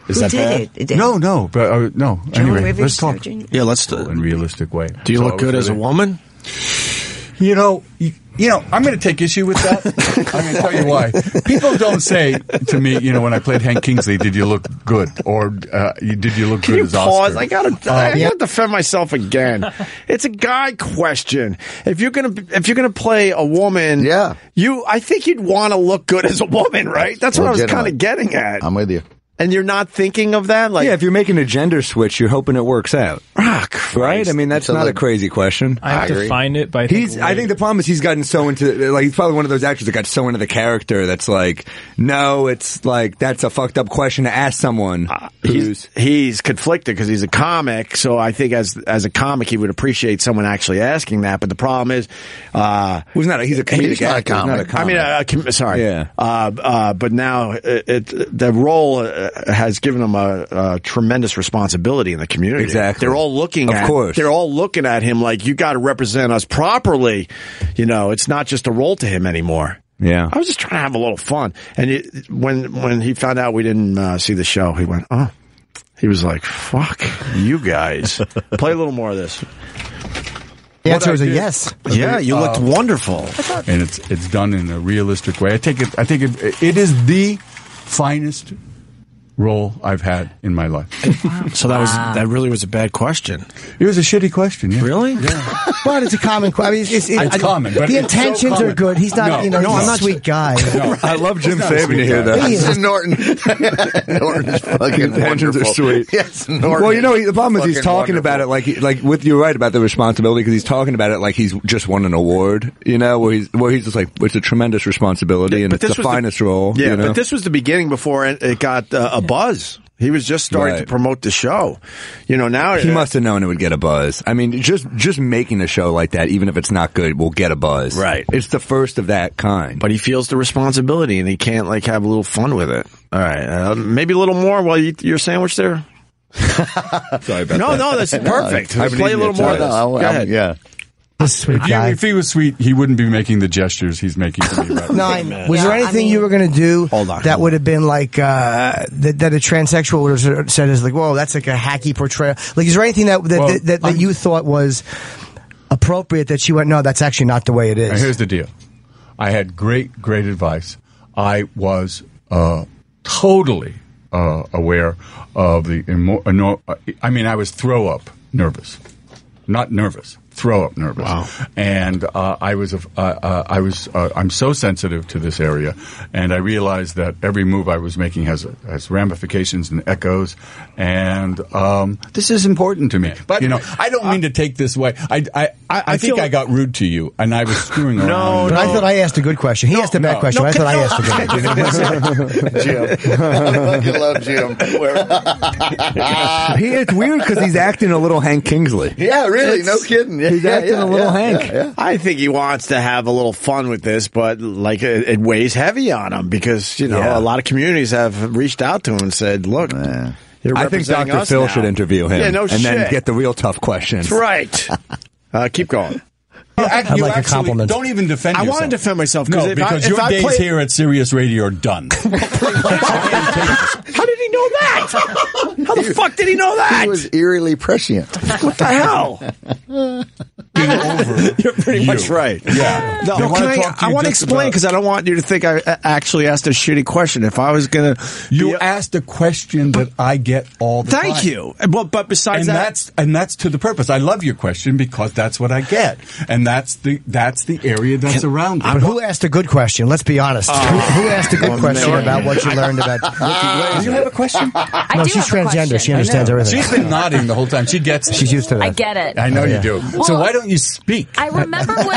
N: Is
O: Who
N: that
O: did
N: bad?
O: it? It did-
N: No, no, but uh, no.
O: Joan
N: anyway,
O: Rivers
N: let's talk
O: Surgeon?
B: Yeah, let's do
N: in realistic way.
B: Do you
N: So
B: look good as a
N: really-
B: woman?
N: You know, you, you know, I'm going to take issue with that. I'm going to tell you why. People don't say to me, you know, when I played Hank Kingsley, did you look good or uh, you- did you look
B: Can
N: good
B: you
N: as
B: pause?
N: Oscar?
B: I gotta,
N: Uh,
B: I gotta defend myself again. it's a guy question. If you're gonna, if you're gonna play a woman, yeah, you, I think you'd want to look good as a woman, right? That's what I was kind
G: Legitimate.
B: of getting at.
G: I'm with you.
B: And you're not thinking of that, like Ah,
J: yeah, if you're making a gender switch, you're hoping it works out. right? I mean, that's
F: It's a
J: not a
F: leg-
J: crazy question.
F: I have to find it, but I think
J: he's. I think the problem is he's gotten so into like he's probably one of those actors that got so into the character that's like, no, it's like that's a fucked up question to ask someone.
B: Ah. Uh, he's he's conflicted because he's a comic. So I think as as a comic, he would appreciate someone actually asking that. But the problem is, uh,
J: he's not. A, he's a comedic actor, he's not a
B: I mean,
J: comic.
B: uh, a com- sorry.
J: Yeah.
B: Uh, uh, but now it, it the role uh, has given him a, a tremendous responsibility in the community.
J: Exactly.
B: They're all looking.
J: Of
B: at,
J: course.
B: They're all looking at him like you got to represent us properly. You know, it's not just a role to him anymore.
J: Yeah.
B: I was just trying to have a little fun. And it, when when he found out we didn't uh, see the show, he went, "Oh." He was like, "Fuck you guys." Play a little more of this.
N: The answer is a yes.
B: Yeah, you looked
N: Uh,
B: wonderful.
N: and it's it's done in a realistic way. I take it. I think it, it is the finest role I've had in my life.
B: So that was that really was a bad question.
N: It was a shitty question. Yeah.
B: Really?
P: But it's a common question. I mean, it's, it's,
N: It's common, but
P: the
N: it's so
P: intentions are
N: common.
P: good. He's not,
N: No,
P: you know,
N: no,
P: he's
N: I'm
P: a
N: not-
P: sweet guy.
N: No.
J: I love Jim
N: He's not a
J: Faven to
N: sweet
J: hear
N: guy.
J: that.
N: He is.
G: Norton. Norton is fucking
J: His intentions
G: wonderful.
J: are sweet.
G: Yes, Norton.
J: Well, you know, he- the problem is he's
G: Fucking
J: talking
G: wonderful.
J: about it like, he- like with you're right about the responsibility because he's talking about it like he's just won an award, you know, where he's where he's just like it's a tremendous responsibility and
B: but
J: it's
B: this
J: the
B: was the-
J: finest role.
B: Yeah,
J: you know?
B: but this was the beginning before it, it got uh, a buzz. He was just starting to
J: Right.
B: promote the show. You know, now
J: He must have known it would get a buzz. I mean, just just making a show like that, even if it's not good, will get a buzz. Right. It's the first of that kind.
B: But he feels the responsibility and he can't like have a little fun with it. All right, uh, maybe a little more while you eat your sandwich there.
J: Sorry about
B: No,
J: that.
B: no, that's perfect.
J: I've been
B: Play a
J: eating
B: little
J: it
B: more. of
J: tonight.
B: this.
J: No, I-
B: Go
J: I'm-
B: ahead.
G: Yeah.
P: sweet
N: If he,
P: guy.
N: if he was sweet, he wouldn't be making the gestures he's making to me. Right
P: No,
N: now.
P: I, was there anything you were going to do that would have been like uh, that, that a transsexual would have sort of said is like, whoa, that's like a hacky portrayal. Like, is there anything that that, that, that, that you thought was appropriate that she went, no, that's actually not the way it
N: Now,
P: is?
N: here's the deal. I had great, great advice. I was uh, totally uh, aware uh, of the. Emo- eno- I mean, I was throw up nervous, not nervous, throw up nervous. And uh, I was, a- uh, uh, I was, uh, I'm so sensitive to this area, and I realized that every move I was making has has ramifications and echoes, and um, this is important to me. But you know, I don't mean to take this way. I, I, I, I think
P: feel-
N: I got rude to you, and I was screwing around.
P: but I thought I asked a good question. He asked a bad
N: no.
P: question.
N: No,
P: I thought I
N: no.
P: asked a good question.
G: Jim. I fucking love Jim.
J: he, it's weird because he's acting a little Hank Kingsley.
G: yeah, really, no
J: It's-
G: kidding. Yeah,
J: he's
G: yeah,
J: acting
G: yeah,
J: a little
G: yeah,
J: Hank.
G: yeah, yeah.
B: I think he wants to have a little fun with this, but like it, it weighs heavy on him because you know
J: Yeah.
B: a lot of communities have reached out to him and said, "Look, you're
J: I think
B: representing
J: Dr.
B: us
J: Phil
B: now."
J: should interview him
B: Yeah, no
J: and
B: shit.
J: then get the real tough questions.
B: That's right. Uh, keep going.
N: I'd
B: like a compliment.
N: Don't even defend.
B: I
N: yourself.
B: want to defend myself
N: No,
B: if I-
N: because
B: if
N: your
B: I
N: days
B: play-
N: here at Sirius Radio are done.
B: How did he know that? How the fuck did he know that?
G: He was eerily prescient.
B: What the hell? You're pretty
N: you.
B: much right.
N: Yeah.
B: No,
N: They
B: can
N: wanna
B: I,
N: talk to
B: I
N: you
B: want to
N: just
B: explain
N: about-
B: because I don't want you to think I uh, actually asked a shitty question. If I was going to,
N: You asked a question that I get all the time.
B: Thank you. But but besides
N: and
B: that,
N: that's and that's to the purpose. I love your question because that's what I get, and that's the that's the area that's around.
P: But who asked a good question? Let's be honest. who, who asked a good
N: Oh,
P: question
N: man.
P: about what you learned about?
N: Do you have a question?
P: Ah. I No, do she's have a transgender. question. She understands
N: I know.
P: everything.
N: She's been nodding the whole time. She gets. It.
P: She's used to that.
Q: I get it.
N: I know
P: Oh, yeah.
N: you do. so
Q: Well-
N: why don't you speak
Q: I remember when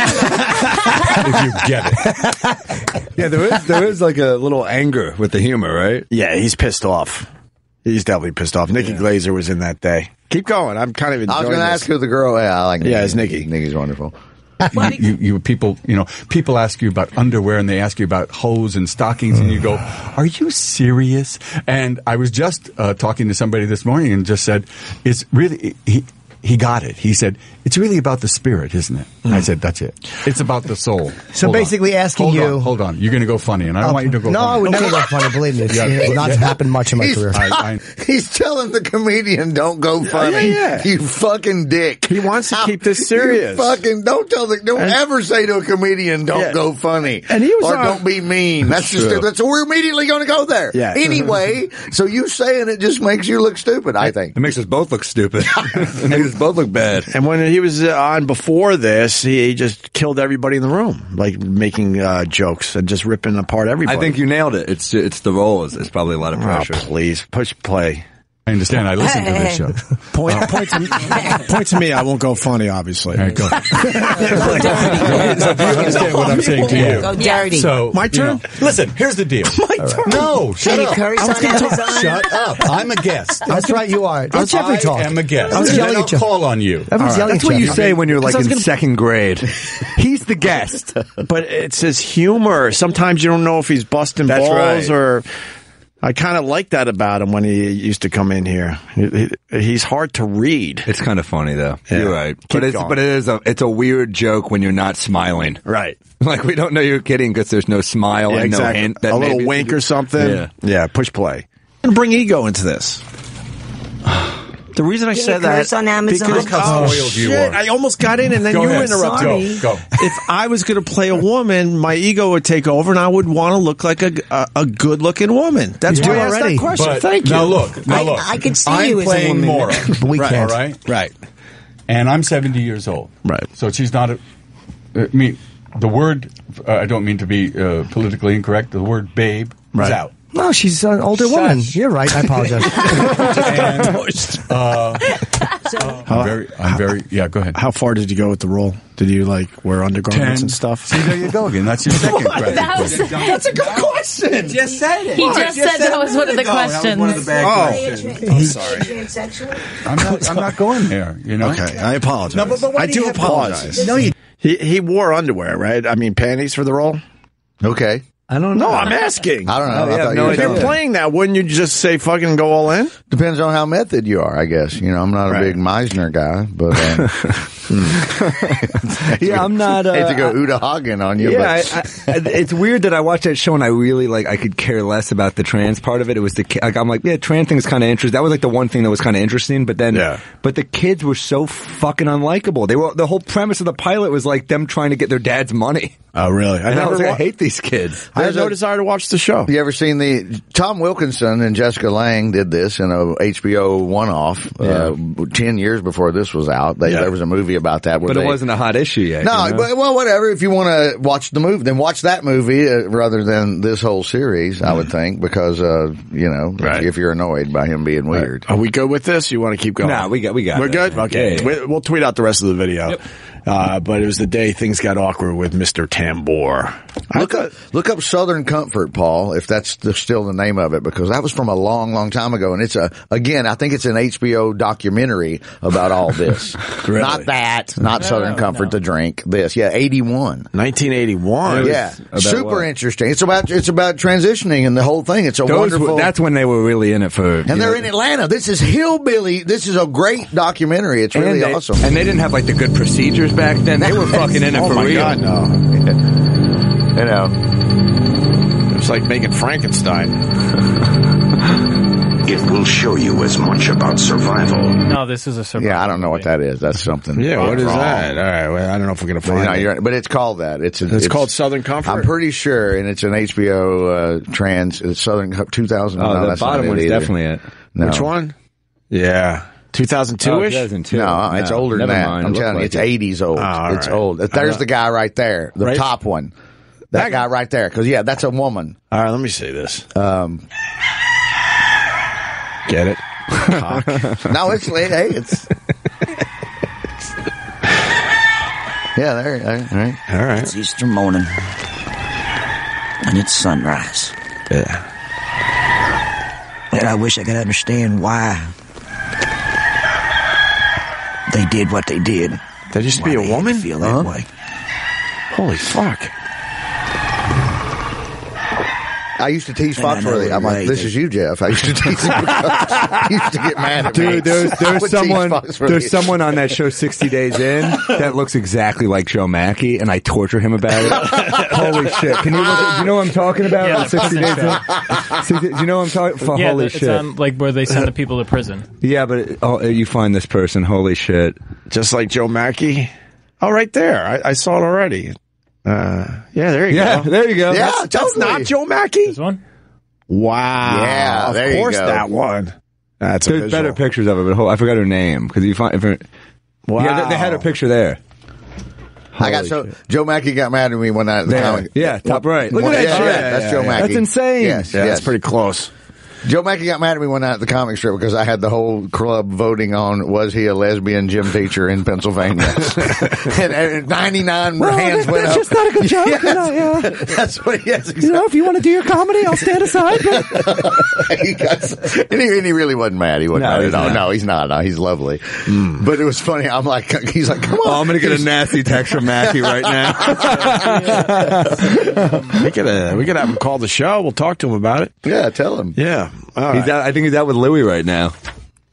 N: if you get it?
J: Yeah, there is there is like a little anger with the humor, right?
B: Yeah, he's pissed off. He's definitely pissed off. Nikki Glazer was in that day. Keep going. I'm kind of enjoying
G: I was going to
B: this.
G: ask who the girl. Yeah, I like. Nikki.
B: Yeah, it's Nikki.
G: Nikki's wonderful.
N: You, you, you people, you know, people ask you about underwear and they ask you about hose and stockings, and you go, "Are you serious?" And I was just uh, talking to somebody this morning and just said, "It's really he." He got it. He said, "It's really about the spirit, isn't it?" And I said, "That's it. It's about the soul."
P: So
N: Hold on.
P: basically asking
N: Hold on,
P: you-
N: hold on. You're going to go funny, and I don't want you to go.
P: no, I
N: funny.
P: would never go funny. Believe me, it's,
N: Yeah.
P: it's not
N: Yeah.
P: happened much in my
G: He's,
P: career.
G: he's telling the comedian, "Don't go funny,
B: yeah, yeah.
G: you fucking dick."
B: He wants to keep this
G: You
B: serious.
G: fucking don't tell the don't
B: And-
G: ever say to a comedian, "Don't
B: Yeah.
G: go funny,"
B: And he was
G: or
B: on-
G: "Don't be mean." That's just
B: True.
G: that's so we're immediately going to go there.
B: Yeah.
G: Anyway, so you saying it just makes you look stupid. I think.
J: It makes us both look stupid. it makes us both look bad.
B: And when he was uh, on before this, he just killed everybody in the room, like making uh, jokes and just ripping apart everybody.
J: I think you nailed it. It's it's the role is, is probably a lot of
B: Oh,
J: pressure.
B: please push play.
N: I understand. I listen to this show.
B: Point, point, to, point to me. I won't go funny, obviously.
N: There you go. So do you understand what I'm saying to you?
O: Go dirty.
N: So
B: My
N: you
B: turn?
N: know, listen, here's the deal. My turn. No, shut
O: Katie
N: up.
O: Curry's
N: I was
O: on
N: gonna
O: Amazon.
N: talk- Shut up. I'm a guest.
P: That's right, you are. Let's Jeffrey talk.
N: I am a guest.
P: I was
N: And
P: yelling
N: then I'll
P: at you.
N: call on you.
P: Everyone's yelling
J: That's
P: at
J: what you
P: Jeff.
J: say when you're like in
B: gonna-
J: second grade. He's the guest.
B: But it's his humor. Sometimes you don't know if he's busting
J: That's
B: balls
J: right.
B: or. I kind of like that about him when he used to come in here. He- he- he's hard to read.
J: It's kind of funny though.
B: Yeah.
J: You're right.
B: Keep
J: But it's
B: going.
J: but it is a it's a weird joke when you're not smiling.
B: Right.
J: Like we don't know you're kidding because there's no smile
B: Yeah,
J: and
B: exactly.
J: no hint. that
B: a little
J: maybe-
B: wink or something.
J: Yeah.
B: yeah. Push play and bring ego into this. The reason I
O: Did it
B: said that
O: curse on Amazon?
B: because
O: Look how
B: oh,
N: spoiled you
B: shit,
N: are.
B: I almost got in and then
N: Go
B: you
N: ahead.
B: interrupted.
O: Sorry.
B: me.
N: Go.
B: If I was going to play a woman, my ego would take over, and I would want to look like a a, a good looking woman. That's
P: You
B: why
P: do
B: I asked
P: already.
B: that question.
N: But
B: Thank you.
N: now look, now
O: I-
N: look.
O: I could see
N: I'm
O: you as a
N: playing
O: woman.
N: Maura,
P: But we
N: right,
P: can't.
N: All right, right. And I'm 70 years old.
B: Right.
N: So she's not a. I mean, the word. Uh, I don't mean to be uh, politically incorrect. The word "babe"
B: Right.
N: is out.
P: No, she's an older
N: Shush.
P: woman. You're right. I apologize.
N: And, uh,
O: So,
N: I'm very. I'm very. Yeah. Go ahead.
B: How far did you go with the role? Did you like wear undergarments and stuff?
N: See, there you go again. That's your second question.
Q: that was
N: That's a good question. Just said it.
Q: He just Just said said that it. was one of the
N: No, that was one of the
Q: questions.
N: bad
B: Oh.
N: questions.
P: He's-
N: I'm not, I'm not going there. You know.
B: Okay, I apologize.
N: No, but- but why
B: I
N: do
B: do
N: you have to
B: apologize.
N: apologize?
B: No, you. He, he wore underwear, right? I mean, panties for the role.
G: Okay,
P: I don't know.
B: No, I'm asking.
G: I don't know.
J: Oh,
G: I
J: yeah,
G: thought
J: no
G: you were
B: If you're
G: telling me.
B: playing that, wouldn't you just say fucking go all in?
G: Depends on how method you are, I guess. You know, I'm not a
B: Right.
G: big Meisner guy, but um, hmm.
J: Yeah, I'm not. Uh,
G: hate to go Uta Hagen on you.
J: Yeah,
G: but,
J: I, I, it's weird that I watched that show and I really like I could care less about the trans part of it. It was the ki- like I'm like yeah, trans thing's kind of interesting. That was like the one thing that was kind of interesting. But then,
B: Yeah.
J: but the kids were so fucking unlikable. They were the whole premise of the pilot was like them trying to get their dad's money.
B: Oh, really? I
J: And I
B: never
J: was like, I
B: wa-
J: hate these kids.
B: I have no desire to watch the show.
G: You ever seen the Tom Wilkinson and Jessica Lang did this in a HBO one-off uh, ten years before this was out. They, There was a movie about that, where
J: But it
G: they-
J: wasn't a hot issue yet.
G: No,
J: you know?
G: but, well, whatever. If you want to watch the movie, then watch that movie uh, rather than this whole series. I
B: Mm.
G: would think because uh, you know if you're annoyed by him being weird.
B: Are we good with this? You want to keep going?
G: Nah, we got- we got
B: We're
G: it.
B: good. Okay,
G: Yeah, yeah.
B: We- we'll tweet out the rest of the video. Uh, but it was the day things got awkward with Mister Tambor.
G: Look up, look up Southern Comfort, Paul, if that's the, still the name of it, because that was from a long, long time ago, and it's a again, I think it's an HBO documentary about all this. Not that, not Southern Comfort, the drink. This, yeah, eighty one.
B: 1981.
G: Yeah,
J: About
G: super
J: what?
G: interesting. It's about it's about transitioning and the whole thing. It's a
J: Those were-
G: wonderful.
J: that's when they were really in it for.
G: and they're in Atlanta. This is hillbilly. This is a great documentary. It's really
J: and they,
G: awesome.
J: And they didn't have like the good procedures back then. They were fucking in it
B: oh
J: for
B: my
J: real.
B: God, no!
G: you know,
B: It's like making Frankenstein.
R: It will show you as much about survival.
F: No, this is a surprise.
G: yeah, I don't know what that is. That's something.
B: Yeah, what is
G: wrong.
B: that? All right, well, I don't know if we're gonna find
G: No,
B: it.
G: you're right. But it's called that. It's a,
B: It's called Southern Comfort?
G: I'm pretty sure, and it's an HBO uh, trans it's Southern Co- 2000.
J: Oh,
G: no,
J: the
G: that's not
J: bottom
G: it
J: one's
G: either.
J: definitely it.
G: No.
B: Which one? Yeah, 2002
J: Oh,
B: ish.
J: 2002.
G: No, it's
J: No,
G: older than
J: never
G: that.
J: mind.
G: I'm
J: It
G: telling you,
J: looked
G: it's
J: like it.
G: 80s old.
J: Ah, all
G: it's
J: right.
G: old. There's the guy right there, the
B: Right?
G: top one. That guy right there, because yeah, that's a woman.
B: All right, let me see this.
G: Um,
B: Get it?
G: no, it's hey, it's. yeah, there, there, all right.
B: All right.
S: It's Easter morning, and it's sunrise.
B: Yeah.
S: And I wish I could understand why Ah. they did what they did.
B: That just
S: Why
B: be a
S: they had to
B: woman?
S: Feel that
B: Huh?
S: way.
B: Holy fuck!
G: I used to tease
S: And I know
G: Foxworthy. I'm like,
S: they-
G: this is you, Jeff. I used to tease him. because he used to get mad at me.
J: Dude, there's
G: I
J: there's
G: would tease
J: someone
G: Foxworthy.
J: there's someone on that show 60 Days In that looks exactly like Joe Mackey, and I torture him about it. Holy shit! Can you look? At, you know what I'm talking about?
F: Yeah,
J: on
F: the
J: 60 Days
F: prison
J: In. 60 you know what I'm talking?
F: yeah,
J: holy
F: it's um,
J: shit!
F: on, like where they send the people to prison.
J: yeah, but oh, you find this person. Holy shit!
B: Just like Joe Mackey. Oh, right there. I, I saw it already. Uh, yeah, there you
J: Yeah,
B: go.
J: there you go.
B: Yeah,
J: That's-
B: that's, not Joe Mackey. This
F: one.
B: Wow.
G: Yeah,
B: of
G: there you
B: course
G: go.
B: that one. That's a
J: There's
B: visual.
J: better pictures of it, but hold, I forgot her name because you find. If her,
B: Wow.
J: Yeah, they, they had a picture there.
G: I got so Joe Mackey got mad at me when I.
J: There.
G: comic-
J: Yeah, top right. Look
G: Well,
J: at that
G: yeah,
J: shit.
G: yeah, that's
J: Yeah,
G: Joe
J: yeah.
G: Mackey.
J: That's insane.
G: Yes,
B: Yeah,
G: yes.
B: that's pretty close.
G: Joe Mackey got mad at me one night at the comic strip because I had the whole club voting on was he a lesbian gym teacher in Pennsylvania, and, and 99 hands went up.
T: not a good joke.
G: Yes.
T: You know, yeah.
J: uh,
G: That's what. Yes, exactly.
T: You know, if you want to do your comedy, I'll stand aside. But
G: he got- and, he, and he really wasn't mad. He wasn't
J: No,
G: mad
J: he's
G: at all.
J: not.
G: No, he's not. Hmm. No, he's lovely. But it was funny. I'm like, he's like, come on.
J: Oh, I'm gonna get a nasty text from Mackey right now.
B: we could uh, we could have him call the show. We'll talk to him about it.
G: Yeah, tell him.
B: Yeah. All
J: He's
B: right.
J: out, I think he's out with Louis right now.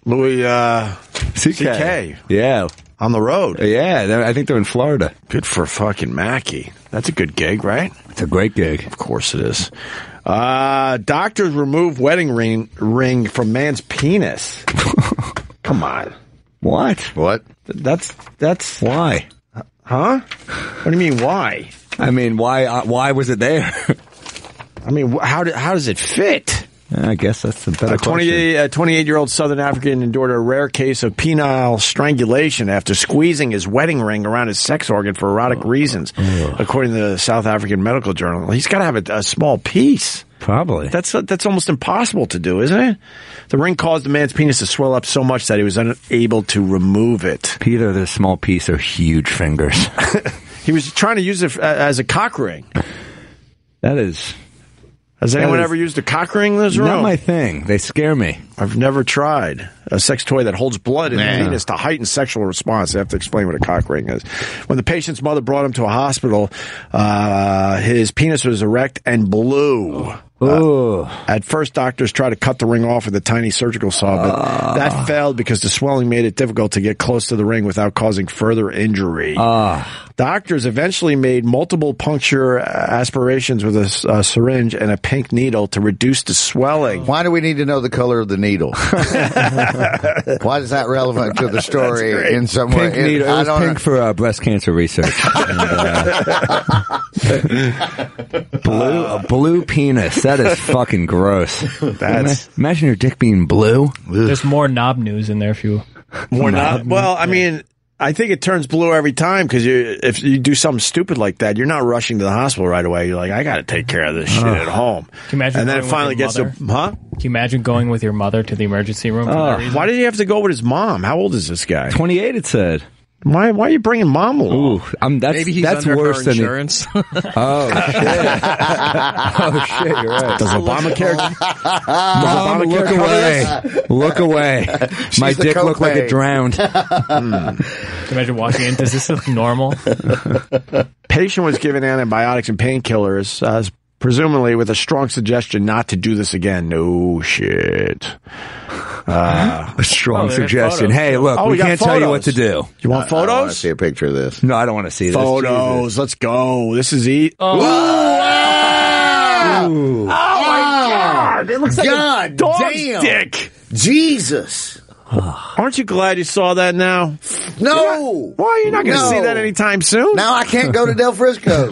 B: Louis uh,
J: CK.
B: CK.
J: Yeah.
B: on the road.
J: Yeah, they're- I think they're in Florida.
B: Good for fucking Mackey. That's a good gig, right?
J: It's a great gig.
B: Of course it is. Uh, doctors remove wedding ring ring from man's penis. Come on.
J: What?
G: What?
B: That's that's
J: why?
B: Huh? What do you mean why?
J: I mean, why? Uh, why was it there?
B: I mean, wh- how do, how does it fit?
J: I guess that's the better
B: A 28, a 28 year old Southern African endured a rare case of penile strangulation after squeezing his wedding ring around his sex organ for erotic
J: Uh,
B: reasons, according to the South African Medical Journal. He's got to have a, a small piece.
J: Probably.
B: That's that's almost impossible to do, isn't it? The ring caused the man's penis to swell up so much that he was unable to remove it.
J: Either the small piece or huge fingers.
B: He was trying to use it f- as a cock ring.
J: that is.
B: Has
J: that
B: anyone
J: is
B: ever used a cock ring in this room?
J: Not my thing. They scare me.
B: I've never tried a sex toy that holds blood in the
J: Yeah.
B: penis to heighten sexual response. I have to explain what a cock ring is. When the patient's mother brought him to a hospital, uh, his penis was erect and blue. Uh,
J: Ooh.
B: At first, doctors tried to cut the ring off with a tiny surgical saw, but
G: Ah.
B: that failed because the swelling made it difficult to get close to the ring without causing further injury.
G: Ah.
B: Doctors eventually made multiple puncture uh, aspirations with a s- a syringe and a pink needle to reduce the swelling.
G: Why do we need to know the color of the needle? Why is that relevant to the story in some way?
J: Pink
G: It-
J: needle. It
G: I
J: was
G: don't
J: pink for uh, breast cancer research. And, uh, blue, a blue penis. That is fucking gross.
F: That's-
J: Ima- imagine your dick being blue.
F: There's more knob news in there if you.
B: More not. Well, I mean, I think it turns blue every time because you, if you do something stupid like that, you're not rushing to the hospital right away. You're like, I got to take care of this shit
F: Ugh.
B: at home.
F: Can you imagine
B: and then
F: going
B: it finally
F: with your
B: gets to, huh?
F: Can you imagine going with your mother to the emergency room? For
J: Oh,
F: that
B: Ugh.
F: reason?
B: why did he have to go with his mom? How old is this guy?
J: 28, it said.
B: Why, why are you bringing mom along?
J: Ooh, I'm, that's
B: Maybe he's
J: that's
B: under her
J: worse than
B: insurance.
J: oh shit! oh shit! You're right.
B: Does Obamacare? does
J: Mom,
B: Obamacare
J: look
B: cover
J: away.
B: this?
J: Look away.
F: She's
J: My
F: the
J: dick looked like
F: copay.
J: it drowned. Hmm.
F: Can you imagine walking in? Does this look normal?
B: Patient was given antibiotics and painkillers, uh, presumably with a strong suggestion not to do this again. No shit. Uh,
J: a strong
B: Oh, they got
J: suggestion.
B: photos.
J: Hey, look,
B: Oh,
J: we,
B: we got
J: can't tell you what to
B: photos.
J: do. Uh,
B: You want
J: I don't
B: photos?
J: wanna see a picture of this. No, I don't want to see this.
B: Photos. Let's go. This is E- eat.
G: Oh my
B: god! It ah! looks like a
G: god
B: dog's
G: damn.
B: dick.
G: Jesus.
B: Aren't you glad you saw that now?
G: No.
B: Why are you not going to
G: No.
B: see that anytime soon?
G: Now I can't go to Del Frisco's.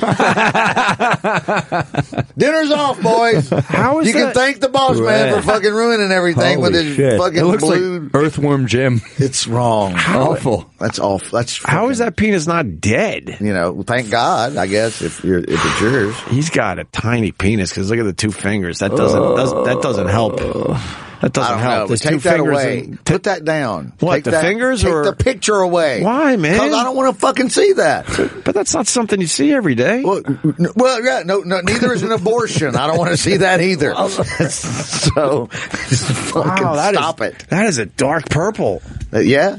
G: Dinner's off, boys.
B: How is
G: you can
B: that-
G: thank the boss man for
J: Right.
G: fucking ruining everything with his fucking
J: it looks
G: blue.
J: like Earthworm Jim.
G: it's wrong.
J: Awful.
G: That's awful. That's
B: How is that penis not dead?
G: You know, thank God, I guess if you're if it's yours.
B: He's got a tiny penis because look at the two fingers. That doesn't does, that doesn't help. That
G: I
B: doesn't
G: don't
B: help.
G: know.
B: There's
G: Take
B: two
G: that
B: fingers
G: away.
B: and-
G: Put that down.
B: What,
G: Take
B: the
G: that-
B: fingers
G: take
B: or-
G: the picture away?
B: Why, man?
G: Because I don't want to fucking see that.
B: But that's not something you see every day.
G: Well, n- well, yeah, no, no, neither is an abortion. I don't want to see that either. so, fucking
B: that is-
G: stop it.
B: That is a dark purple.
G: Uh, yeah,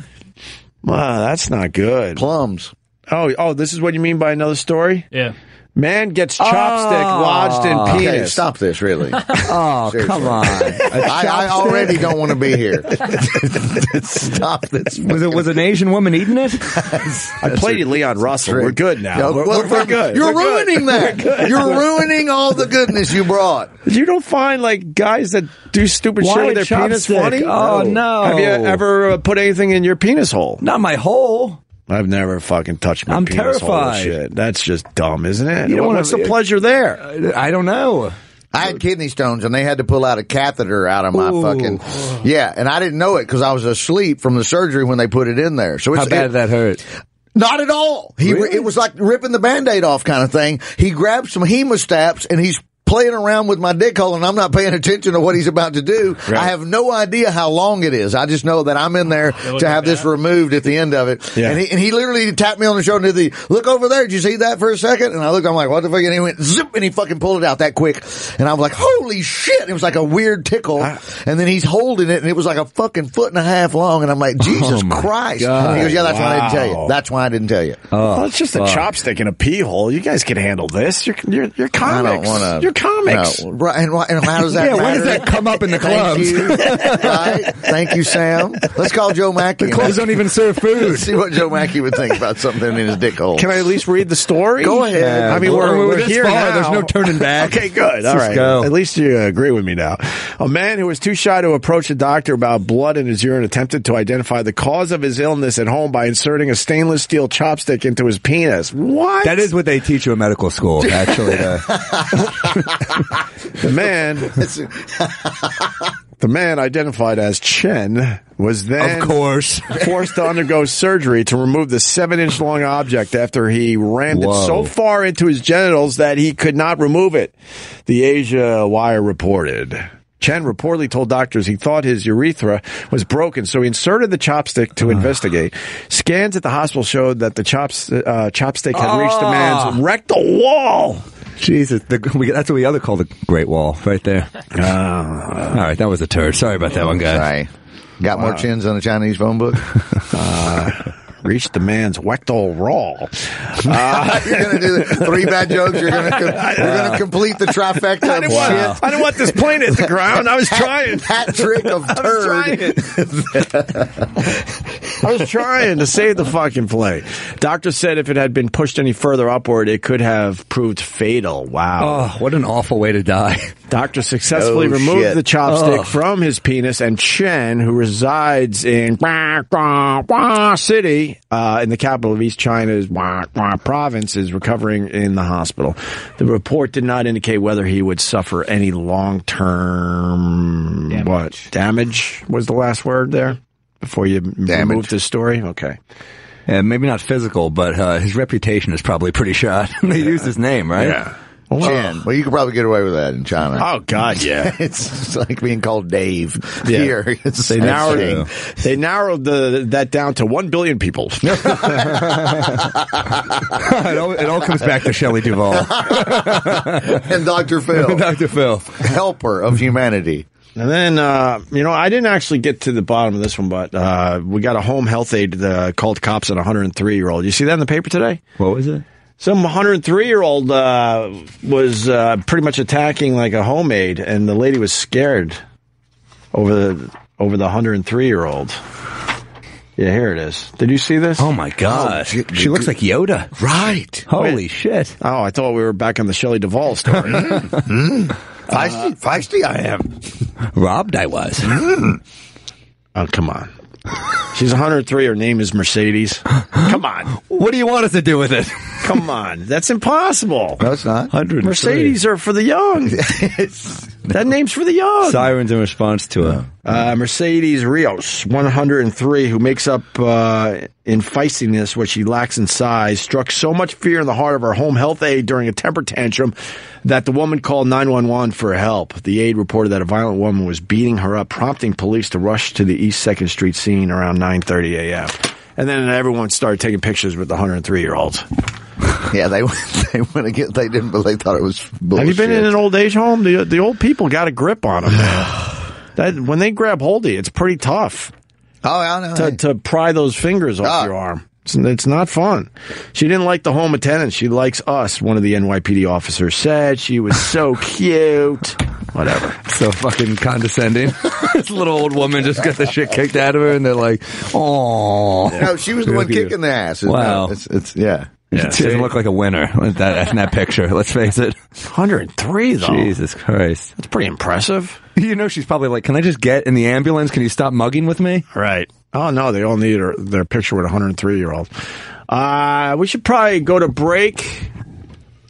B: Wow, that's not good.
G: Plums.
B: Oh, oh, this is what you mean by another story?
F: Yeah.
B: Man gets chopstick lodged in
G: Ah. Okay,
B: penis.
G: stop this, really.
J: Oh,
G: Seriously.
J: come on.
G: I, I already don't want to be here. stop this.
J: Was it was an Asian woman eating it?
B: I played you Leon Russell. We're good now.
G: No,
B: we're,
G: well,
B: we're- we're good.
G: You're
B: We're good.
G: ruining
B: We're
G: that.
B: good.
G: You're ruining all the goodness you brought.
B: You don't find like guys that do stupid
J: Why
B: shit with their penis
J: chopstick?
B: funny?
J: Oh, No. no.
B: Have you ever uh, put anything in your penis hole?
J: Not my hole.
B: I've never fucking touched my
J: I'm
B: penis hole.
J: terrified.
B: Shit, that's just dumb, isn't it?
J: You don't
B: What's
J: wanna-
B: the pleasure there?
J: I don't know.
G: I had kidney stones and they had to pull out a catheter out of my
J: Ooh.
G: fucking yeah, and I didn't know it because I was asleep from the surgery when they put it in there. So it's
J: How bad
G: it-
J: did that hurt?
G: Not at all. He
J: Really?
G: it was like ripping the band-aid off kind of thing. He grabbed some hemostats and he's playing around with my dick hole and I'm not paying attention to what he's about to do. I have no idea how long it is. I just know that I'm in there to have this removed at the end of it.
B: Yeah.
G: And, he, and he literally tapped me on the shoulder and did the look over there. Did you see that for a second? And I looked, I'm like, what the fuck? And he went zip and he fucking pulled it out that quick. And I was like, holy shit. It was like a weird tickle. and then he's holding it and it was like a fucking foot and a half long. And I'm like, Jesus
J: Oh my
G: Christ.
J: God. Oh,
G: And he goes, yeah, that's why I didn't tell you.
B: Wow.
G: That that's why I didn't tell you.
B: Well, it's just a
G: fuck.
B: chopstick and a pee hole. You guys can handle this. You're you're, you're
G: I don't
B: comics.
G: want to.
B: You're comics.
G: No. Right, and, why- and how does that
J: Yeah,
G: matter?
J: why does that come up in the
G: Thank
J: clubs?
G: you. right? Thank you, Sam. Let's call Joe Mackey.
J: The clubs don't even serve food.
G: See what Joe Mackey would think about something in his dick hole.
B: Can I at least read the story?
G: Go ahead. Yeah,
B: I mean,
G: we're-
B: we're,
G: we're
B: we're,
G: this
B: here
G: far.
B: now.
G: There's no
J: turning back.
B: okay, good. All
J: Let's
B: right.
J: go.
B: At least you uh, agree with me now. A man who was too shy to approach a doctor about blood in his urine attempted to identify the cause of his illness at home by inserting a stainless steel chopstick into his penis. What?
J: That is what they teach you in medical school, actually. uh,
G: uh,
J: the-
B: The man, the man identified as Chen, was then
J: of course.
B: forced to undergo surgery to remove the seven inch long object after he rammed
J: Whoa.
B: it so far into his genitals that he could not remove it, the Asia Wire reported. Chen reportedly told doctors he thought his urethra was broken, so he inserted the chopstick to investigate. Scans at the hospital showed that the chops, uh, chopstick had reached the
J: Ah.
B: man's rectal wall.
J: Jesus, the, we, that's what we other call the Great Wall, right there.
G: Oh.
J: All right, that was a turd. Sorry about that one, guys.
G: Sorry. Got more chins on the Chinese phone book.
B: Uh, Reached the man's rectal wall.
G: Ah, you're gonna do the three bad jokes. You're gonna you're gonna complete the trifecta
B: I
G: of
B: didn't, want,
G: shit.
B: I didn't want this plane to hit the ground. I was
G: Hat,
B: trying.
G: hat trick of
B: I was
G: turd.
B: trying. I was trying to save the fucking play. Doctor said if it had been pushed any further upward, it could have proved fatal. Wow.
J: Oh, what an awful way to die.
B: Doctor successfully
J: Oh,
B: removed
J: shit.
B: the chopstick
J: Ugh.
B: from his penis, and Chen, who resides in Wah, Wah, Wah City, uh, in the capital of East China's Wah, Wah province, is recovering in the hospital. The report did not indicate whether he would suffer any long term what damage was the last word there before you damage. removed his story. Okay.
J: Yeah, maybe not physical, but uh, his reputation is probably pretty shot. they used his name, right?
G: Yeah.
J: Well,
G: Chen. Well, you could probably get away with that in China.
B: Oh, God, yeah.
G: it's just like being called Dave
B: Yeah.
G: here. It's
B: They
G: the
B: narrowed,
G: same.
B: they narrowed the, that down to 1 billion people.
J: it, all, it all comes back to Shelley Duvall.
G: and Dr. Phil.
J: Dr. Phil.
G: Helper of humanity.
B: And then, uh, you know, I didn't actually get to the bottom of this one, but uh, we got a home health aide uh, called cops on a 103 year old. You see that in the paper today?
J: What was it?
B: Some 103 year old uh, was uh, pretty much attacking like a home aide, and the lady was scared over the over the 103 year old. Yeah, here it is. Did you see this? Oh
J: my God. she looks like Yoda.
G: Right.
J: Holy shit.
B: Oh, I thought we were back on the Shelley Duvall story.
J: Mm,
B: Uh,
G: Feisty, feisty I am.
J: Robbed I was. Mm.
B: Oh, come on. She's 103. Her name is Mercedes. Come on.
J: What do you want us to do with it?
B: Come on. That's impossible.
G: No, it's not.
J: 103.
B: Mercedes are for the young. that name's for the young.
J: Sirens in response to a.
B: Uh, Mercedes Rios, 103, who makes up uh, in feistiness what she lacks in size, struck so much fear in the heart of her home health aide during a temper tantrum that the woman called 911 for help. The aide reported that a violent woman was beating her up, prompting police to rush to the East 2nd Street scene around 9.30 a.m. And then everyone started taking pictures with the 103-year-old.
G: Yeah, they they want to get. They didn't. but They thought it was. Bullshit.
B: Have you been in an old age home? The, the old people got a grip on them. Man. That, when they grab hold of you, it's pretty tough.
G: Oh, I know.
B: To, to pry those fingers off
J: Ah.
B: your arm. It's, it's not fun. She didn't like the home attendant. She likes us, one of the NYPD officers said. She was so cute. Whatever.
J: So fucking condescending. this little old woman just got the shit kicked out of her, and they're like, "Oh,
G: No, she was the one kicking the ass. It's
J: Wow,
G: not- it's, it's yeah.
J: Yeah, she doesn't look like a winner in that, in that picture. Let's face it.
B: 103 though.
J: Jesus Christ,
B: that's pretty impressive.
J: You know, she's probably like, "Can I just get in the ambulance? Can you stop mugging with me?"
B: Right. Oh no, they all need her, their picture with a 103 year old. Uh, we should probably go to break.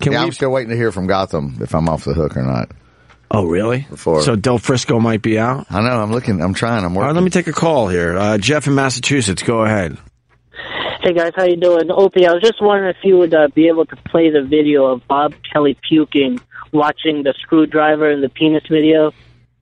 B: Can
G: yeah,
B: we-
G: I'm still waiting to hear from Gotham if I'm off the hook or not.
B: Oh, really?
G: Before
B: So Del Frisco might be out.
G: I know. I'm looking. I'm trying. I'm
B: All
G: working.
B: right, let me take a call here. Uh, Jeff in Massachusetts, go ahead.
U: Hey guys, how you doing? Opie, I was just wondering if you would uh, be able to play the video of Bob Kelly puking watching the screwdriver and the penis video.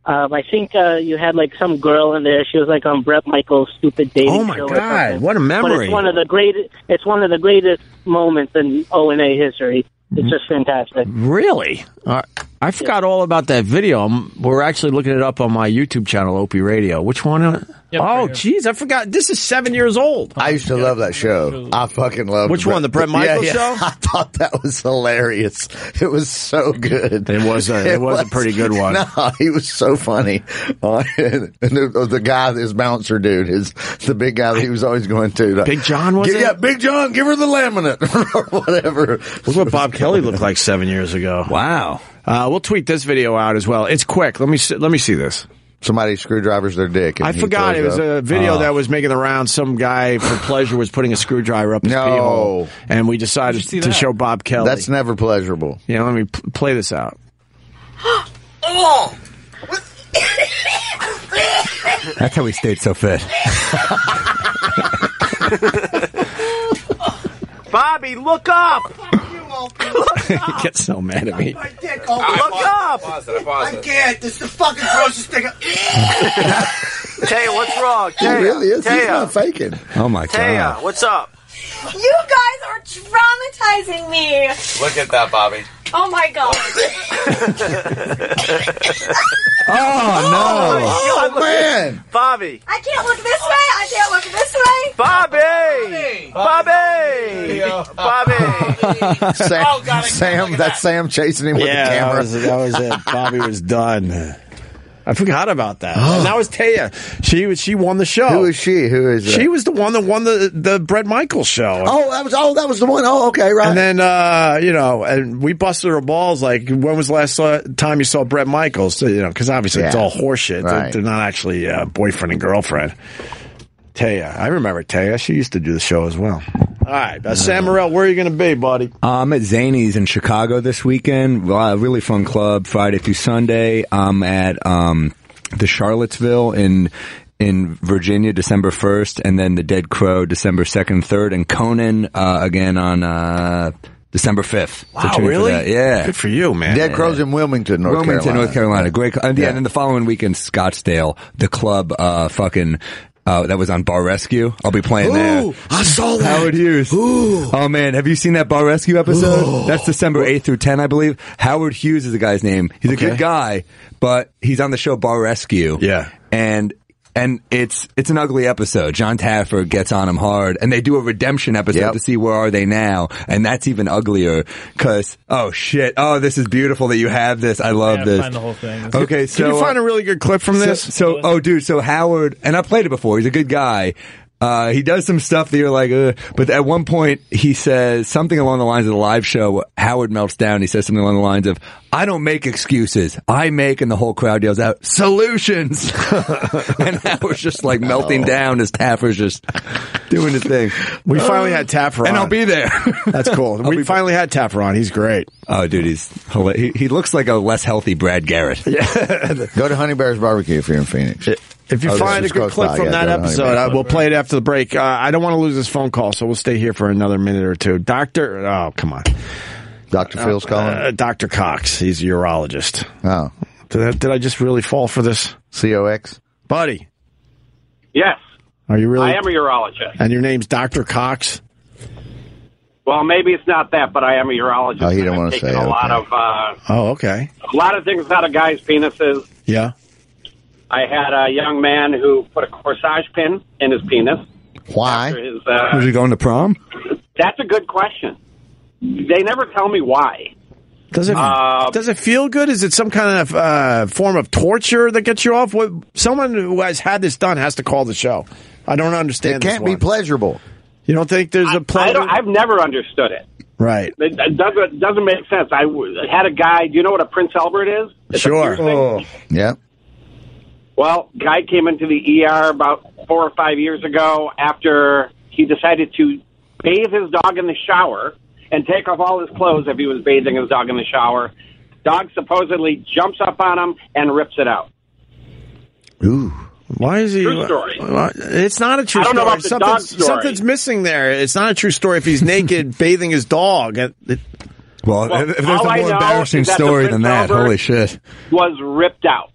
U: Um, I think uh, you had like some girl in there. She was like on Brett Michaels' stupid dating
B: Oh, my
U: show or
B: God,
U: something.
B: what a
U: But
B: memory.
U: it's one of the greatest. It's one of the greatest moments in O and A history. It's just fantastic.
B: Mm-hmm. Really? Uh, I forgot all about that video. I'm, we're actually looking it up on my YouTube channel, Opie Radio. Which one? oh, jeez, I forgot. This is seven years old.
G: I used to love that show. I fucking loved
B: Which one, the Brett Michaels show?
G: I thought that was hilarious. It was so good.
B: It was a- it was a pretty good one.
G: No, he was so funny. Uh, and the, the guy, his bouncer dude, his the big guy that he was always going to.
B: Big John was
G: Give-
B: it?
G: Yeah, Big John, give her the laminate or whatever.
B: Look what Bob Kelly looked like seven years ago.
J: Wow.
B: Uh, we'll tweet this video out as well. It's quick. Let me see, let me see this.
G: Somebody screwdrivers their dick. and
B: I
G: he
B: forgot it
G: throws
B: was
G: up. Oh.
B: a video that was making the rounds. Some guy for pleasure was putting a screwdriver up his
G: No.
B: pee hole, and we decided to show Bob Kelly.
G: That's never pleasurable.
B: yeah, let me p- play this out.
T: Oh!
J: That's how he stayed so fit.
T: Bobby, look up!
B: he gets so mad at me.
T: look up! I can't. This is the fucking grossest thing. Taya, what's wrong?
G: He
T: Taya,
G: really is. He's
T: Taya,
G: not faking.
J: Oh my
T: Taya, what's up?
V: You guys are traumatizing me.
W: Look at that, Bobby.
V: Oh my god.
T: Oh,
G: no. man.
T: Bobby.
V: I can't look this way. I can't look this way.
T: Bobby! Bobby! Bobby!
G: Sam, Sam that's Sam chasing him with
B: yeah,
G: the camera.
B: That was, that was it. Bobby was done. I forgot about that. and that was Taya. She was she won the show. Who is
G: she? Oh. Who is
B: she? Was the one that won the the Brett Michaels show.
G: Oh, that was oh, that was the one. Oh, okay, right.
B: And then uh, you know, and we busted her balls. Like, when was the last uh, time you saw Brett Michaels? So, you know, because obviously it's
G: Yeah.
B: all horseshit. They're- They're,
G: Right.
B: not actually uh, boyfriend and girlfriend. Taya, I remember Taya. She used to do the show as well. All right, uh, Sam Morrell, where are you going to be, buddy?
J: I'm at Zany's in Chicago this weekend. Well, a really fun club Friday through Sunday. I'm at um, the Charlottesville in in Virginia December 1st, and then the Dead Crow December 2nd, 3rd, and Conan uh, again on uh, December 5th. So
G: Wow,
J: tune in for
G: really?
J: that. Yeah.
G: Good for you, man. Dead Crow's in Wilmington, North
J: Wilmington,
G: Carolina.
J: North Carolina. Great. cl- And, yeah,
G: Yeah.
J: and then the following weekend, Scottsdale, the club uh, fucking. Uh, that was on Bar Rescue. I'll be playing there.
G: Ooh, I saw that.
J: Howard Hughes. Oh man, have you seen that Bar Rescue episode? That's December eighth through ten, I believe. Howard Hughes is the guy's name. He's a good guy, but he's on the show Bar Rescue. Yeah, and. And it's it's an ugly episode. John Taffer gets on him hard, and they do a redemption episode to see where are they now, and that's even uglier. Cause oh shit, oh this is beautiful that you have this. I love this.
F: find the whole thing.
J: Okay, so
B: Can you
J: uh,
B: find a really good clip from
J: so-
B: this?
J: So, oh, dude, so Howard, and I played it before. He's a good guy. Uh, he does some stuff that you're like, Ugh. but at one point he says something along the lines of the live show. Howard melts down. He says something along the lines of, "I don't make excuses. I make," and the whole crowd yells out, "Solutions!" and Howard's just like melting down as Taffer's just doing his thing.
B: We finally had Taffer,
J: Uh, and
B: on.
J: I'll be there.
B: That's cool. we finally had Taffer on. He's great.
J: Oh, dude, he's hila- he, he looks like a less healthy Brad Garrett.
G: Go to Honey Bear's Barbecue if you're in Phoenix.
B: If you
G: Oh, this
B: find a
G: is
B: good
G: close
B: clip
G: by.
B: from
G: Yeah, go
B: that
G: to Honey
B: episode,
G: Bear's
B: I, we'll play it after the break. Uh, I don't want to lose this phone call, so we'll stay here for another minute or two. Doctor, oh come on,
G: Doctor Phil's calling.
B: Uh, Doctor Cox, he's a urologist.
G: Oh,
B: did I, did I just really fall for this?
G: Cox,
B: buddy,
D: Yes,
B: are you really?
D: I am a urologist.
B: and your name's Doctor Cox.
D: Well, maybe it's not that, but I am a urologist.
B: Oh, he
D: and
B: didn't
D: I've
B: wanna
D: taken
B: say,
D: a
B: okay.
D: lot of uh,
B: Oh, okay,
D: a lot of things out of guys' penises.
B: yeah.
D: I had a young man who put a corsage pin in his penis.
G: Why?
D: After his, uh,
J: Was he going to prom?
D: that's a good question. They never tell me why.
B: Does it
D: Uh,
B: does it feel good? Is it some kind of uh, form of torture that gets you off? What someone who has had this done has to call the show. I don't understand.
D: It can't be
G: pleasurable.
B: You don't think there's a
D: I
B: pleasure?
D: don't, I've never understood it.
B: Right.
D: It it doesn't doesn't make sense. I w- had a guy. Do you know what a Prince Albert is? It's a
B: Sure.
D: piercing.
J: Oh.
G: Yeah.
D: Well, guy came into the ER about four or five years ago after he decided to bathe his dog in the shower and take off all his clothes if he was bathing his dog in the shower. Dog supposedly jumps up on him and rips it out.
G: Ooh.
B: Why is he?
D: True story.
B: Why- It's not a true
D: I don't know
B: story.
D: about the dog
B: something's,
D: story.
B: something's missing there. It's not a true story if he's naked bathing his dog. It- it-
J: Well,
D: Well,
J: if if there's
D: all
J: a
D: I
J: more
D: know
J: embarrassing
D: is that the
J: story
D: Prince
J: than that,
D: Albert-
J: holy shit.
D: Was ripped out.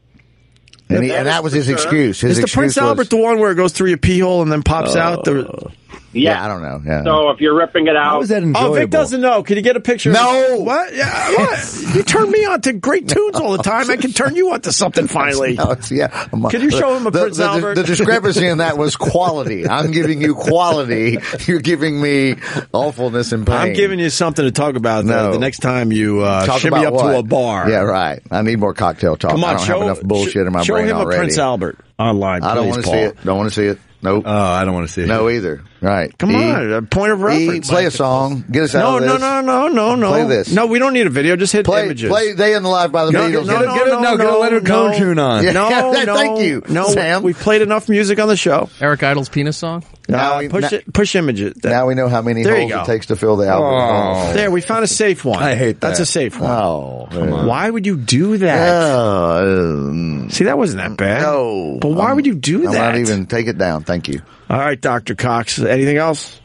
G: and, he, and that was his excuse. His
B: is the
G: excuse
B: Prince
G: was,
B: Albert the one where it goes through your pee hole and then pops out?
D: Uh,
B: The,
D: Yeah.
G: I don't know. Yeah.
D: So if you're ripping it out,
B: Oh, Vic doesn't know. Can you get a picture?
G: No.
B: Of what? Yeah, what? you turn me on to great tunes all the time. I can turn you on to something finally.
G: No, it's- yeah. I'm-
B: Can you show him a
G: the,
B: Prince
G: the,
B: Albert?
G: The, discrepancy in that was quality. I'm giving you quality. You're giving me awfulness and pain.
B: I'm giving you something to talk about though,
G: No.
B: the next time you uh,
G: Talk
B: shimmy
G: about
B: up
G: what?
B: to a bar.
G: Yeah, right. I need more cocktail talk.
B: Come on,
G: I don't
B: show-
G: have enough bullshit in my
B: show
G: brain
B: him a
G: already.
B: Prince Albert
J: online.
G: I don't
B: please,
G: want to
B: Paul. Uh,
G: see it. Don't want to see it. Nope.
J: Oh, I don't want to see it.
G: No either. Right.
B: Come
G: E,
B: on, a point of
G: E,
B: reference.
G: play a song. Get us
B: No,
G: out of
B: no,
G: this.
B: no, no, no, no.
G: Play this.
B: No, we don't need a video. Just hit
G: Play,
B: images.
G: play They in the Life by the
B: No,
G: Beatles.
B: no,
G: Get a-
B: no,
G: get a-
B: no,
G: get a Leonard
B: no,
G: Cohen tune on.
B: No,
G: Yeah,
B: no,
G: thank you,
B: No,
G: Sam.
B: we've played enough music on the show.
G: Eric Idle's penis song?
B: Uh, push it, push images.
G: Now we know how many
B: There you
G: holes
B: go.
G: it takes to fill the
B: Oh.
G: album.
B: There, we found a safe one.
G: I hate
B: That's
G: that.
B: a safe one.
G: Oh, man.
B: why would you do that? See, that wasn't that bad.
G: No,
B: but why would you do
G: I'm
B: that?
G: not even take it down. Thank you.
B: All right, Doctor Cox. Anything else?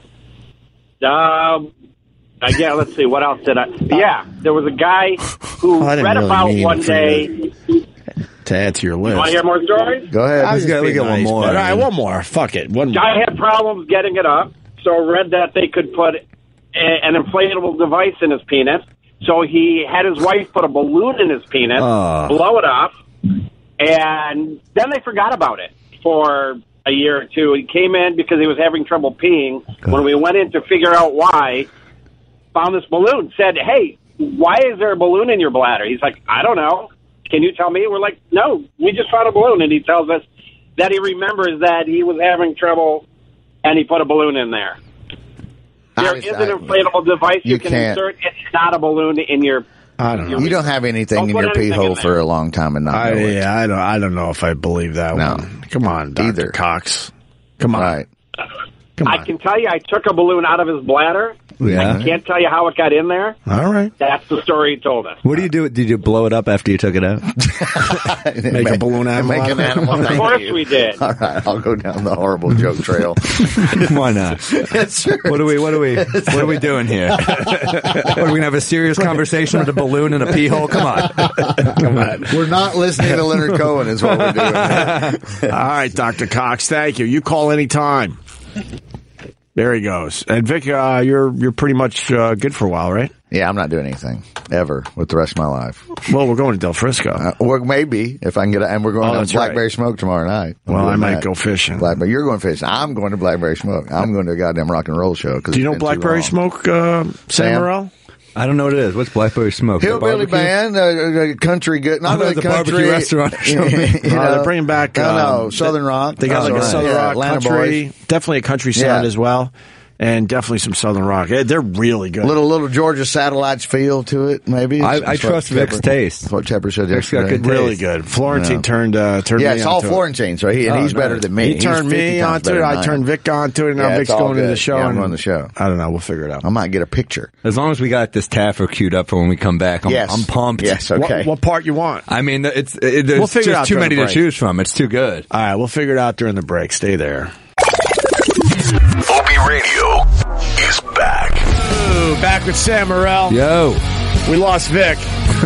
D: Um, uh, yeah, let's see. What else did I? Yeah, there was a guy who
B: I didn't
D: read
B: really
D: about
B: mean
D: one
B: for
D: day.
B: To add to your list.
D: Want to hear more stories?
G: Go ahead.
B: I was
G: Let's
B: just
G: go- we
B: being
G: get one
B: nice,
G: more.
B: but- All right, one more. Fuck it. One more.
D: Guy had problems getting it up, so read that they could put a, an inflatable device in his penis. So he had his wife put a balloon in his penis,
H: Ah.
D: blow it up, and then they forgot about it for a year or two. He came in because he was having trouble peeing. When we went in to figure out why, found this balloon. Said, "Hey, why is there a balloon in your bladder?" He's like, "I don't know." Can you tell me? We're like, no, we just found a balloon. And he tells us that he remembers that he was having trouble and he put a balloon in there. There is an inflatable device you,
G: you
D: can
G: can't-
D: insert. It's not a balloon in your.
G: I
D: don't know.
G: You don't have anything in
D: put
G: your pee
D: anything
G: hole for a long time and not
B: I,
G: know it.
B: yeah, I don't. I don't know if I believe that one. Come on, Doctor Cox. Come on. Come
D: I can tell you, I took a balloon out of his bladder.
J: Yeah.
D: I can't tell you how it got in there.
B: All right.
D: That's the story he told us.
J: What do you do? Did you blow it up after you took it out?
G: Make a balloon
J: animal
G: Make
J: out of
G: an
J: it.
G: animal.
J: Of
G: thank
J: course
G: you.
D: we did.
G: All right, I'll go down the horrible joke trail.
J: Why not? What are we? What are we? What are we doing here? what, are we gonna have a serious conversation with a balloon and a pee hole? Come on, come on.
G: We're not listening to Leonard Cohen, is what we're doing.
B: All right, Doctor Cox. Thank you. You call anytime. There he goes. And Vic, uh, you're you're pretty much uh, good for a while, right?
G: Yeah, I'm not doing anything ever with the rest of my life.
B: Well, we're going to Del Frisco.
G: Uh, well, maybe if I can get, a, and we're going
B: Oh,
G: to
B: that's right.
G: Blackberry Smoke tomorrow night. I'm
B: Well,
G: doing
B: I might go fishing.
G: Blackberry, you're going fishing. I'm going to Blackberry Smoke. I'm going to a goddamn rock and roll show.
B: Do you know Blackberry Smoke, uh, Sam
G: Sam?
B: Morril?
J: I don't know what it is. What's Blackberry Smoke? The
G: Hillbilly
J: barbecue?
G: band, a, country good,
J: I
G: not
J: thought it
G: really
J: was a
G: country
J: barbecue restaurant or something.
G: you
B: Uh,
G: know.
B: they're bringing back.
G: No, no,
B: um,
G: Southern Rock.
B: They got like
G: Southern Rock.
B: a
G: Yeah,
B: Southern Rock
G: Atlanta
B: country,
G: Boys.
B: definitely a country sound
G: Yeah.
B: as well, and definitely some Southern Rock. Eh, They're really good.
G: Little little Georgia satellites feel to it, maybe.
B: I-
G: That's
B: I
G: what
B: trust Vic's
G: Tepper-
B: taste.
G: That's what Tepper said
B: Vic's got
G: yesterday.
B: good Really taste. good. Florentine turned, uh, turned
G: Yeah,
B: me
G: it's
B: onto
G: all
B: it.
G: Florentine, so he and
B: Oh,
G: he's
B: no.
G: better than me.
B: He
G: He's
B: turned
G: 50
B: me
G: times
B: onto
G: better
B: it.
G: than
B: I turned Vic onto it. and Now
G: Yeah, it's
B: Vic's
G: all
B: going to
G: good.
B: the show.
G: Yeah, I'm
B: and
G: running the show.
B: I don't know. We'll figure it out.
G: I might get a picture.
J: As long as we got this Taffer queued up for when we come back, I'm,
G: Yes.
J: I'm pumped.
G: Yes, okay.
B: What, what part you want?
J: I mean, it's it, there's
B: We'll figure it out
J: just too
B: during
J: many
B: the
J: to
B: break.
J: choose from. It's too good.
B: All right, we'll figure it out during the break. Stay there.
A: OB Radio is back.
B: Ooh, back with Sam Morrell.
J: Yo,
B: we lost Vic.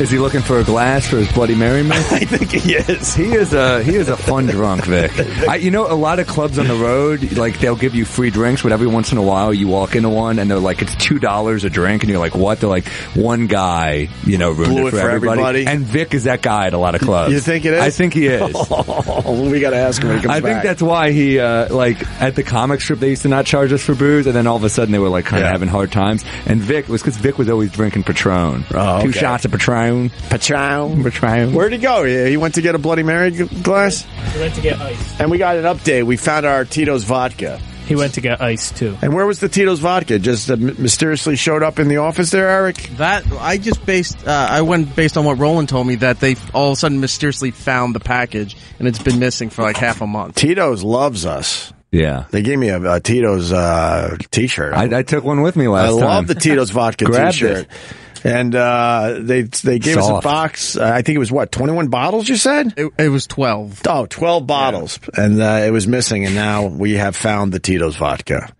J: is he looking for a glass for his Bloody Mary? Man?
B: I think he is.
J: He is a he is a fun drunk, Vic. I, you know, a lot of clubs on the road, like they'll give you free drinks, but every once in a while you walk into one and they're like, it's two dollars a drink, and you're like, what? They're like, one guy, you know, ruined
B: Blew
J: it for, everybody.
B: everybody.
J: And Vic is that guy at a lot of clubs.
B: You think it is?
J: I think he is.
B: Oh, we got to ask him when he comes
J: I think
B: back.
J: that's why he uh, like at the comic strip they used to not charge us for booze, and then all of a sudden they were like kind of having hard times. And Vic it was because Vic was always drinking Patron, two
B: Oh, okay.
J: shots of Patron,
B: Patron,
J: Patron.
B: Where'd he go? He he went to get a Bloody Mary g- glass?
F: He went to get ice.
B: And we got an update. We found our Tito's vodka.
F: He went to get ice too.
B: And where was the Tito's vodka? Just uh, m- mysteriously showed up in the office there, Eric?
C: That I just based. Uh, I went based on what Roland told me that they all of a sudden mysteriously found the package and it's been missing for like half a month.
B: Tito's loves us.
J: Yeah.
B: They gave me a, a Tito's uh, t shirt.
J: I, I took one with me
B: I
J: last time.
B: love the Tito's vodka
J: Grabbed
B: T-shirt. And uh, they they gave us a
J: Soft.
B: box. Uh, I think it was what twenty one bottles. You said
C: it, it was twelve.
B: Oh, 12 bottles, and uh, it was missing. And now we have found the Tito's vodka.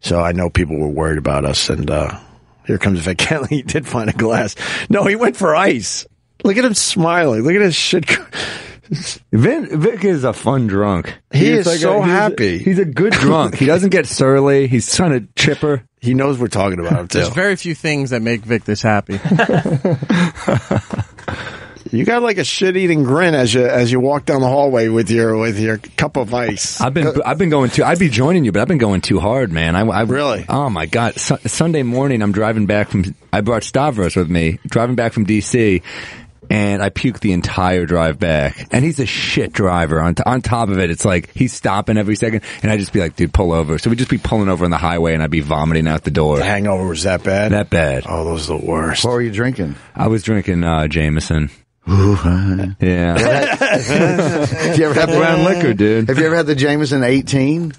B: So I know people were worried about us. And uh, here comes Vic Kelly. He did find a glass. No, he went for ice. Look at him smiling. Look at his shit.
J: Vin, Vic is a fun drunk.
B: He
J: He's
B: is
J: like a-
B: so
J: he's a-
B: happy.
J: he's a good drunk. he doesn't get surly. He's kind of chipper.
B: He knows we're talking about him too.
C: There's very few things that make Vic this happy.
B: You got like a shit eating grin as you as you walk down the hallway with your with your cup of ice.
J: I've been I've been going too. I'd be joining you, but I've been going too hard, man. I, I really. Oh my god! Su- Sunday morning, I'm driving back from. I brought Stavros with me. Driving back from DC, and I puked the entire drive back. And he's a shit driver. On t- on top of it, it's like he's stopping every second, and I'd just be like, "Dude, pull over." So we'd just be pulling over on the highway, and I'd be vomiting out the door. The
B: hangover was that bad.
J: That bad.
B: Oh, those are the worst.
G: What were you drinking?
J: I was drinking uh, Jameson. yeah.
G: Have you ever had
J: Brown liquor, dude?
G: Have you ever had the Jameson 18?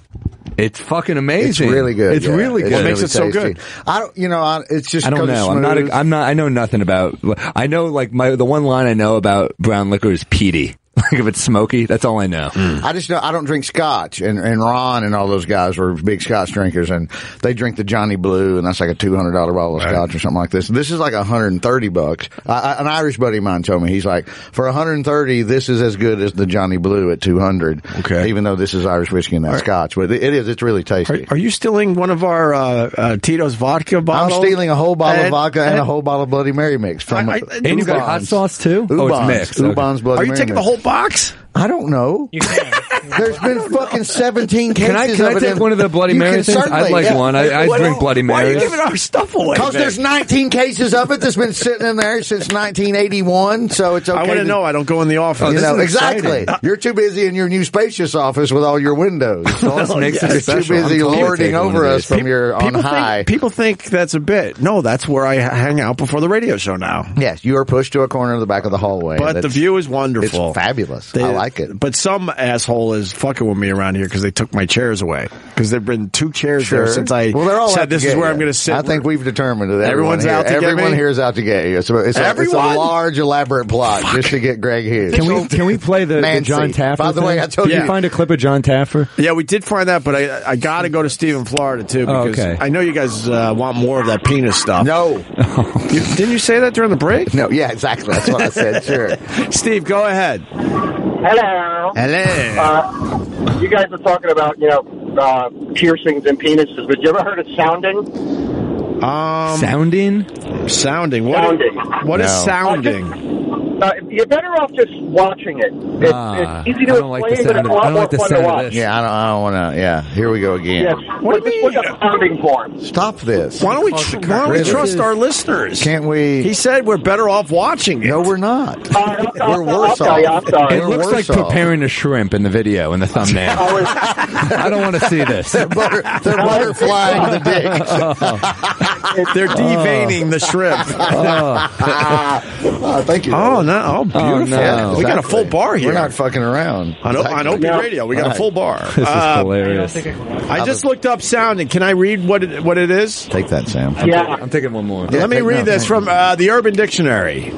J: It's fucking amazing.
G: It's really good.
J: It's
G: yeah.
J: really good. What makes
G: really
J: it so good?
G: tasty. I don't, you know, I, it's just
J: I don't
G: 'cause
J: know.
G: it's
J: I'm not.
G: smooth.
J: A, I'm not. I know nothing about. I know like my the one line I know about brown liquor is peaty. Like if it's smoky, that's all I know.
B: Hmm.
G: I just know I don't drink scotch, and, and Ron and all those guys were big scotch drinkers, and they drink the Johnny Blue, and that's like a two hundred dollar bottle of scotch or something like this. This is like hundred and thirty bucks. I, I, an Irish buddy of mine told me he's like, for hundred and thirty, this is as good as the Johnny Blue at two hundred. Okay, even though this is Irish whiskey and not scotch, but it, it is. It's really tasty.
B: Are you stealing one of our uh, uh, Tito's vodka
G: I'm
B: bottles?
G: stealing a whole bottle
B: And-
G: of vodka and,
B: and-
G: a whole bottle of Bloody Mary mix from
B: I- I-
G: Ubon's.
B: And you got hot
J: sauce too?
G: Ubon's,
J: Oh, it's mixed. Okay.
G: Ubon's Bloody
B: Are you
G: Mary
B: taking the
G: mix.
B: whole box?
G: I don't know. There's been fucking 17 cases.
J: Can I- can I
G: of it
J: take
G: in-
J: one of the Bloody
G: You
J: Mary
G: can
J: things? I'd
G: certainly,
J: like
G: yeah.
J: one. I- I
G: Why-
J: drink Bloody
G: why are you
J: Marys.
G: giving
B: our stuff away,
G: Because
B: man?
G: there's 19 cases of it that's been sitting in there since 1981, so it's okay.
B: I want to know. I don't go in the office.
G: you know, exactly. You're too busy in your new spacious office with all your windows.
B: Oh, yes.
G: You're too busy lording over us from
B: Pe-
G: your on
B: people
G: high.
B: Think, people think that's a bit. No, that's where I h- hang out before the radio show now.
G: Yes, you are pushed to a corner of the back of the hallway.
B: But the
G: That's-
B: view is wonderful.
G: It's fabulous. I like it.
B: But some asshole is fucking with me around here because they took my chairs away. Because there've been two chairs there since I
G: well, they're all out
B: said
G: to
B: this is
G: get
B: where
G: you.
B: I'm going to sit.
G: I think we've determined that everyone
B: Everyone's
G: here,
B: out to get
G: everyone
B: me?
G: here is out to get you. It's a, it's a- it's a
B: Everyone?
G: large, elaborate plot just to get Greg Hughes.
H: Can we can we play the, the
G: Nancy.
H: John Taffer?
G: By the way,
H: thing?
G: I told
H: Did
G: you-
H: you find a clip of John Taffer.
B: Yeah, we did find that, but I I got to go to Steve in Florida too
H: Oh,
B: because
H: okay.
B: I know you guys uh, want more of that penis stuff.
G: No,
B: you, didn't you say that during the break?
G: No, yeah, exactly. That's what I said. Sure,
B: Steve, go ahead.
I: Hello.
B: Hello.
I: Uh, you guys are talking about you know uh, piercings and penises, but you ever heard of sounding?
B: Um,
J: sounding,
B: sounding. What
I: Sounding.
B: what is
I: No.
B: sounding?
I: Uh, you're better off just watching it. It's,
H: uh,
G: Ah,
I: it's easy to explain, but it's a lot more fun to watch.
G: Yeah, I don't, I don't want to. Yeah, here we go again.
I: Yes. What do you mean? Look up sounding form.
G: Stop this.
B: Why don't we tr- why don't we trust our listeners?
G: Can't we?
B: He said we're better off watching it. No,
G: we're not.
I: We're
G: worse
I: Uh, I'll tell you, I'm
G: off.
I: sorry.
J: It
G: We're
J: looks like
G: worse off.
J: preparing a shrimp in the video in the thumbnail. I don't want to see this.
G: They're, butter, they're butterflying the dick.
B: They're deveining the shrimp.
G: oh, thank you.
B: Oh no! Oh, beautiful.
G: Yeah,
B: We got a full
G: exactly.
B: bar here.
G: We're not fucking around.
B: on, o- on
G: Exactly.
B: Open Radio, we got a
G: Right.
B: full bar. Uh,
G: This is
J: hilarious.
B: I just looked up sounding. Can I read what it, what it is?
G: Take that, Sam.
B: I'm Yeah. taking-
J: I'm taking one more.
B: Let me read this from uh, the Urban Dictionary.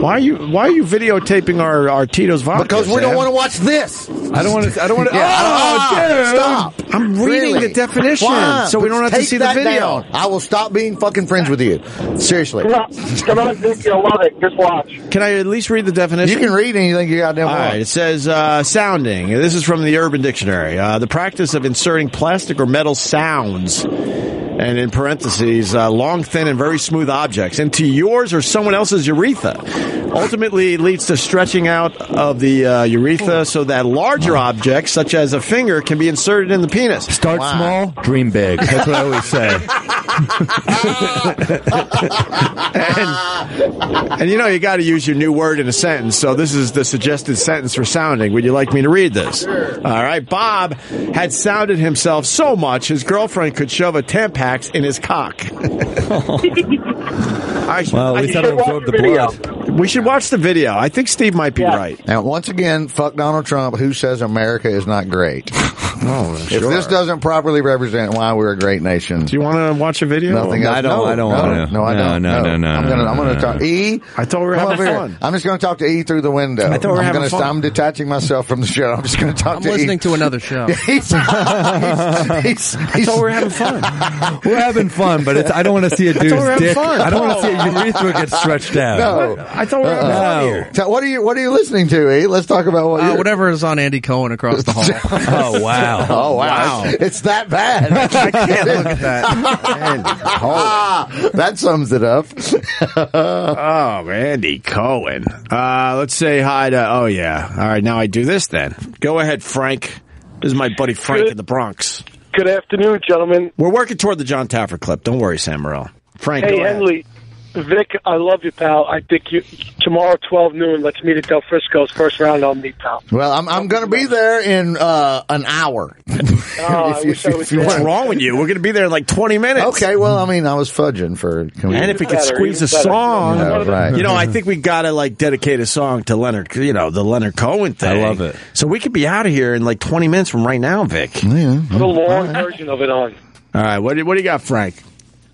B: Why are you Why are you videotaping our, our Tito's vodka?
G: Because we don't want to watch this.
J: I don't want to. I don't want to.
G: Yeah,
B: oh,
G: I don't-
B: dude.
G: Stop.
B: I'm reading
G: Really?
B: the definition,
G: Why?
B: so we don't have to
G: Take
B: see the
G: that
B: video.
G: down. I will stop being fucking friends with you. Seriously.
I: Come on, come on, Nick, you'll love it. Just watch.
B: Can I at least read the definition?
G: You can read anything you goddamn
B: All
G: want.
B: right, it says uh, sounding. This is from the Urban Dictionary. Uh, the practice of inserting plastic or metal sounds, and in parentheses, uh, long, thin, and very smooth objects, into yours or someone else's urethra. Ultimately, it leads to stretching out of the uh, urethra so that larger objects, such as a finger, can be inserted in the penis.
J: Start small, dream big. That's what I always say.
B: And you know, you got to use your new word in a sentence. So this is the suggested sentence for sounding. Would you like me to read this? All right. Bob had sounded himself so much his girlfriend could shove a Tampax in his cock. I,
J: well,
B: I-
J: at least I don't absorb the blood.
B: We should watch the video. I think Steve might be right.
G: Now, once again, fuck Donald Trump, who says America is not great.
B: Oh,
G: If this doesn't properly represent why we're a great nation, do
B: you want to watch a video?
G: Nothing
J: No,
G: else.
J: I don't-
G: No,
J: I don't
G: no,
J: wanna.
G: No, I
J: No,
G: don't.
J: no, no, no,
G: I'm
J: no,
G: gonna.
J: no,
G: I'm gonna
J: no,
G: talk.
J: no.
G: E.
B: I thought we were
G: come
B: having
G: over here.
B: fun.
G: I'm just gonna talk to E through the window.
B: I thought we were
G: I'm
B: having
G: gonna,
B: fun.
G: I'm detaching myself from the show. I'm just gonna talk
C: I'm
G: to. E.
C: listening to another show.
G: he's, he's, he's,
B: I thought we were having fun.
J: We're having fun, but it's, I don't want to see a
G: I thought we
J: dude's
G: were having
J: dick.
G: fun.
J: I don't want to see a urethra get stretched out.
G: No,
B: I thought we were having
G: Uh-uh.
B: fun here.
G: So what are you? What are you listening to? E? Let's talk about what.
C: Uh,
G: you're-
C: whatever is on Andy Cohen across the hall.
J: Oh wow!
G: Oh wow! It's, it's that bad. I can't
C: look at
G: that. Ah, that sums it up.
B: oh, Andy Cohen. Uh, let's say hi to. Oh yeah. All right. Now I do this then. Go ahead, Frank. This is my buddy Frank in the Bronx.
W: Good afternoon, gentlemen.
B: We're working toward the John Taffer clip. Don't worry, Sam Morril. Frank.
W: hey,
B: go ahead.
W: Henley. Vic, I love you, pal. I think you tomorrow, twelve noon. Let's meet at Del Frisco's first round. I'll meet pal.
G: Well, I'm I'm gonna be there in uh, an hour.
W: uh, I wish I was there.
B: What's wrong with you? We're going to be there in like 20 minutes.
G: Okay, well, I mean, I was fudging for. Can
B: And if we could
W: Better,
B: squeeze
W: even
B: a
W: better.
B: song,
G: Yeah, right. Mm-hmm.
B: you know, I think we got to like dedicate a song to Leonard, you know, the Leonard Cohen thing. I love it. So we could be out of here in like 20 minutes from right now, Vic.
W: Put a long version of it on.
B: All right, what do, what do you got, Frank?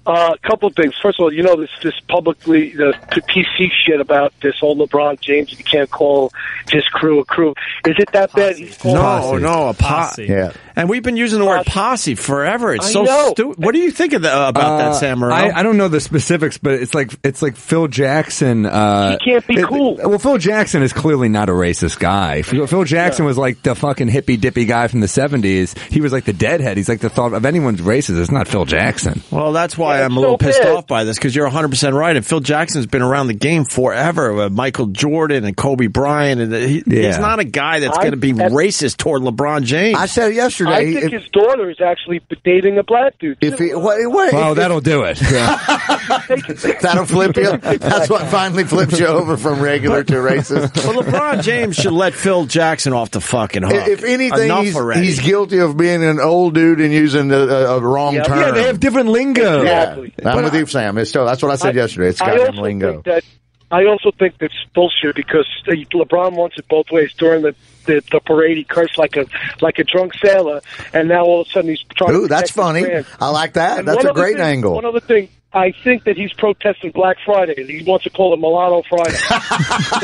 W: Uh, a couple of things. First of all, you know this this publicly the p- PC shit about this old LeBron James. You can't call his crew a crew. Is it that bad? He's called-
B: No, no, a posse.
G: Yeah.
B: And we've been using the word posse forever. It's
J: I
B: so
J: know.
B: stupid. What do you think of the, about
J: Uh,
B: that, Sam? Morril?
J: I, I don't know the specifics, but it's like it's like Phil Jackson. Uh,
B: He can't be
J: it-
B: cool.
J: Well, Phil Jackson is clearly not a racist guy. Phil Phil Jackson was like the fucking hippy dippy guy from the seventies. He was like the deadhead. He's like the thought of anyone's racist. It's not Phil Jackson.
B: Well, that's why I'm a little pissed off by this because you're 100% right. And Phil Jackson's been around the game forever with Michael Jordan and Kobe Bryant. And he, he's
W: Yeah.
B: not a guy that's
W: I-
B: going to be
W: that's-
B: racist toward LeBron James. I
G: said yesterday.
W: I think his daughter is actually dating a black dude.
G: If he, what, what,
J: Well,
G: if-
J: that'll do it.
G: That'll flip you. That's what finally flips you over from regular to racist.
B: well, LeBron James should let Phil Jackson off the fucking hook.
G: If anything,
B: Enough
G: he's,
B: already.
G: he's guilty of being an old dude and using a, a, a wrong term.
J: Yeah, they have different
B: Oh,
J: lingo.
G: Yeah. I'm with you, Sam. It's still, that's what I said yesterday. It's
W: I
G: goddamn
W: also
G: lingo.
W: think that- I also think that's bullshit because uh, LeBron wants it both ways. During the, the, the parade, he cursed like a like a drunk sailor, and now all of a sudden he's trying.
G: Ooh,
W: to
G: that's
W: protect
G: funny.
W: his brand.
G: I like that.
W: And
G: That's
W: one
G: a
W: other
G: great
W: thing-
G: angle.
W: One other thing, I think that he's protesting Black Friday, and he wants to call it Milano Friday.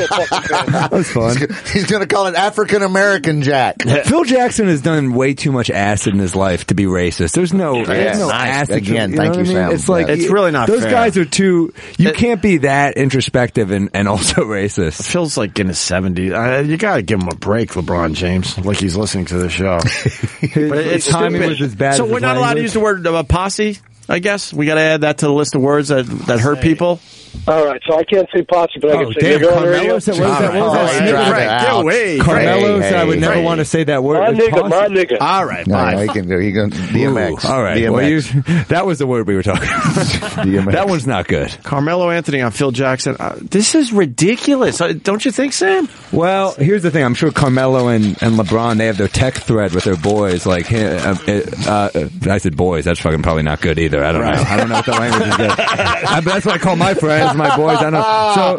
J: That's fun.
G: He's going to call it African American Jack.
J: Phil Jackson has done way too much acid in his life to be racist. There's no, there's no
G: nice.
J: acid.
G: Again,
J: you
G: thank you,
J: know what I mean?
G: Sam.
J: It's like
G: Yeah. It's really not
J: Those
G: fair.
J: guys are too. You can't be that introspective and, and also racist.
B: Phil's like in his 70s. Uh, you got to give him a break, LeBron James, like he's listening to the show. but
J: His timing
B: stupid.
J: was as bad
B: So
J: as
B: we're
J: his
B: not allowed to
J: language?
B: use the word uh, posse, I guess. We got to add that to the list of words that, that hurt people.
W: All right, so I can't say posse, but I can say
H: Oh, damn,
W: you're on the radio.
H: Carmelo said- what was that- what was that snippet? Frank, get away. Carmelo said, I would never want to say that word.
W: My
H: It's
W: nigga, my
H: possible.
W: nigga.
B: All right,
G: No, no, he can do. He can DMX.
J: Ooh, all right.
G: DMX.
J: Well, you, that was the word we were talking about. that one's not good.
B: Carmelo Anthony on Phil Jackson. Uh, this is ridiculous. Uh, don't you think, Sam?
J: Well, here's the thing. I'm sure Carmelo and, and LeBron, they have their tech thread with their boys. Like, hey, uh, uh, uh, I said boys. That's fucking probably not good either. I don't know. I don't know what the language is there. I, that's what I call my friends, my boys. I know.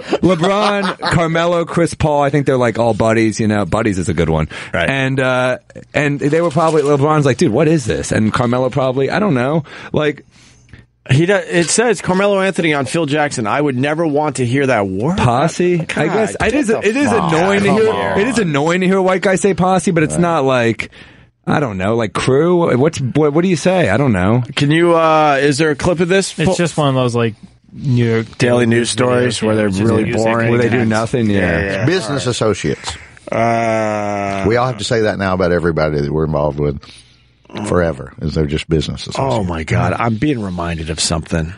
J: So LeBron, Carmelo, Chris Paul, I think they're like all buddies. You know, buddies is a good one. Right. And uh, and they were probably LeBron's like, dude, what is this? And Carmelo probably, I don't know. Like
B: he does, it says Carmelo Anthony on Phil Jackson. I would never want to hear that word.
J: Posse. I guess it is. It is annoying to hear. It is annoying to hear a white guy say posse, but it's not like I don't know, like crew. What's what, what do you say? I don't know.
B: Can you? uh Is there a clip of this?
F: It's just one of those like New York
B: daily news stories where they're
F: Just
B: really
F: music
B: boring.
F: Where they do
J: nothing. Yeah.
G: Business associates.
B: Uh,
G: we all have to say that now about everybody that we're involved with forever, is they're just business associates.
B: Oh my God! I'm being reminded of something.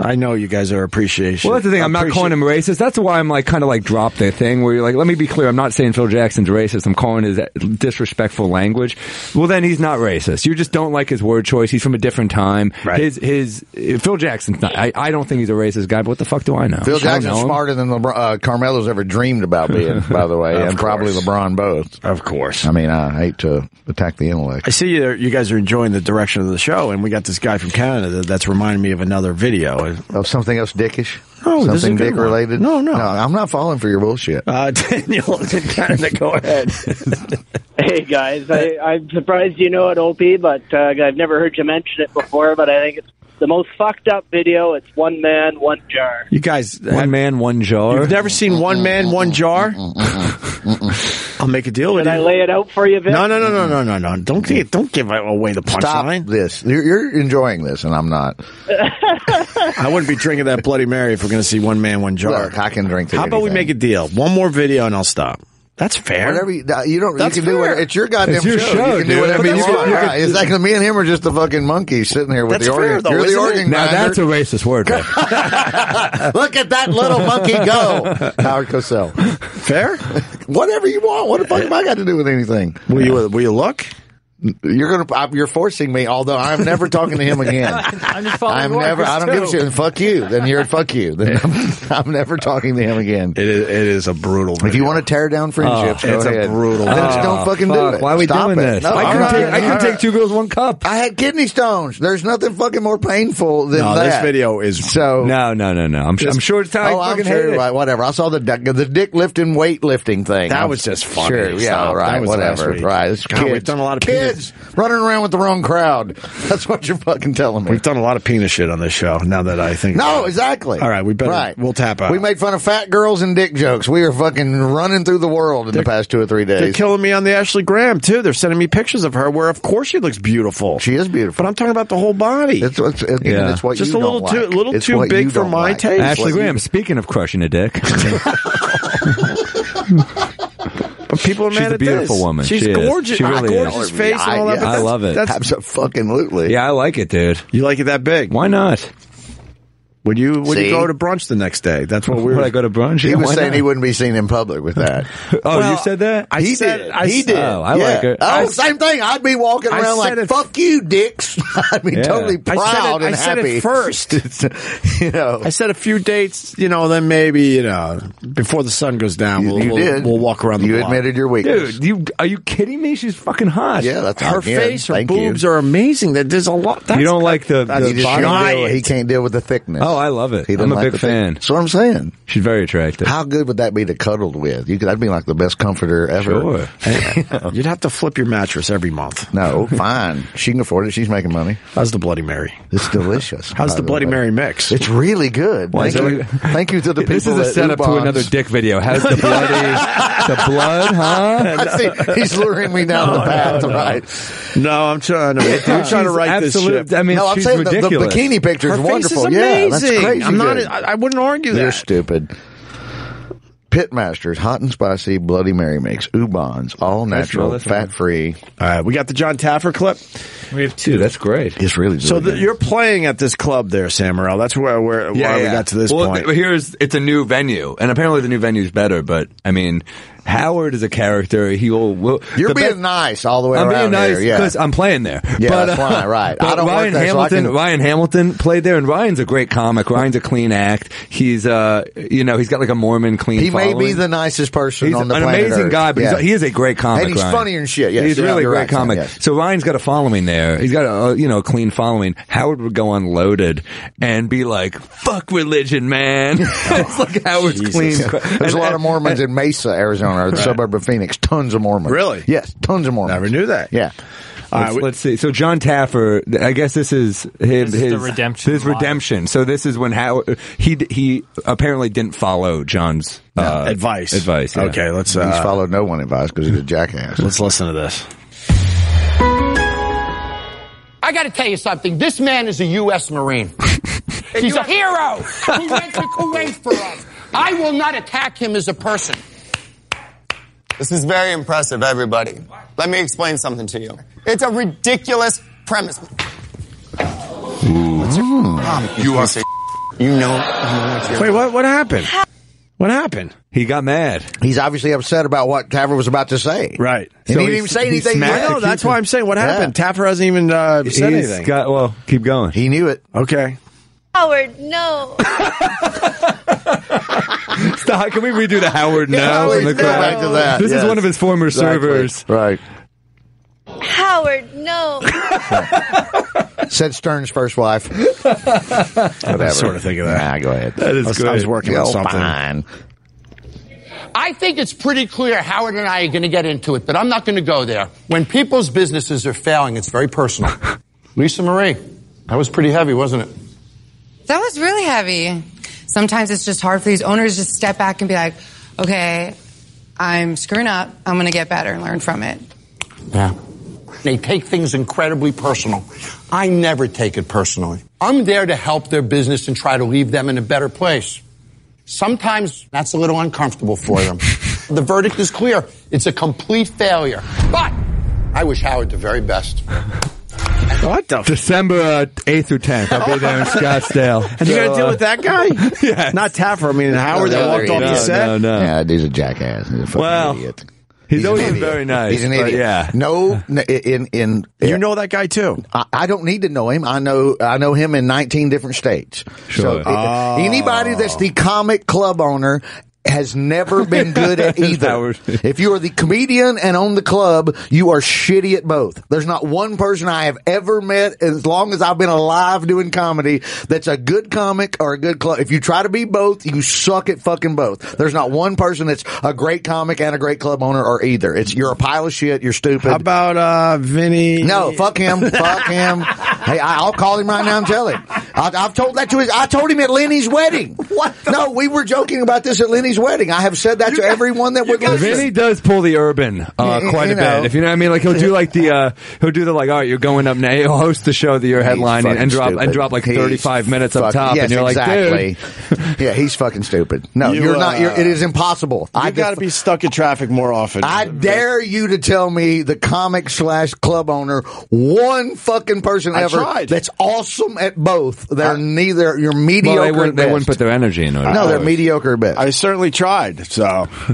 B: I know you guys are appreciation.
J: Well, that's the thing. I'm not calling him racist. That's why I'm like kind of like drop the thing where you're like, let me be clear. I'm not saying Phil Jackson's racist. I'm calling his uh, disrespectful language. Well, then he's not racist. You just don't like his word choice. He's from a different time. Right. His his Phil Jackson's not. I, I don't think he's a racist guy. But what the fuck do I
B: Oh,
J: know?
G: Phil
J: I don't
G: Jackson's
J: know him.
G: smarter than LeBron, uh, Carmelo's ever dreamed about being, by the way,
B: Of
G: and probably
B: course.
G: LeBron both.
B: Of course.
G: I mean, uh, I hate to attack the intellect.
B: I see you, you guys are enjoying the direction of the show, and we got this guy from Canada that- that's reminding me of another video.
G: Of something else dickish?
B: No, Oh, this is a
G: Something
B: good
G: dick
B: one.
G: related?
B: No, no.
G: I'm not falling for your bullshit.
B: Uh, Daniel is in Canada, go ahead.
E: Hey guys, I, I'm surprised you know it, OP, but uh, I've never heard you mention it before. But I think it's the most fucked up video. It's one man, one jar.
B: You guys,
J: one man, one jar.
B: You've never seen one man, one jar? I'll make a deal with
E: Should
B: you.
E: I lay it out for you, Vic?
B: No, no, no, no, no, no, no! Don't give, don't give away the
G: Stop
B: punchline.
G: this. You're, you're enjoying this, and I'm not.
B: I wouldn't be drinking that Bloody Mary if we're going to see one man, one jar.
G: Look, I can drink. to
B: How about we
G: anything.
B: make a deal? One more video, and I'll stop. That's fair.
G: Whatever you, uh, you don't,
B: That's
G: you can do
B: fair.
G: what, it's your goddamn
B: It's your
G: show.
B: show,
G: You can do
B: dude.
G: whatever
B: But
G: you
B: that's
G: want.
B: fair.
G: Right. It's like me and him are just the fucking monkeys sitting here with
B: That's
G: the organ.
B: fair, though,
G: you're the
B: isn't it?
G: organ
B: Now
G: grinder.
J: That's a racist word. Rick.
G: Look at that little monkey go, Howard Cosell.
B: Fair,
G: whatever you want. What the fuck have I got to do with anything?
B: Will you? Will you look?
G: You're gonna. I- You're forcing me. Although I'm never talking to him again.
T: I'm just
G: I'm never. I don't give a shit. And fuck you. Then you're fuck you. Then I'm, I'm never talking to him again.
B: It is, it is a brutal.
G: If you want to tear down friendships,
J: Oh,
G: go
J: it's a
G: ahead.
J: brutal
G: Then just
J: video. Oh,
G: don't fucking
J: Fuck,
G: do it.
J: why are we
G: Stop
J: doing
G: it.
J: this?
G: No,
J: I couldn't
G: all
J: take- I
G: all
J: couldn't take two girls, one cup.
G: I had kidney stones. There's nothing fucking more painful than
J: No,
G: that.
J: this video
B: is
G: so.
J: No, no, no, no. I'm, sure- I'm sure it's how I
G: oh,
J: fucking
G: I'm sure,
J: hate it.
G: right, whatever. I saw the dick- the dick lifting weightlifting thing.
B: That
G: I'm
B: was just funny.
G: Sure, yeah,
B: Stop.
G: right,
B: That was last
G: whatever,
B: week.
G: right. It's
B: God, we've
G: kids.
B: done a lot of peanut
G: kids running around with the wrong crowd. That's what you're fucking telling me.
B: We've done a lot of penis shit on this show. Now that I think,
G: No,
B: about it.
G: exactly.
B: All right, we better.
G: Right.
B: We'll tap out.
G: We made fun of fat girls and dick jokes. We are fucking running through the world in the past two or three
B: They're
G: days.
B: killing me on the Ashley Graham too. They're sending me pictures of her, where of course she looks beautiful. She
G: is beautiful,
B: but I'm talking about the whole body.
G: It's, it's, it's,
J: Yeah.
G: it's what
B: Just
G: you
B: a little
G: don't
B: too,
G: like.
B: little
G: It's
B: too
G: what
B: big
G: you
B: for
G: don't
B: my
G: like.
B: taste.
J: Ashley Graham, speaking of crushing a dick,
B: but people are
J: she's
B: mad
J: a
B: at
J: beautiful
B: this.
J: woman.
B: She's
J: She is.
B: gorgeous,
J: She really
B: gorgeous
J: is.
B: face and all that. but
J: I
B: that's-
J: love it.
B: that's-
G: Absolutely.
J: Yeah, I like it, dude.
B: You like it that big?
J: Why not?
B: Would you Would
J: See?
B: you go to brunch the next day? That's what we
J: Would
B: were.
J: I go to brunch?
G: He
J: Yeah,
G: was
J: why
G: saying
J: not?
G: he wouldn't be seen in public with that.
J: Oh, you said that?
B: I
G: he
B: said-
G: did.
B: I
G: he
B: s-
G: did.
J: Oh, I
G: Yeah.
J: like it.
G: Oh,
J: I s-
G: same thing. I'd be walking
J: I
G: around
J: said
G: like,
J: it-
G: "Fuck you, dicks." I'd be
B: Yeah.
G: totally
B: I said it-
G: proud and
B: I said it
G: happy.
B: first.
G: you know,
B: I said a few dates, you know, then maybe, you know, before the sun goes down, we'll,
G: you
B: we'll,
G: did.
B: we'll walk around the
G: You
B: block.
G: admitted your weakness.
J: Dude, you are you kidding me? She's fucking hot.
G: Yeah, that's
B: Her
G: again,
B: face, her
G: thank
B: boobs
G: you.
B: are amazing. That There's a lot. That's,
J: you don't like the,
B: that's
J: the
G: he, just
J: bottom-
G: can't deal, he can't deal with the thickness.
J: Oh, I love it.
G: He doesn't
J: I'm a
G: like
J: big
G: the thick-
J: fan.
G: That's what I'm saying.
J: She's very attractive.
G: How good would that be to cuddle with? You could. That'd be like the best comforter ever.
B: Sure. You'd have to flip your mattress every month.
G: No, fine. She can afford it. She's making money.
B: How's the Bloody Mary?
G: It's delicious.
B: How's
G: by
B: the Bloody
G: way.
B: Mary mix?
G: It's really good.
J: Why
G: Thank
J: is
G: you.
J: it-
G: Thank you to the people.
J: This is a
G: at
J: setup to
G: Ubon's.
J: another dick video. How's the bloody the blood, huh?
G: I see, he's luring me down the path, right?
B: No, I'm trying to. I'm trying to
J: She's
B: write this
J: absolute-
B: shit.
J: I mean,
G: no, I'm
J: she's
G: saying the-
J: ridiculous.
G: The, bikini picture is
B: Her face is
G: wonderful. yeah, that's
B: amazing.
G: crazy.
B: I'm not.
G: good.
B: I, I wouldn't argue
G: You're
B: that.
G: stupid. Pit Masters, hot and spicy Bloody Mary makes Ubon's all natural,
B: this one.
G: fat free.
B: All right, we got the John Taffer clip.
F: We have two.
J: Dude, that's great.
G: It's really
B: So
G: really
B: the, you're playing at this club there, Samarel. That's where where, why we got to this
J: well,
B: point.
J: th- here's it's a new venue, and apparently the new venue's better. But I mean, Howard is a character. He will. will
G: good. You're
J: the
G: being
J: be-
G: nice all the way
J: I'm being
G: around
J: nice
G: here. Yeah.
J: I'm playing there.
G: Yeah,
J: but, uh,
G: that's why, right.
J: but
G: I don't work
J: Ryan
G: there, so I
J: Hamilton.
G: can-
J: Ryan Hamilton played there, and Ryan's a great comic. Ryan's a clean act. He's uh, you know, he's got like a Mormon clean.
G: he may be
J: following.
G: the nicest person
J: He's
G: on
J: an
G: the planet
J: amazing
G: Earth.
J: guy, but
G: Yeah.
J: he's, he is a great comic.
G: And he's
J: Ryan.
G: funny and shit. Yes,
J: he's
G: yeah,
J: really a
G: you're
J: great
G: right, Sam,
J: comic.
G: yes.
J: So Ryan's got a following there. He's got a uh, you know a clean following. Howard would go unloaded and be like, "Fuck religion, man." it's like Howard's clean.
G: There's a lot of Mormons in Mesa, Arizona, the suburb of Phoenix. Tons of Mormons.
B: Really?
G: Yes, tons of Mormons.
B: Never knew that.
G: Yeah.
B: All
J: Let's,
B: right, we-
J: let's see. So John Taffer, th- I guess this is him, his,
F: This is the redemption
J: His
F: live.
J: redemption. So this is when Howard he d- he apparently didn't follow John's uh,
B: advice.
J: Advice. yeah.
B: Okay, let's
G: He's
B: uh,
G: followed no one advice because he's a jackass.
B: let's listen to this.
K: I got to tell you something. This man is a U.S. Marine. He's a hero who went to Kuwait for us. I will not attack him as a person.
L: This is very impressive, everybody. Let me explain something to you. It's a ridiculous premise.
K: You are. You know.
B: Wait, what what happened? What happened?
J: He got mad.
G: He's obviously upset about what Tavern was about to say.
B: Right.
G: And
J: So
G: he didn't
J: he-
G: even say
J: he
G: anything.
J: smacked
B: I know.
J: the
B: That's
J: keeper.
B: why I'm saying what
G: Yeah.
B: happened. Taffer hasn't even uh,
J: He's
B: said anything.
J: got well. Keep going.
G: He knew it.
B: okay.
V: Howard, no.
J: Stop. Can we redo the Howard now?
G: Please
J: from the
G: go
J: clip?
G: back to that.
J: This
G: Yes.
J: is one of his former
G: Exactly.
J: servers.
G: Right.
V: Howard, no.
G: Said Stern's first wife. Whatever.
B: sort of thinking that.
G: Nah, go ahead.
B: That is
G: I was,
B: good.
G: I was working on
B: Yeah,
G: something.
B: fine.
K: I think it's pretty clear Howard and I are going to get into it, but I'm not going to go there. When people's businesses are failing, it's very personal. Lisa Marie, that was pretty heavy, wasn't it?
M: That was really heavy. Sometimes it's just hard for these owners to step back and be like, okay, I'm screwing up. I'm going to get better and learn from it.
K: Yeah. They take things incredibly personal. I never take it personally. I'm there to help their business and try to leave them in a better place. Sometimes that's a little uncomfortable for them. the verdict is clear. It's a complete failure. But I wish Howard the very best.
B: What the? F-
J: December uh, eighth through tenth. I'll be there in Scottsdale.
B: and you got to deal with that guy? yeah. Not Taffer. I mean, Howard that walked off
J: no,
B: the set.
J: No, no.
G: Yeah, he's a jackass. He's a fucking
J: Well,
G: idiot.
J: He's,
G: an
J: always been
G: idiot.
J: very nice.
G: He's an
J: but
G: idiot.
J: Yeah.
G: No, n- in in
B: You know that guy too.
G: I, I don't need to know him. I know I know him in 19 different states.
J: Sure. Ah.
G: So uh, anybody that's the comic club owner has never been good at either. if you are the comedian and own the club, you are shitty at both. There's not one person I have ever met as long as I've been alive doing comedy that's a good comic or a good club. If you try to be both, you suck at fucking both. There's not one person that's a great comic and a great club owner or either. It's you're a pile of shit, you're stupid. How
P: about uh Vinny?
G: No, fuck him. fuck him. Hey, I- I'll call him right now and tell him. I- I've told that to his I told him at Lenny's wedding. What? no, we were joking about this at Lenny's wedding. I have said that to everyone that would listen.
J: Vinny does pull the urban uh,
G: Yeah,
J: quite
G: you
J: a bit.
G: know.
J: If you know what I mean, like he'll do like the uh, he'll do the like, all right, you're going up now. He'll host the show that you're headlining
G: fucking
J: and drop and
G: stupid.
J: drop like
G: He's
J: 35 minutes up
G: fucking-
J: top,
G: yes,
J: and you're like,
G: exactly.
J: dude,
G: yeah, he's fucking stupid. No,
J: You,
G: you, are
J: uh,
G: not. You're, it is impossible. I
B: You got to be stuck in traffic more often.
G: I dare you to tell me the comic slash club owner, one fucking person
B: I
G: ever
B: tried.
G: that's awesome at both. They're neither. You're mediocre.
J: well, they wouldn't
G: at
J: they wouldn't
G: best.
J: put their energy in it.
G: No, they're mediocre at best.
B: I certainly tried. So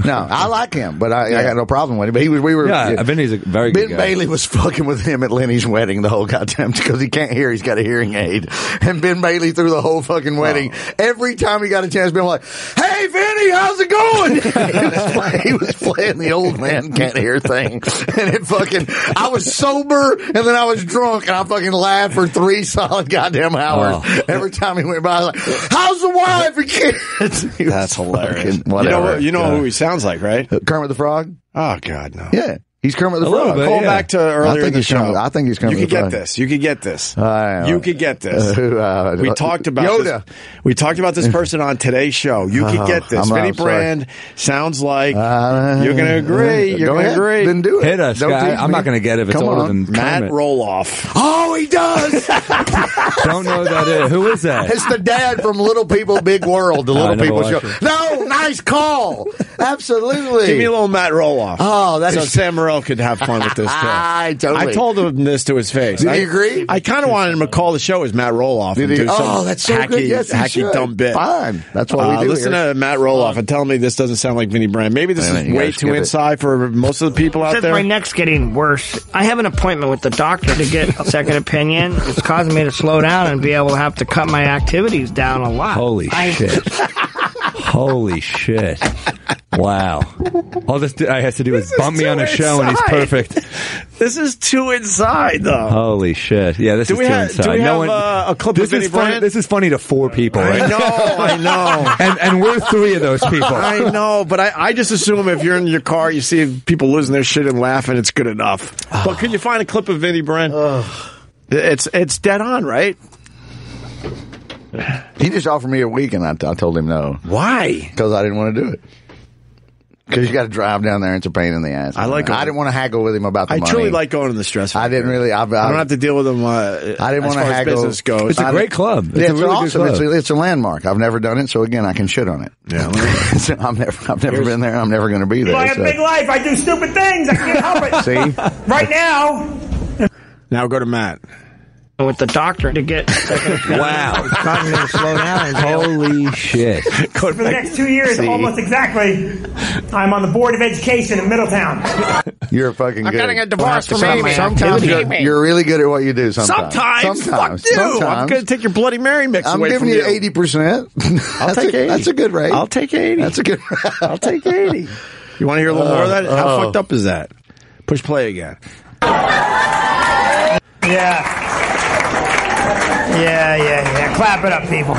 G: no, I like him, but I, I got no problem with him. But he was we were
J: Yeah, Vinny's a very
G: Ben
J: good guy.
G: Bailey was fucking with him at Lenny's wedding the whole goddamn because he can't hear. He's got a hearing aid, and Ben Bailey through the whole fucking wedding. Every time he got a chance, Ben was like, "Hey, Vinny, how's it going?" he, was playing, he was playing the old man can't hear thing, and it fucking. I was sober, and then I was drunk, and I fucking laughed for three solid goddamn hours. Every time he went by, I was like, "How's the wife and kids?" He was
B: That's hilarious.
G: fucking whatever.
B: You know, you know
G: Yeah.
B: who he sounds like, right?
G: Kermit the Frog.
B: Oh God, no.
G: Yeah, he's Kermit the
B: A
G: Frog.
B: little bit, Call yeah. back to earlier
G: I think
B: in the
G: he's Kermit-
B: show.
G: I think he's Kermit
B: You could
G: the
B: get
G: Frog.
B: this. You could get this.
G: I know.
B: you could get this.
G: Uh, who, uh,
B: we
G: uh,
B: talked about
G: Yoda. Oh,
B: This. We talked about this person on today's show. You could get this.
G: I'm-
B: Vinny
G: I'm sorry.
B: Brand sounds like you're going to agree.
G: uh,
B: You're
G: go
B: going to
G: ahead.
B: agree.
G: Then do it.
J: Hit us,
B: Don't
J: guy.
B: tease
J: I'm
B: me.
J: not gonna get it if it's
B: Come
J: older
B: on.
J: than
B: Matt
J: Kermit.
B: Roloff.
G: Oh, he does.
J: don't know who that is. Who is that?
G: It's the dad from Little People Big World, the
J: Oh, I
G: Little
J: never
G: People show.
J: watched it.
G: No, nice call. Absolutely.
B: Give me a little Matt Roloff.
G: Oh, that's
B: so
G: a-
B: Sam Morril could have fun with this. Too.
G: I totally-
B: I told him this to his face.
G: Did
B: I
G: he agree?
B: I kind of wanted him to call the show as Matt Roloff.
G: Did
B: and
G: he-
B: do some
G: oh, that's so
B: hacky,
G: good. Yes, he
B: hacky
G: should.
B: dumb bit.
G: Fine. That's what we
B: Uh,
G: do
B: Listen
G: here.
B: to Matt Roloff and tell me this doesn't sound like Vinny Brand. Maybe this
G: Wait a minute,
B: is
G: you
B: way
G: gotta skip
B: too
G: it.
B: inside for most of the people out
X: Since
B: there.
X: my neck's getting worse, I have an appointment with the doctor to get a second opinion. It's causing me to slow down and be able to have to cut my activities down a lot.
J: Holy
X: I-
J: shit. Holy shit. Wow. All this I has to do is bump me on a show and he's
B: inside.
J: perfect.
B: This is too inside, though.
J: Holy shit. Yeah, this
B: Do
J: is
B: we
J: too
B: have- do
J: inside.
B: we
J: no
B: have,
J: one,
B: uh, a clip
J: this
B: of Vinnie
J: is funny,
B: Bryant?
J: This is funny to four people, right?
B: I know, I know.
J: and and we're three of those people.
B: I know, but I, I just assume if you're in your car, you see people losing their shit and laughing, it's good enough. but could you find a clip of Vinnie Brand? it's it's dead on, right?
G: He just offered me a week, and I, I told him no.
B: Why?
G: Because I didn't want to do it. Because you got to drive down there. It's a pain in the ass. I
B: like
G: I
B: him.
G: didn't want to haggle with him about the
B: I
G: money.
B: truly like going to the stress.
G: I didn't really. I've,
B: I
G: I've,
B: don't have to deal with them. Uh,
G: I didn't
B: as
G: want to
B: far as
G: haggle.
B: Business goes.
G: I- Yeah, it's awesome. It's, a, it's a landmark. I've never done it, so again, I can shit on it. Yeah, so I'm never. I've never been there. I'm never going to be
H: You know, I
G: there.
H: have a big life. I do stupid things. I can't help it.
G: so. See,
H: Right now,
B: now go to Matt.
X: With the doctor to get.
J: Wow.
X: It's causing me to slow down. and be able-
J: Holy shit.
H: for the next two years,
J: See?
H: almost exactly, I'm on the Board of Education in Middletown.
G: you're fucking.
H: I'm
G: good.
H: gonna get divorced
G: Some-
H: from Amy.
G: Sometimes
H: Amy.
G: you're, you're really good at what you do. Sometimes.
B: Sometimes, fuck you. I'm
G: Sometimes.
B: going to take your Bloody Mary mix
G: I'm
B: away
G: giving
B: from
G: you eighty percent. I'll
B: take 80.
G: That's a good rate.
B: I'll take 80.
G: That's a good. I'll
B: take eighty. You want to hear a little more of that? How fucked up is that? Push play again.
H: Yeah. Yeah, yeah, yeah. Clap it up, people.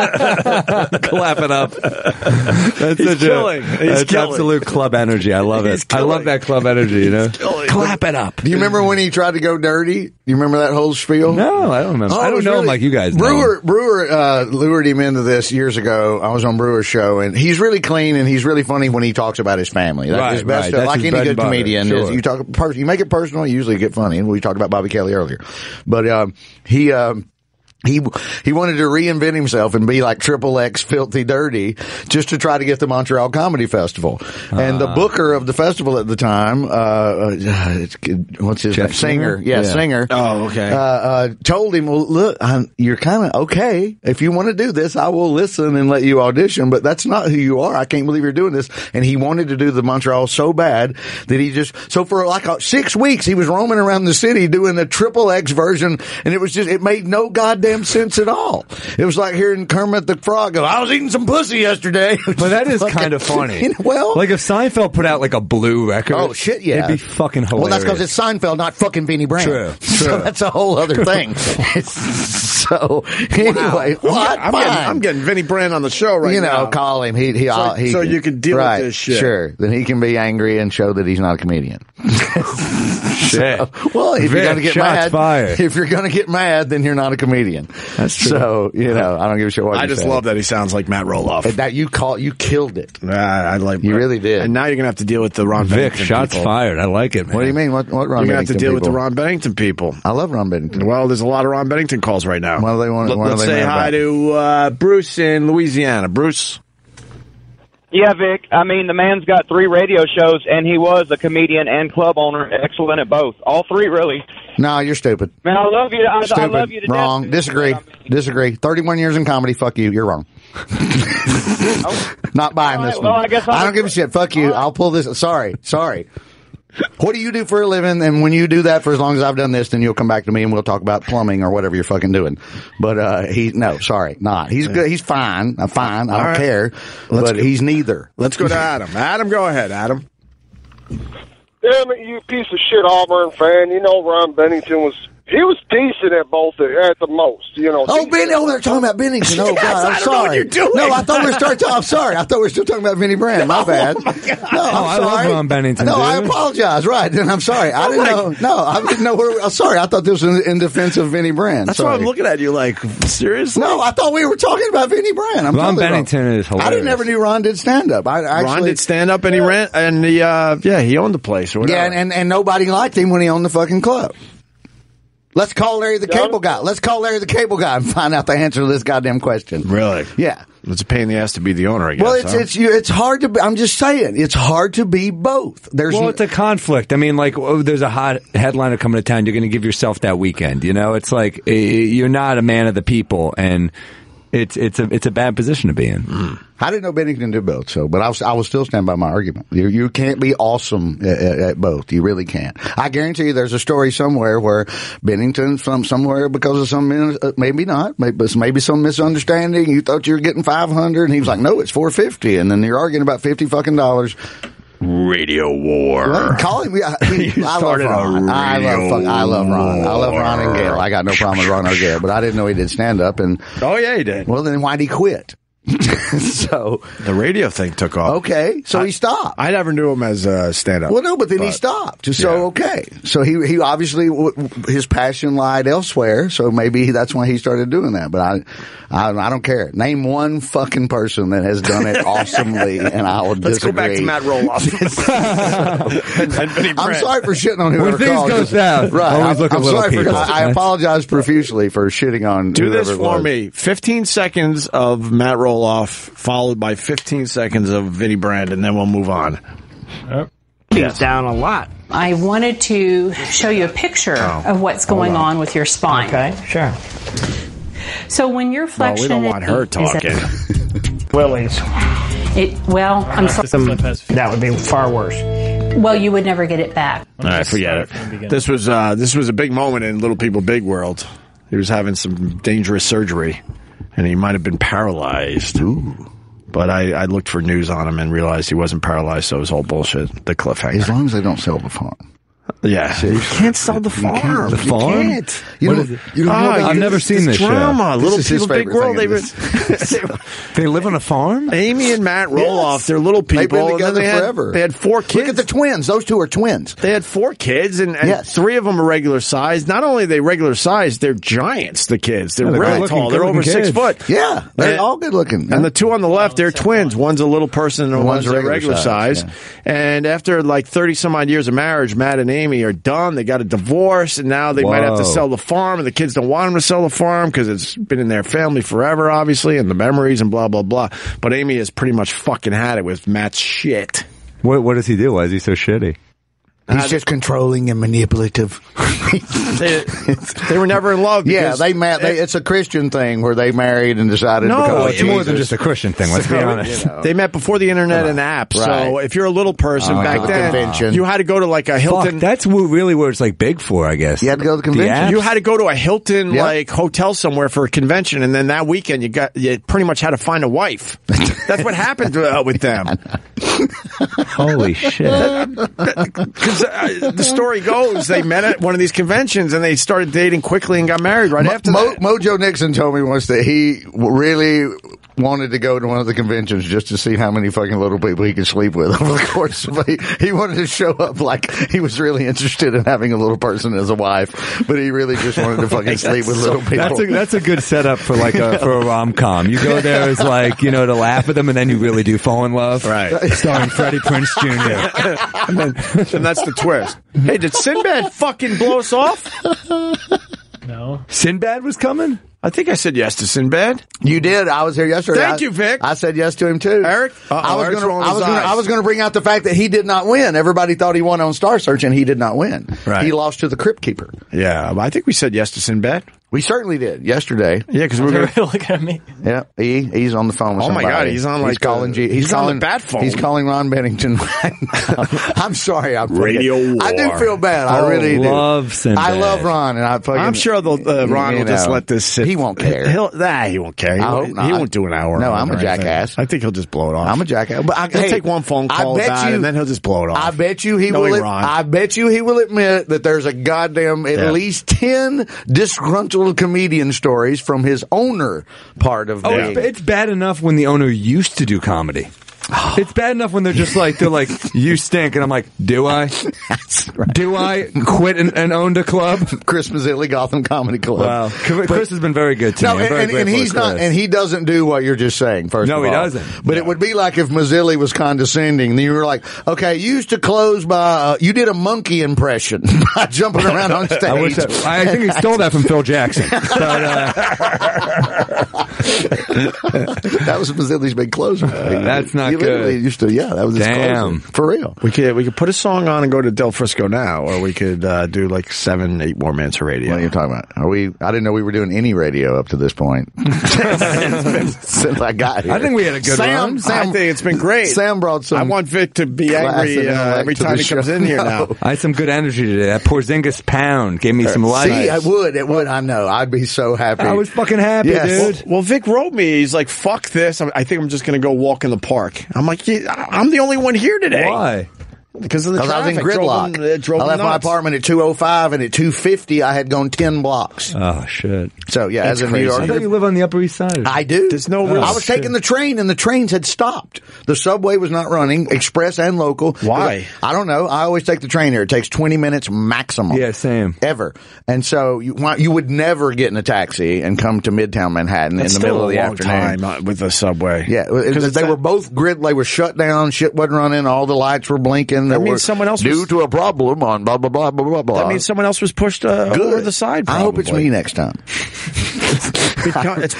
J: Clap it up. That's
H: He's
J: such
H: killing.
J: A,
H: He's
J: that's
H: killing.
J: absolute club energy. I love it. I love that club energy, you know? Clap it up.
G: Do you remember when he tried to go dirty? Do you remember that whole spiel?
J: No, Oh, I don't remember. I
G: Oh, it
J: don't
G: was
J: know him like you guys know
G: Brewer Brewer uh, lured him into this years ago. I was on Brewer's show, and he's really clean and he's really funny when he talks about his family. That's
J: Right,
G: his best.
J: right. That's
G: like
J: his
G: any
J: bread and
G: good
J: butter.
G: comedian,
J: Sure.
G: is you talk per- you make it personal, you usually get funny. And we talked about Bobby Kelly earlier, but um, he. Um, he he wanted to reinvent himself and be like Triple X Filthy Dirty just to try to get the Montreal Comedy Festival. And the
J: Ah.
G: booker of the festival at the time, uh, uh, it's- what's his
J: Jeff
G: name? Singer.
J: Singer?
G: Yeah,
J: Yeah.
G: Singer.
B: Oh, okay.
G: Uh, uh, told him, well, look, I'm, you're kind of okay. If you want to do this, I will listen and let you audition, but that's not who you are. I can't believe you're doing this. And he wanted to do the Montreal so bad that he just, so for like uh, six weeks, he was roaming around the city doing the triple X version and it was just, it made no goddamn damn sense at all. It was like hearing Kermit the Frog go, I was eating some pussy yesterday.
J: But that is kind of funny. well, like if Seinfeld put out like a blue record,
G: Oh, shit, yeah.
J: it'd be fucking
G: Well,
J: hilarious.
G: that's because it's Seinfeld, not fucking Beanie Brown.
J: True,
G: So
J: true.
G: that's a whole other thing. so anyway,
B: I'm,
G: what?
B: getting, I'm, getting,
G: Fine.
B: I'm getting Vinny Brand on the show Oh, right
G: you know,
B: now.
G: call him. He, he,
B: so,
G: he
B: so you can deal
G: right,
B: with this shit.
G: Sure. Then he can be angry and show that he's not a comedian.
J: shit.
G: Well, if you're
J: Vic,
G: going to get
J: shots
G: mad,
J: fired.
G: if you're going to get mad, then you're not a comedian. That's
B: true.
G: So you know, I don't give a shit what
B: I
G: you
B: just
G: say.
B: love that he sounds like Matt Roloff.
G: And That you call Oh, you killed it.
B: I like
G: you really did.
B: And now you're gonna have to deal with the Ron
J: Vic,
B: Bennington
J: shots
B: people.
J: fired. I like it, man.
G: What do you mean? What what Ron?
B: You're gonna have to
G: Bennington
B: deal with the
G: people?
B: Ron Bennington people.
G: I love Ron Bennington.
B: Well, there's a lot of Ron Bennington calls right now.
G: Well, they want.
B: Let,
G: why are
B: us
G: they
B: say
G: mad
B: hi
G: about it?
B: to uh, Bruce in Louisiana. Bruce,
H: Yeah, Vic. I mean, the man's got three radio shows, and he was a comedian and club owner, excellent at both. All three, really.
G: No, you're stupid.
H: Man, I love you. I, I
G: Stupid.
H: love you to
G: wrong.
H: death.
G: Disagree. Disagree. Thirty-one years in comedy. Fuck you. You're wrong. Not buying this
H: well,
G: one.
H: I guess
G: I
H: I'll-
G: don't give a shit. Fuck you. I'll pull this. Sorry. Sorry. What do you do for a living? And when you do that for as long as I've done this, then you'll come back to me and we'll talk about plumbing or whatever you're fucking doing. But uh, he, no, sorry, not. He's good. He's fine. I'm fine. I
B: All
G: don't
B: right.
G: care. but he's neither.
B: let's go to Adam. Adam, go ahead. Adam.
W: Damn it, you piece of shit Auburn fan. You know Ron Bennington was he was decent at both at the most. You know.
G: Oh, Benny! Oh, they're talking about Bennington. Oh,
W: Yes,
G: God! I'm
W: I don't know
G: sorry.
W: what you're doing.
G: No, I thought we were starting. I'm sorry. I thought we were still talking about Vinny Brand. My bad. No, I'm
J: Oh, I love
G: sorry.
J: Ron Bennington,
G: No, I
J: dude.
G: apologize. Right, and I'm sorry.
B: Oh
G: I didn't know. No, I didn't know where. I'm sorry. I thought this was in, in defense of Vinny Brand.
B: That's why
G: sorry.
B: I'm looking at you like seriously.
G: No, I thought we were talking about Vinny Brand. I'm
J: Ron
G: totally wrong.
J: Bennington is hilarious.
G: I didn't ever knew Ron did stand up. I actually
B: Ron did stand up and he ran and he uh, yeah he owned the place or whatever.
G: Yeah, and, and, and nobody liked him when he owned the fucking club. Let's call Larry the Cable Guy. Let's call Larry the Cable Guy and find out the answer to this goddamn question.
B: really,
G: yeah,
B: it's a pain in the ass to be the owner. I guess.
G: Well, it's
B: huh?
G: it's you. It's hard to. Be, I'm just saying, it's hard to be both. There's
J: well,
G: n-
J: it's a conflict. I mean, like, oh, there's a hot headliner coming to town. You're going to give yourself that weekend. You know, it's like eh, you're not a man of the people, and it's it's a it's a bad position to be in.
G: I didn't know Bennington did both, so but I was I will still stand by my argument. You you can't be awesome at, at, at both. You really can't. I guarantee you, there's a story somewhere where Bennington from somewhere because of some min- uh, maybe not, maybe maybe some misunderstanding. You thought you were getting five hundred, and he was like, no, it's four fifty, and then you're arguing about fifty fucking dollars.
B: radio war.
G: Well, Call him. Yeah, I, mean, I love
B: started a
G: Ron. I love, fuck, I love Ron. I love Ron and Gail. I got no problem with Ron or Gail, but I didn't know he did stand up. And
B: oh yeah, he did.
G: Well, then why'd he quit? so
B: the radio thing took off.
G: Okay, so he stopped.
B: I never knew him as a stand up.
G: Well, no, but then he stopped. So okay, so he he obviously w- w- his passion lied elsewhere. So maybe that's why he started doing that. But I, I, I don't care. Name one fucking person that has done it awesomely, and I will
T: Let's
G: disagree.
T: go back to Matt
G: Roloff. I'm sorry for shitting on
T: When
G: whoever
T: things
G: called.
T: go
G: Just-
T: south,
G: right?
T: always
G: I'm,
T: look at
G: I'm
T: little
G: sorry for.
T: people.
G: I, I apologize profusely for shitting on.
B: Do
G: whoever
B: this
G: it
B: for
G: was.
B: me. 15 seconds of Matt Roloff, followed by 15 seconds of Vinnie Brand, and then we'll move on.
D: He's down a lot.
L: I wanted to show you a picture of what's
B: Oh. Hold on.
L: going on. with your spine. Okay,
D: sure.
L: So when your
B: Well, we
L: flexion,
B: don't want her
L: is at-
B: talking.
D: Willies.
L: It, well, I'm sorry.
D: That would be far worse.
L: Well, you would never get it back.
B: All right, forget it. This was uh, this was a big moment in Little People Big World. He was having some dangerous surgery, and he might have been paralyzed. Ooh. But I, I looked for news on him and realized he wasn't paralyzed, so it was all bullshit. The cliffhanger.
G: As long as they don't sell the farm.
B: Yeah. You can't sell the farm.
G: The
B: You
G: farm?
B: can't.
G: You
B: What
G: don't-
B: is it?
G: you don't know
B: Ah,
G: about
B: you-
G: this- this
B: drama.
G: show.
B: Little
G: This is his
B: people, big
G: favorite thing
B: world. They,
G: of
B: were,
G: this.
J: They live on a farm.
B: Amy and Matt Roloff,
G: Yes.
B: they're little people.
G: They've been
B: and then
G: together
B: they had-
G: forever.
B: They had four kids.
G: Look at the twins. Those two are twins.
B: They had four kids, and, and
G: Yes.
B: three of them are regular size. Not only are they regular size, they're giants. The kids, they're
G: Yeah, they're
B: really
G: good-looking-
B: tall. They're
G: good-looking
B: over six
G: kids.
B: foot.
G: Yeah, they're
B: And-
G: all good looking.
B: And the two on the left, they're twins. One's a little person, and one's, a regular, size. And after like thirty some odd years of marriage, Matt and Amy are done. They got a divorce, and now they might have to
J: Whoa.
B: sell the farm. And the kids don't want them to sell the farm because it's been in their family forever, obviously, and the memories and blah blah blah. But Amy has pretty much fucking had it with Matt's shit.
J: What what does he do? Why is he so shitty?
G: He's just controlling and manipulative.
B: they, they were never in love.
G: Yeah,
B: because-
G: they, ma- they it's a Christian thing where they married and decided to
B: No,
G: become
B: it's more than just a
J: Christian
B: So, They met before the internet and apps. So
G: Right.
B: if you're a little person
J: Oh,
B: back
J: the
B: then,
J: convention.
B: you had to go to like a Hilton.
J: Fuck, that's wh- really where it's like big for, I guess. You had to go to the
B: You had to go to a Hilton like hotel somewhere for a convention, and then that weekend you got you pretty much had to find a wife. That's what happened uh, with them.
J: Holy shit!
B: Because uh, the story goes they met at one of these conventions and they started dating quickly and got married right after.
G: Mo- Mojo Nixon told me once that he w- really wanted to go to one of the conventions just to see how many fucking little people he could sleep with over the course of he, he wanted to show up like he was really interested in having a little person as a wife, but he really just wanted to fucking sleep with little people.
J: That's a, that's a good setup for like a for a rom com. You go there as like you know to laugh at them, and then you really do fall in love. Right, starring Freddie Prince Jr.
B: and, then, and that's the twist. Hey, did Sinbad fucking blow us off? No.
J: Sinbad was coming?
B: I think I said yes to Sinbad.
G: You did. I was here yesterday.
B: Thank
G: I-
B: you, Vic.
G: I said yes to him too. Eric,
B: uh,
G: I was
B: Eric's
G: gonna,
B: rolling
G: I
B: his
G: was gonna,
B: eyes.
G: I was gonna bring out the fact that he did not win. Everybody thought he won on Star Search, and he did not win.
B: Right.
G: He lost to the Crypt Keeper.
B: Yeah, I think we said yes to Sinbad.
G: We certainly did yesterday.
B: Yeah, because we were gonna-
F: Look at me.
G: Yeah, he he's on the phone with
B: Oh my
G: somebody.
B: God, he's on,
G: he's
B: like,
G: calling.
B: the-
G: G- he's,
B: he's on
G: calling
B: the bat phone.
G: He's calling Ron Bennington. right now. I'm sorry, I'm fucking-
B: Radio
G: I do
B: war.
G: feel bad. I
B: Oh,
G: really do.
B: love Sinbad.
G: I love Ron, and I fucking.
B: I'm sure they'll, uh, Ron
G: you
B: will just
G: know,
B: let this sit.
G: He won't care.
B: He'll, nah, he won't care. He,
G: I hope
B: won't-
G: not.
B: he won't do an hour.
G: No,
B: on it
G: I'm a
B: or anything.
G: jackass.
B: I think he'll just blow it off.
G: I'm a jackass. But I,
B: he'll
G: hey,
B: take one phone
G: I
B: call
G: bet
B: about it,
G: you-
B: and then he'll just blow it off.
G: I bet you he
B: No,
G: will.
B: he
G: ad-
B: won't.
G: I bet you he will admit that there's a goddamn at
B: Yeah.
G: least ten disgruntled comedian stories from his owner part of
J: Oh,
G: the.
J: it's, it's bad enough when the owner used to do comedy. It's bad enough when they're just like they're like you stink, and I'm like, do I? Do I quit and, and owned a club?
G: Chris Mazzilli, Gotham Comedy Club.
J: Wow, Chris has been very good to
G: No,
J: me. I'm
G: and,
J: very
G: and, and
J: grateful to
G: he's not,
J: Chris.
G: and he doesn't do what you're just saying. First,
J: No,
G: of
J: he
G: all.
J: doesn't.
G: But it would be like if Mazzilli was condescending. Then you were like, okay, you used to close by. Uh, you did a monkey impression by jumping around on stage.
J: I, wish that- I think he stole that from Phil Jackson. But, uh,
G: that was Mazzilli's big closer.
J: Uh, that's not
G: you Uh, literally
J: good.
G: Used to, yeah, that was his
J: Damn.
G: closer. for real.
B: We could we could put a song on and go to Del Frisco now, or we could uh, do like seven, eight more minutes of radio.
G: What are you talking about? Are we? I didn't know we were doing any radio up to this point. Since I got here,
J: I think we had a good
G: Sam,
J: run.
G: Sam,
B: I think it's been great.
G: Sam brought some.
B: I want Vic to be
G: class
B: angry
G: and
B: uh,
G: intellect
B: every
G: to
B: time
G: the
B: he comes
G: show.
B: in here
G: No.
B: now.
J: I had some good energy today. That Porzingis pound gave me some life.
G: See, I would. It
B: Uh,
G: would. I know. I'd be so happy.
J: I was fucking happy,
G: Yes.
J: dude.
B: Well, Vic wrote me. He's like, "Fuck this! I'm, I think I'm just going to go walk in the park." I'm like, yeah, I- "I'm the only one here today."
J: Why?
B: Because of the
G: 'Cause I
B: traffic.
G: was in
B: Drove
G: gridlock.
B: him- uh, drove
G: I
B: him
G: left my
B: nuts.
G: apartment at 205 and at 250 I had gone 10 blocks.
J: Oh shit!
G: So yeah, as a New
J: I thought
G: Yorker.
J: you live on the Upper East Side.
G: I do.
B: There's no real-
G: I was
B: shit.
G: taking the train and the trains had stopped. The subway was not running, express and local.
B: Why?
G: I don't know. I always take the train here. It takes 20 minutes maximum.
J: Yeah, same.
G: Ever. And so you want, you would never get in a taxi and come to Midtown Manhattan
B: It's
G: in the
B: still
G: middle
B: a
G: of the
B: long
G: afternoon.
B: time uh, with the subway.
G: Yeah, it was-
B: Because it's
G: they
B: that-
G: were both grid. They were shut down. Shit wasn't running. All the lights were blinking. There
B: That means
G: were-
B: someone else
G: due
B: was-
G: to a problem on blah blah blah blah blah blah.
B: That means someone else was pushed uh,
G: Good.
B: over the side.
G: I hope it's
B: probably.
G: me next time.
B: Become- it's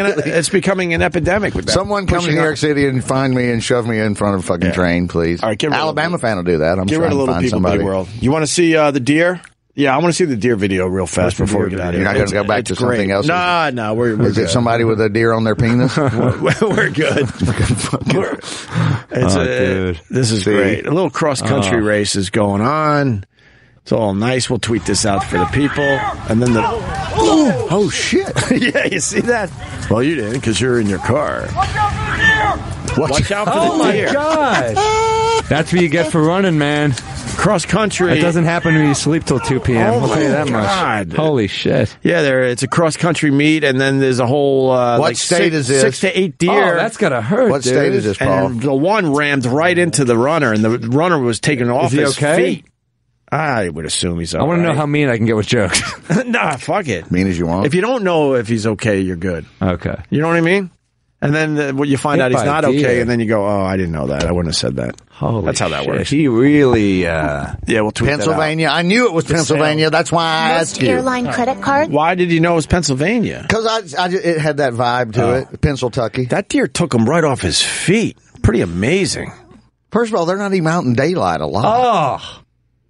B: an it's becoming an epidemic with that.
G: Someone come to
B: Pushing
G: New
B: up.
G: York City and find me and shove me in front of a fucking train, please. All right,
B: get rid of
G: Alabama fan will do that. I'm
B: Get
G: sure
B: rid
G: I
B: of
G: can
B: little
G: find
B: people,
G: somebody.
B: big world. You want to see uh, the deer? Yeah, I want to see the deer video real
G: What's
B: fast
G: the
B: before we
G: deer
B: get out of
G: video? You're
B: here.
G: not gonna
B: It's-
G: go back
B: it's
G: to something
B: great.
G: else?
B: Nah, nah, we're, we're
G: Is it
B: good.
G: somebody with a deer on their penis?
B: we're good. We're- it's
J: Oh,
B: a-
J: dude.
B: This is
G: See?
B: great. A little cross country race is going on. It's all nice. We'll tweet this out for the people, and then the
G: oh, oh shit!
B: yeah, you see that? Well, you didn't because you're in your car.
G: Watch,
B: Watch out for
J: Oh
B: the
J: my
B: deer.
J: god! That's what you get for running, man.
B: Cross country.
J: It doesn't happen when you sleep till two
B: Oh
J: p.m. I'll
B: my
J: tell you that
B: God.
J: much. Holy shit!
B: Yeah, there. It's a cross country meet, and then there's a whole uh,
G: What
B: like
G: state
B: six,
G: is this?
B: Six to eight deer.
J: Oh, that's gotta hurt.
G: What
J: dude.
G: state is this, Paul?
B: and the one rammed right into the runner, and the runner was taken off
J: he
B: his
J: okay?
B: feet. I would assume he's.
J: I want to know how mean I can get with jokes.
B: how. nah, fuck it.
G: mean as you want.
B: If you don't know if he's okay, you're good.
J: okay.
B: You know what I mean? And then uh, what you find
J: Hit
B: out he's
J: by a
B: not
J: deer.
B: okay, and then you go, "Oh, I didn't know that. I wouldn't have said that."
J: Holy
B: That's how that
J: shit.
B: works.
J: He really. Uh,
B: Yeah, we'll tweet that out.
G: Pennsylvania. I knew it was Pennsylvania. That's why I asked you.
D: credit card.
B: Why did you know it was Pennsylvania? Oh.
G: Because I, I ju- it had that vibe to it. Pennsylvania.
B: That deer took him right off his feet. Pretty amazing.
G: First of all, they're not even out in daylight a lot.
J: oh,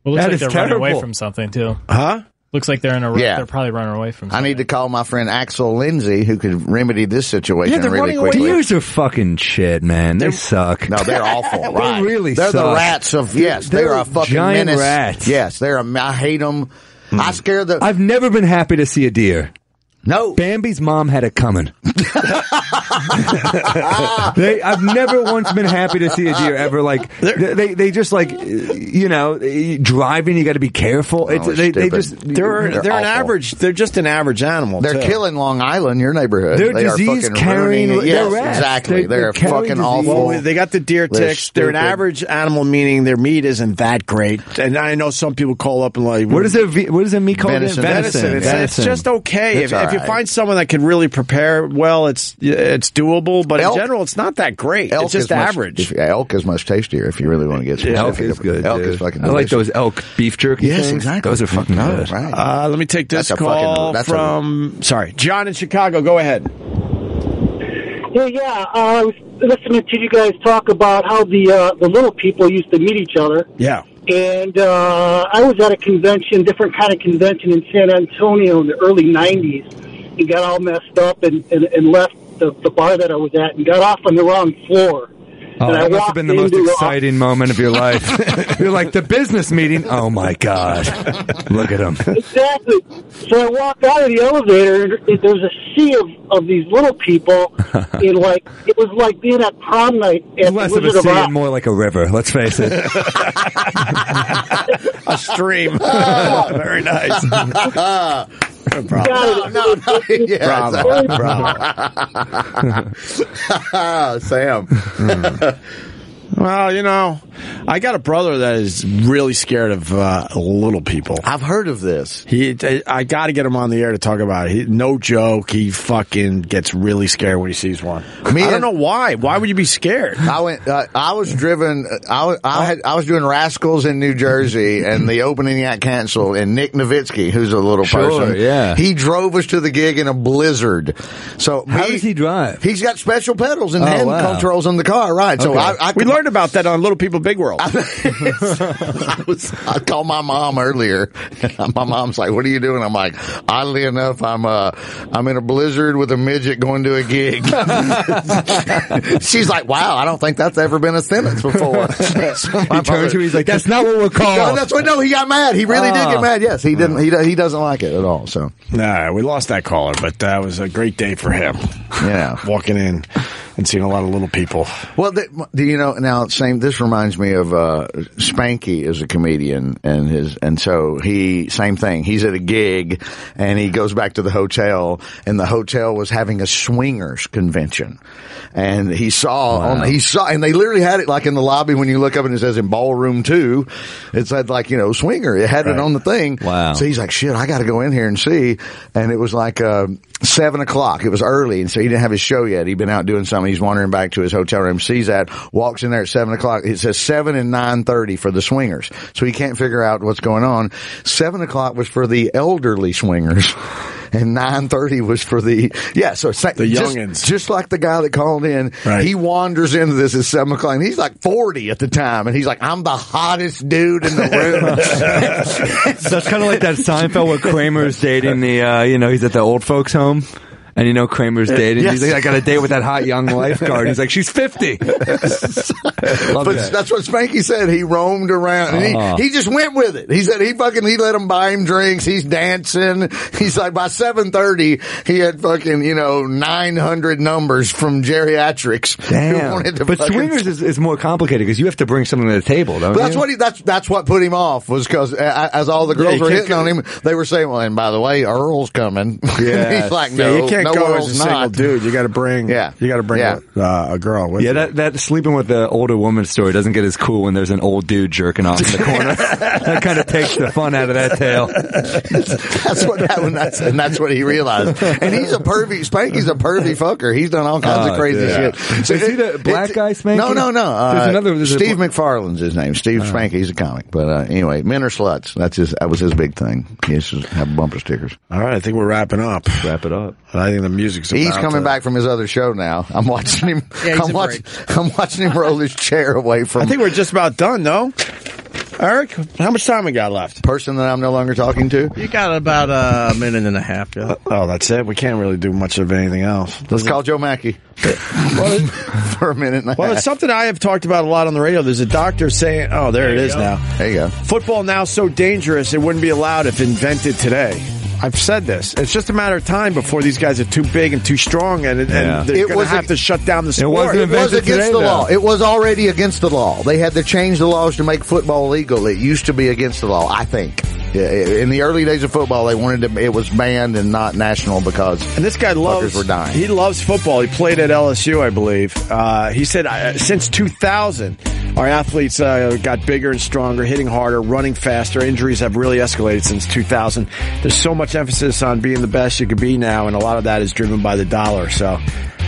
F: Well, it
G: That
F: looks like
G: is
F: they're running away
G: terrible.
F: from something too.
B: Huh?
F: Looks like they're in a.
G: Yeah.
F: They're probably running away
B: Oh.
F: from.
G: I need to call my friend Axel Lindsay, who could remedy this situation really quickly.
J: Deers are fucking shit, man. They suck.
G: No, they're awful. Right?
J: They really
G: they're the
J: suck.
G: rats of yes. They're,
J: They're
G: a fucking
J: giant
G: menace.
J: rats. Hmm.
G: Yes, they're a. I hate them. I scare the.
J: I've never been happy to see a deer.
G: No,
J: Bambi's mom had it coming. they, I've never once been happy to see a deer ever. Like they, they, they just like, you know, driving. You got to be careful.
G: Oh,
J: It's,
B: they're
J: they, they
B: stupid.
J: just
B: They're- they're an average. They're just an average animal.
G: They're
B: too.
G: killing Long Island, your neighborhood.
B: They're
G: They are
B: disease
G: fucking
B: carrying-
G: ruining it.
B: they're
G: Yes,
B: rats.
G: exactly.
B: They-
G: They're,
B: they're carrying
G: fucking
B: disease.
G: awful.
B: Well, they got the deer
G: They're
B: ticks. They're, an
G: stupid.
B: average animal, meaning their meat isn't that great. And I know some people call up and like,
J: What is it? v- What is it? Me called
B: Venison. Venison. It's, it's
J: Venison.
B: just okay.
J: It's
B: if, if you
J: alright.
B: find someone that can really prepare well, it's it's doable. But
G: Elk-
B: in general, it's not that great.
G: Elk
B: It's just
G: is much-
B: average.
G: if- yeah, elk is much tastier if you really want to get specific.
J: Elk is good.
G: Elk
J: dude.
G: is fucking.
J: I like
G: delicious.
J: those elk beef jerky.
G: Yes,
J: things.
G: exactly.
J: Those are fucking
G: No,
J: good.
G: right.
B: Uh, let me take this
J: That's a fucking-
B: call
J: that's a-
B: from sorry, John in Chicago. Go ahead.
D: Yeah, yeah. Uh, I was listening to you guys talk about how the uh, the little people used to meet each other,
B: Yeah.
D: and uh, I was at a convention, different kind of convention in San Antonio in the early '90s, and got all messed up and and, and left the, the bar that I was at and got off on the wrong floor.
J: Oh,
D: and I
J: that must
D: walked
J: have been the most
D: into a-
J: exciting moment of your life. You're like the business meeting. Oh my god! Look at him.
D: Exactly. So I walked out of the elevator, and it- there was a sea of, of these little people, and like it was like being at prom night at
J: Less
D: the
J: of a
D: Wizard of
J: sea
D: Oz.
J: and more like a river. Let's face it.
B: a stream. Very nice. No
D: Got it.
G: No, no, yes.
D: Bravo,
G: Sam.
B: Hmm. Well, you know, I got a brother that is really scared of uh, little people.
G: I've heard of this.
B: He, I got to get him on the air to talk about it. He, no joke, he fucking gets really scared when he sees one. I don't know why. Why would you be scared?
G: I went. Uh, I was driven. uh, I was. I, had, I was doing Rascals in New Jersey, and the opening got canceled. And Nick Nowitzki, who's a little
J: Sure,
G: person,
J: yeah.
G: he drove us to the gig in a blizzard. So
J: How
G: me-
J: does he drive?
G: He's got special pedals and
J: Oh,
G: hand
J: wow.
G: controls on the car, right? So
J: Okay.
G: I, I
B: we learned about that on Little People Big World.
G: I was I called my mom earlier. my mom's like, "What are you doing?" I'm like, "Oddly enough, I'm uh I'm in a blizzard with a midget going to a gig." She's like, "Wow, I don't think that's ever been a sentence before."
J: He turns to me. He's like, "That's not what we're
G: No,
J: called."
G: that's what. No, he got mad. He really did
B: Ah.
G: get mad. Yes, he didn't. He do- he doesn't like it at all. So
B: Nah, we lost that caller, but that was a great day for him.
G: Yeah,
B: walking in and seeing a lot of little people.
G: Well, th- do you know now? Same. This reminds me of uh, Spanky is a comedian, and his and so he same thing. He's at a gig, and he goes back to the hotel, and the hotel was having a swingers convention, and he saw on he saw, and they literally had it like in the lobby when you look up and it says in ballroom two, it said like you know swinger. It had it on the thing. Wow. So he's like, shit, I got to go in here and see, and it was like. um seven o'clock. It was early, and so he didn't have his show yet. He'd been out doing something. He's wandering back to his hotel room, sees that, walks in there at seven o'clock. It says seven and nine thirty for the swingers, so he can't figure out what's going on. Seven o'clock was for the elderly swingers. And nine thirty was for the yeah, so sa-
B: The
G: just-
B: youngins.
G: just, like the guy that called in,
B: Right.
G: he wanders into this at seven o'clock. And he's like forty at the time, and he's like, "I'm the hottest dude in the room."
J: That's kind of like that Seinfeld where Kramer's dating the, uh, you know, he's at the old folks' home. And you know Kramer's dating.
G: Yes.
J: He's like, I got a date with that hot young lifeguard. He's like, she's fifty. Love
G: but
J: that.
G: that's what Spanky said. He roamed around. And
J: Uh-huh.
G: he, he just went with it. He said he fucking he let him buy him drinks. He's dancing. He's like by seven thirty, he had fucking you know nine hundred numbers from geriatrics. who wanted to
J: But
G: fucking-
J: swingers is, is more complicated because you have to bring something to the table, don't
G: But that's
J: you?
G: what he, that's that's what put him off was because as all the girls
J: Yeah, you
G: were
J: can't
G: hitting on him, they were saying, "Well, and by the way, Earl's coming."
B: Yeah.
G: he's like,
B: Yeah,
G: "No,
B: you can't
G: no,
B: go
G: Earl's
B: as a
G: not."
B: single dude. You got to bring. Yeah, you got to bring
J: Yeah.
B: a, uh, a girl with.
J: yeah,
B: you.
J: that, that sleeping with the older woman story doesn't get as cool when there's an old dude jerking off in the corner. that kind of takes the fun out of that tale.
G: That's what happened. That's, and that's what he realized. And he's a pervy. Spanky's a pervy fucker. He's done all kinds
J: Oh,
G: of crazy
J: dude.
G: shit.
J: Is he the
G: it-
J: black
G: it-
J: guy, Spanky?
G: No, no, no. Uh,
J: There's another- there's a-
G: Steve McFarlane's his name. Steve
J: Oh.
G: Spanky. He's a comic. But uh, anyway, men are sluts. That's his. That was his big thing. He used to have bumper stickers.
B: All right, I think we're wrapping up.
J: Wrap it up.
B: I think the music's.
G: He's
B: about
G: coming
B: to-
G: back from his other show now. I'm watching him.
B: Yeah, he's
G: I'm,
B: a
G: watch, I'm watching him roll his chair away from.
B: I think we're just about done, no? Eric, how much time we got left?
G: Person that I'm no longer talking to.
C: You got about a minute and a half. Yeah.
B: Oh, that's it. We can't really do much of anything else.
G: Let's call Joe Mackey for a minute. And a
B: Well,
G: half.
B: it's something I have talked about a lot on the radio. There's a doctor saying, "Oh, there, it
G: you
B: is
G: go.
B: now."
G: There you go.
B: Football now so dangerous it wouldn't be allowed if invented today. I've said this. It's just a matter of time before these guys are too big and too strong, and, and
G: Yeah.
B: they're
G: It
B: going to
G: was
B: have
G: a-
B: to shut down the
G: It
B: sport.
G: was against the law. It was already against the law. They had to change the laws to make football legal. It used to be against the law, I think. Yeah, In the early days of football, they wanted to. It was banned and not national because.
B: And this guy loves.
G: fuckers were dying.
B: He loves football. He played at LSU, I believe. Uh, he said uh, since 2000, our athletes uh, got bigger and stronger, hitting harder, running faster. Injuries have really escalated since 2000. There's so much emphasis on being the best you could be now, and a lot of that is driven by the dollar. So.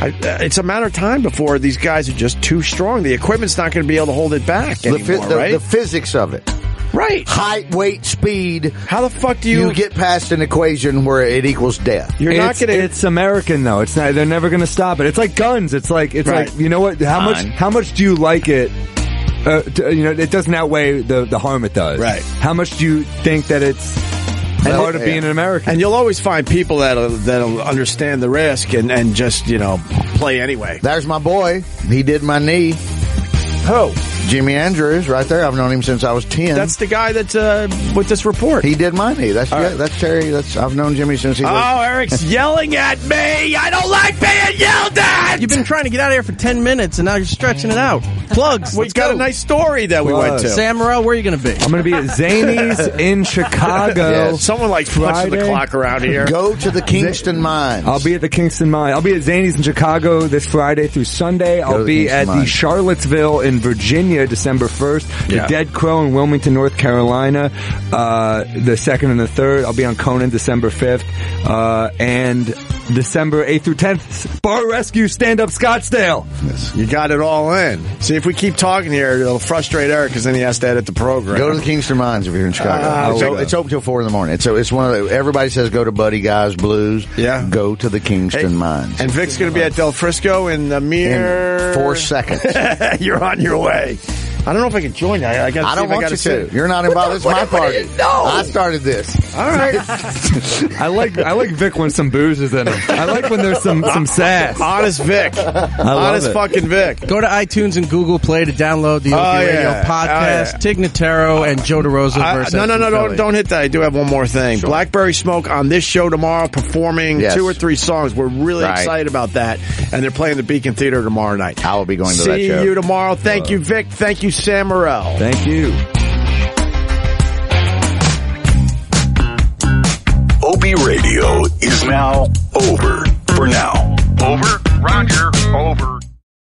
B: I, uh, it's a matter of time before these guys are just too strong. The equipment's not going to be able to hold it back
G: The,
B: anymore,
G: phy- the,
B: right?
G: the physics of it.
B: Right.
G: Height, weight, speed.
B: How the fuck do
G: you, get past an equation where it equals death?
J: It's- It's American though. It's not. They're never going to stop it. It's like guns. It's like it's
G: Right.
J: like you know what? How much?
G: Fine.
J: How much do you like it? Uh, t- you know, it doesn't outweigh the the harm it does. Right. How much do you think that it's part of being an American?
B: And you'll always find people that'll that'll understand the risk and and just you know play anyway.
G: There's my boy. He did my knee.
B: Who?
G: Jimmy Andrews, right there. I've known him since I was ten.
B: That's the guy that's uh, with this report.
G: He did my knee. That's
B: All
G: yeah,
B: right.
G: that's Terry. That's I've known Jimmy since he was.
B: Oh, Eric's yelling at me. I don't like being yelled at.
C: You've been trying to get out of here for ten minutes, and now you're stretching it out. Plugs.
B: We
C: let's
B: got
C: go.
B: a nice story that we went to.
C: Sam Morril, where are you going to be?
J: I'm going to be at Zany's in Chicago.
B: Yeah, someone likes punching the
J: Friday.
B: clock around here.
G: Go to the Kingston Mines.
J: I'll be at the Kingston Mine. I'll be at Zany's in Chicago this Friday through Sunday.
G: to
J: I'll
G: the
J: be
G: Kingston
J: at the
G: Mine.
J: Charlottesville in Virginia December 1st.
G: Yeah.
J: The Dead Crow in Wilmington, North Carolina, uh, the 2nd and the 3rd. I'll be on Conan December 5th. Uh, and December 8th through 10th, Bar Rescue Stand Up Scottsdale.
B: You got it all in. See if we keep talking here, it'll frustrate Eric because then he has to edit the program.
G: Go to the Kingston Mines if you're in Chicago.
B: Ah,
G: it's,
B: there you
G: o-
B: go.
G: it's open till four in the morning. So it's one of the, everybody says go to Buddy Guy's Blues. Yeah, go to the Kingston Mines.
B: And Vic's going to be at Del Frisco in a mere
G: four seconds.
B: You're on your way. I don't know if I can join. you. I, I got.
G: I don't
B: I
G: want
B: gotta
G: you
B: see.
G: to. You're not involved. It's
B: What the-
G: my
B: what- what do
G: party.
B: you know?
G: I started this.
B: All right.
J: I like I like Vic when some booze is in him. I like when there's some some sass.
B: Honest Vic.
J: love
B: Honest
J: it.
B: fucking Vic.
C: Go to iTunes and Google Play to download the
B: Oh,
C: Oki Radio
B: yeah.
C: podcast.
B: Oh, yeah.
C: Tig Notaro and Joe DeRosa
B: I-
C: versus.
B: no, no, no,
C: Philly.
B: don't, don't hit that. I do have one more thing. Blackberry Smoke on this show tomorrow, performing
G: Yes.
B: two or three songs. We're really
G: Right.
B: excited about that, and they're playing the Beacon Theater tomorrow night.
G: I will be going to
B: See
G: that show. Uh,
B: you tomorrow. Thank you, Vic. Thank you, Sam Morrell.
J: Thank you.
A: OP Radio is now over for now. Over. Roger. Over.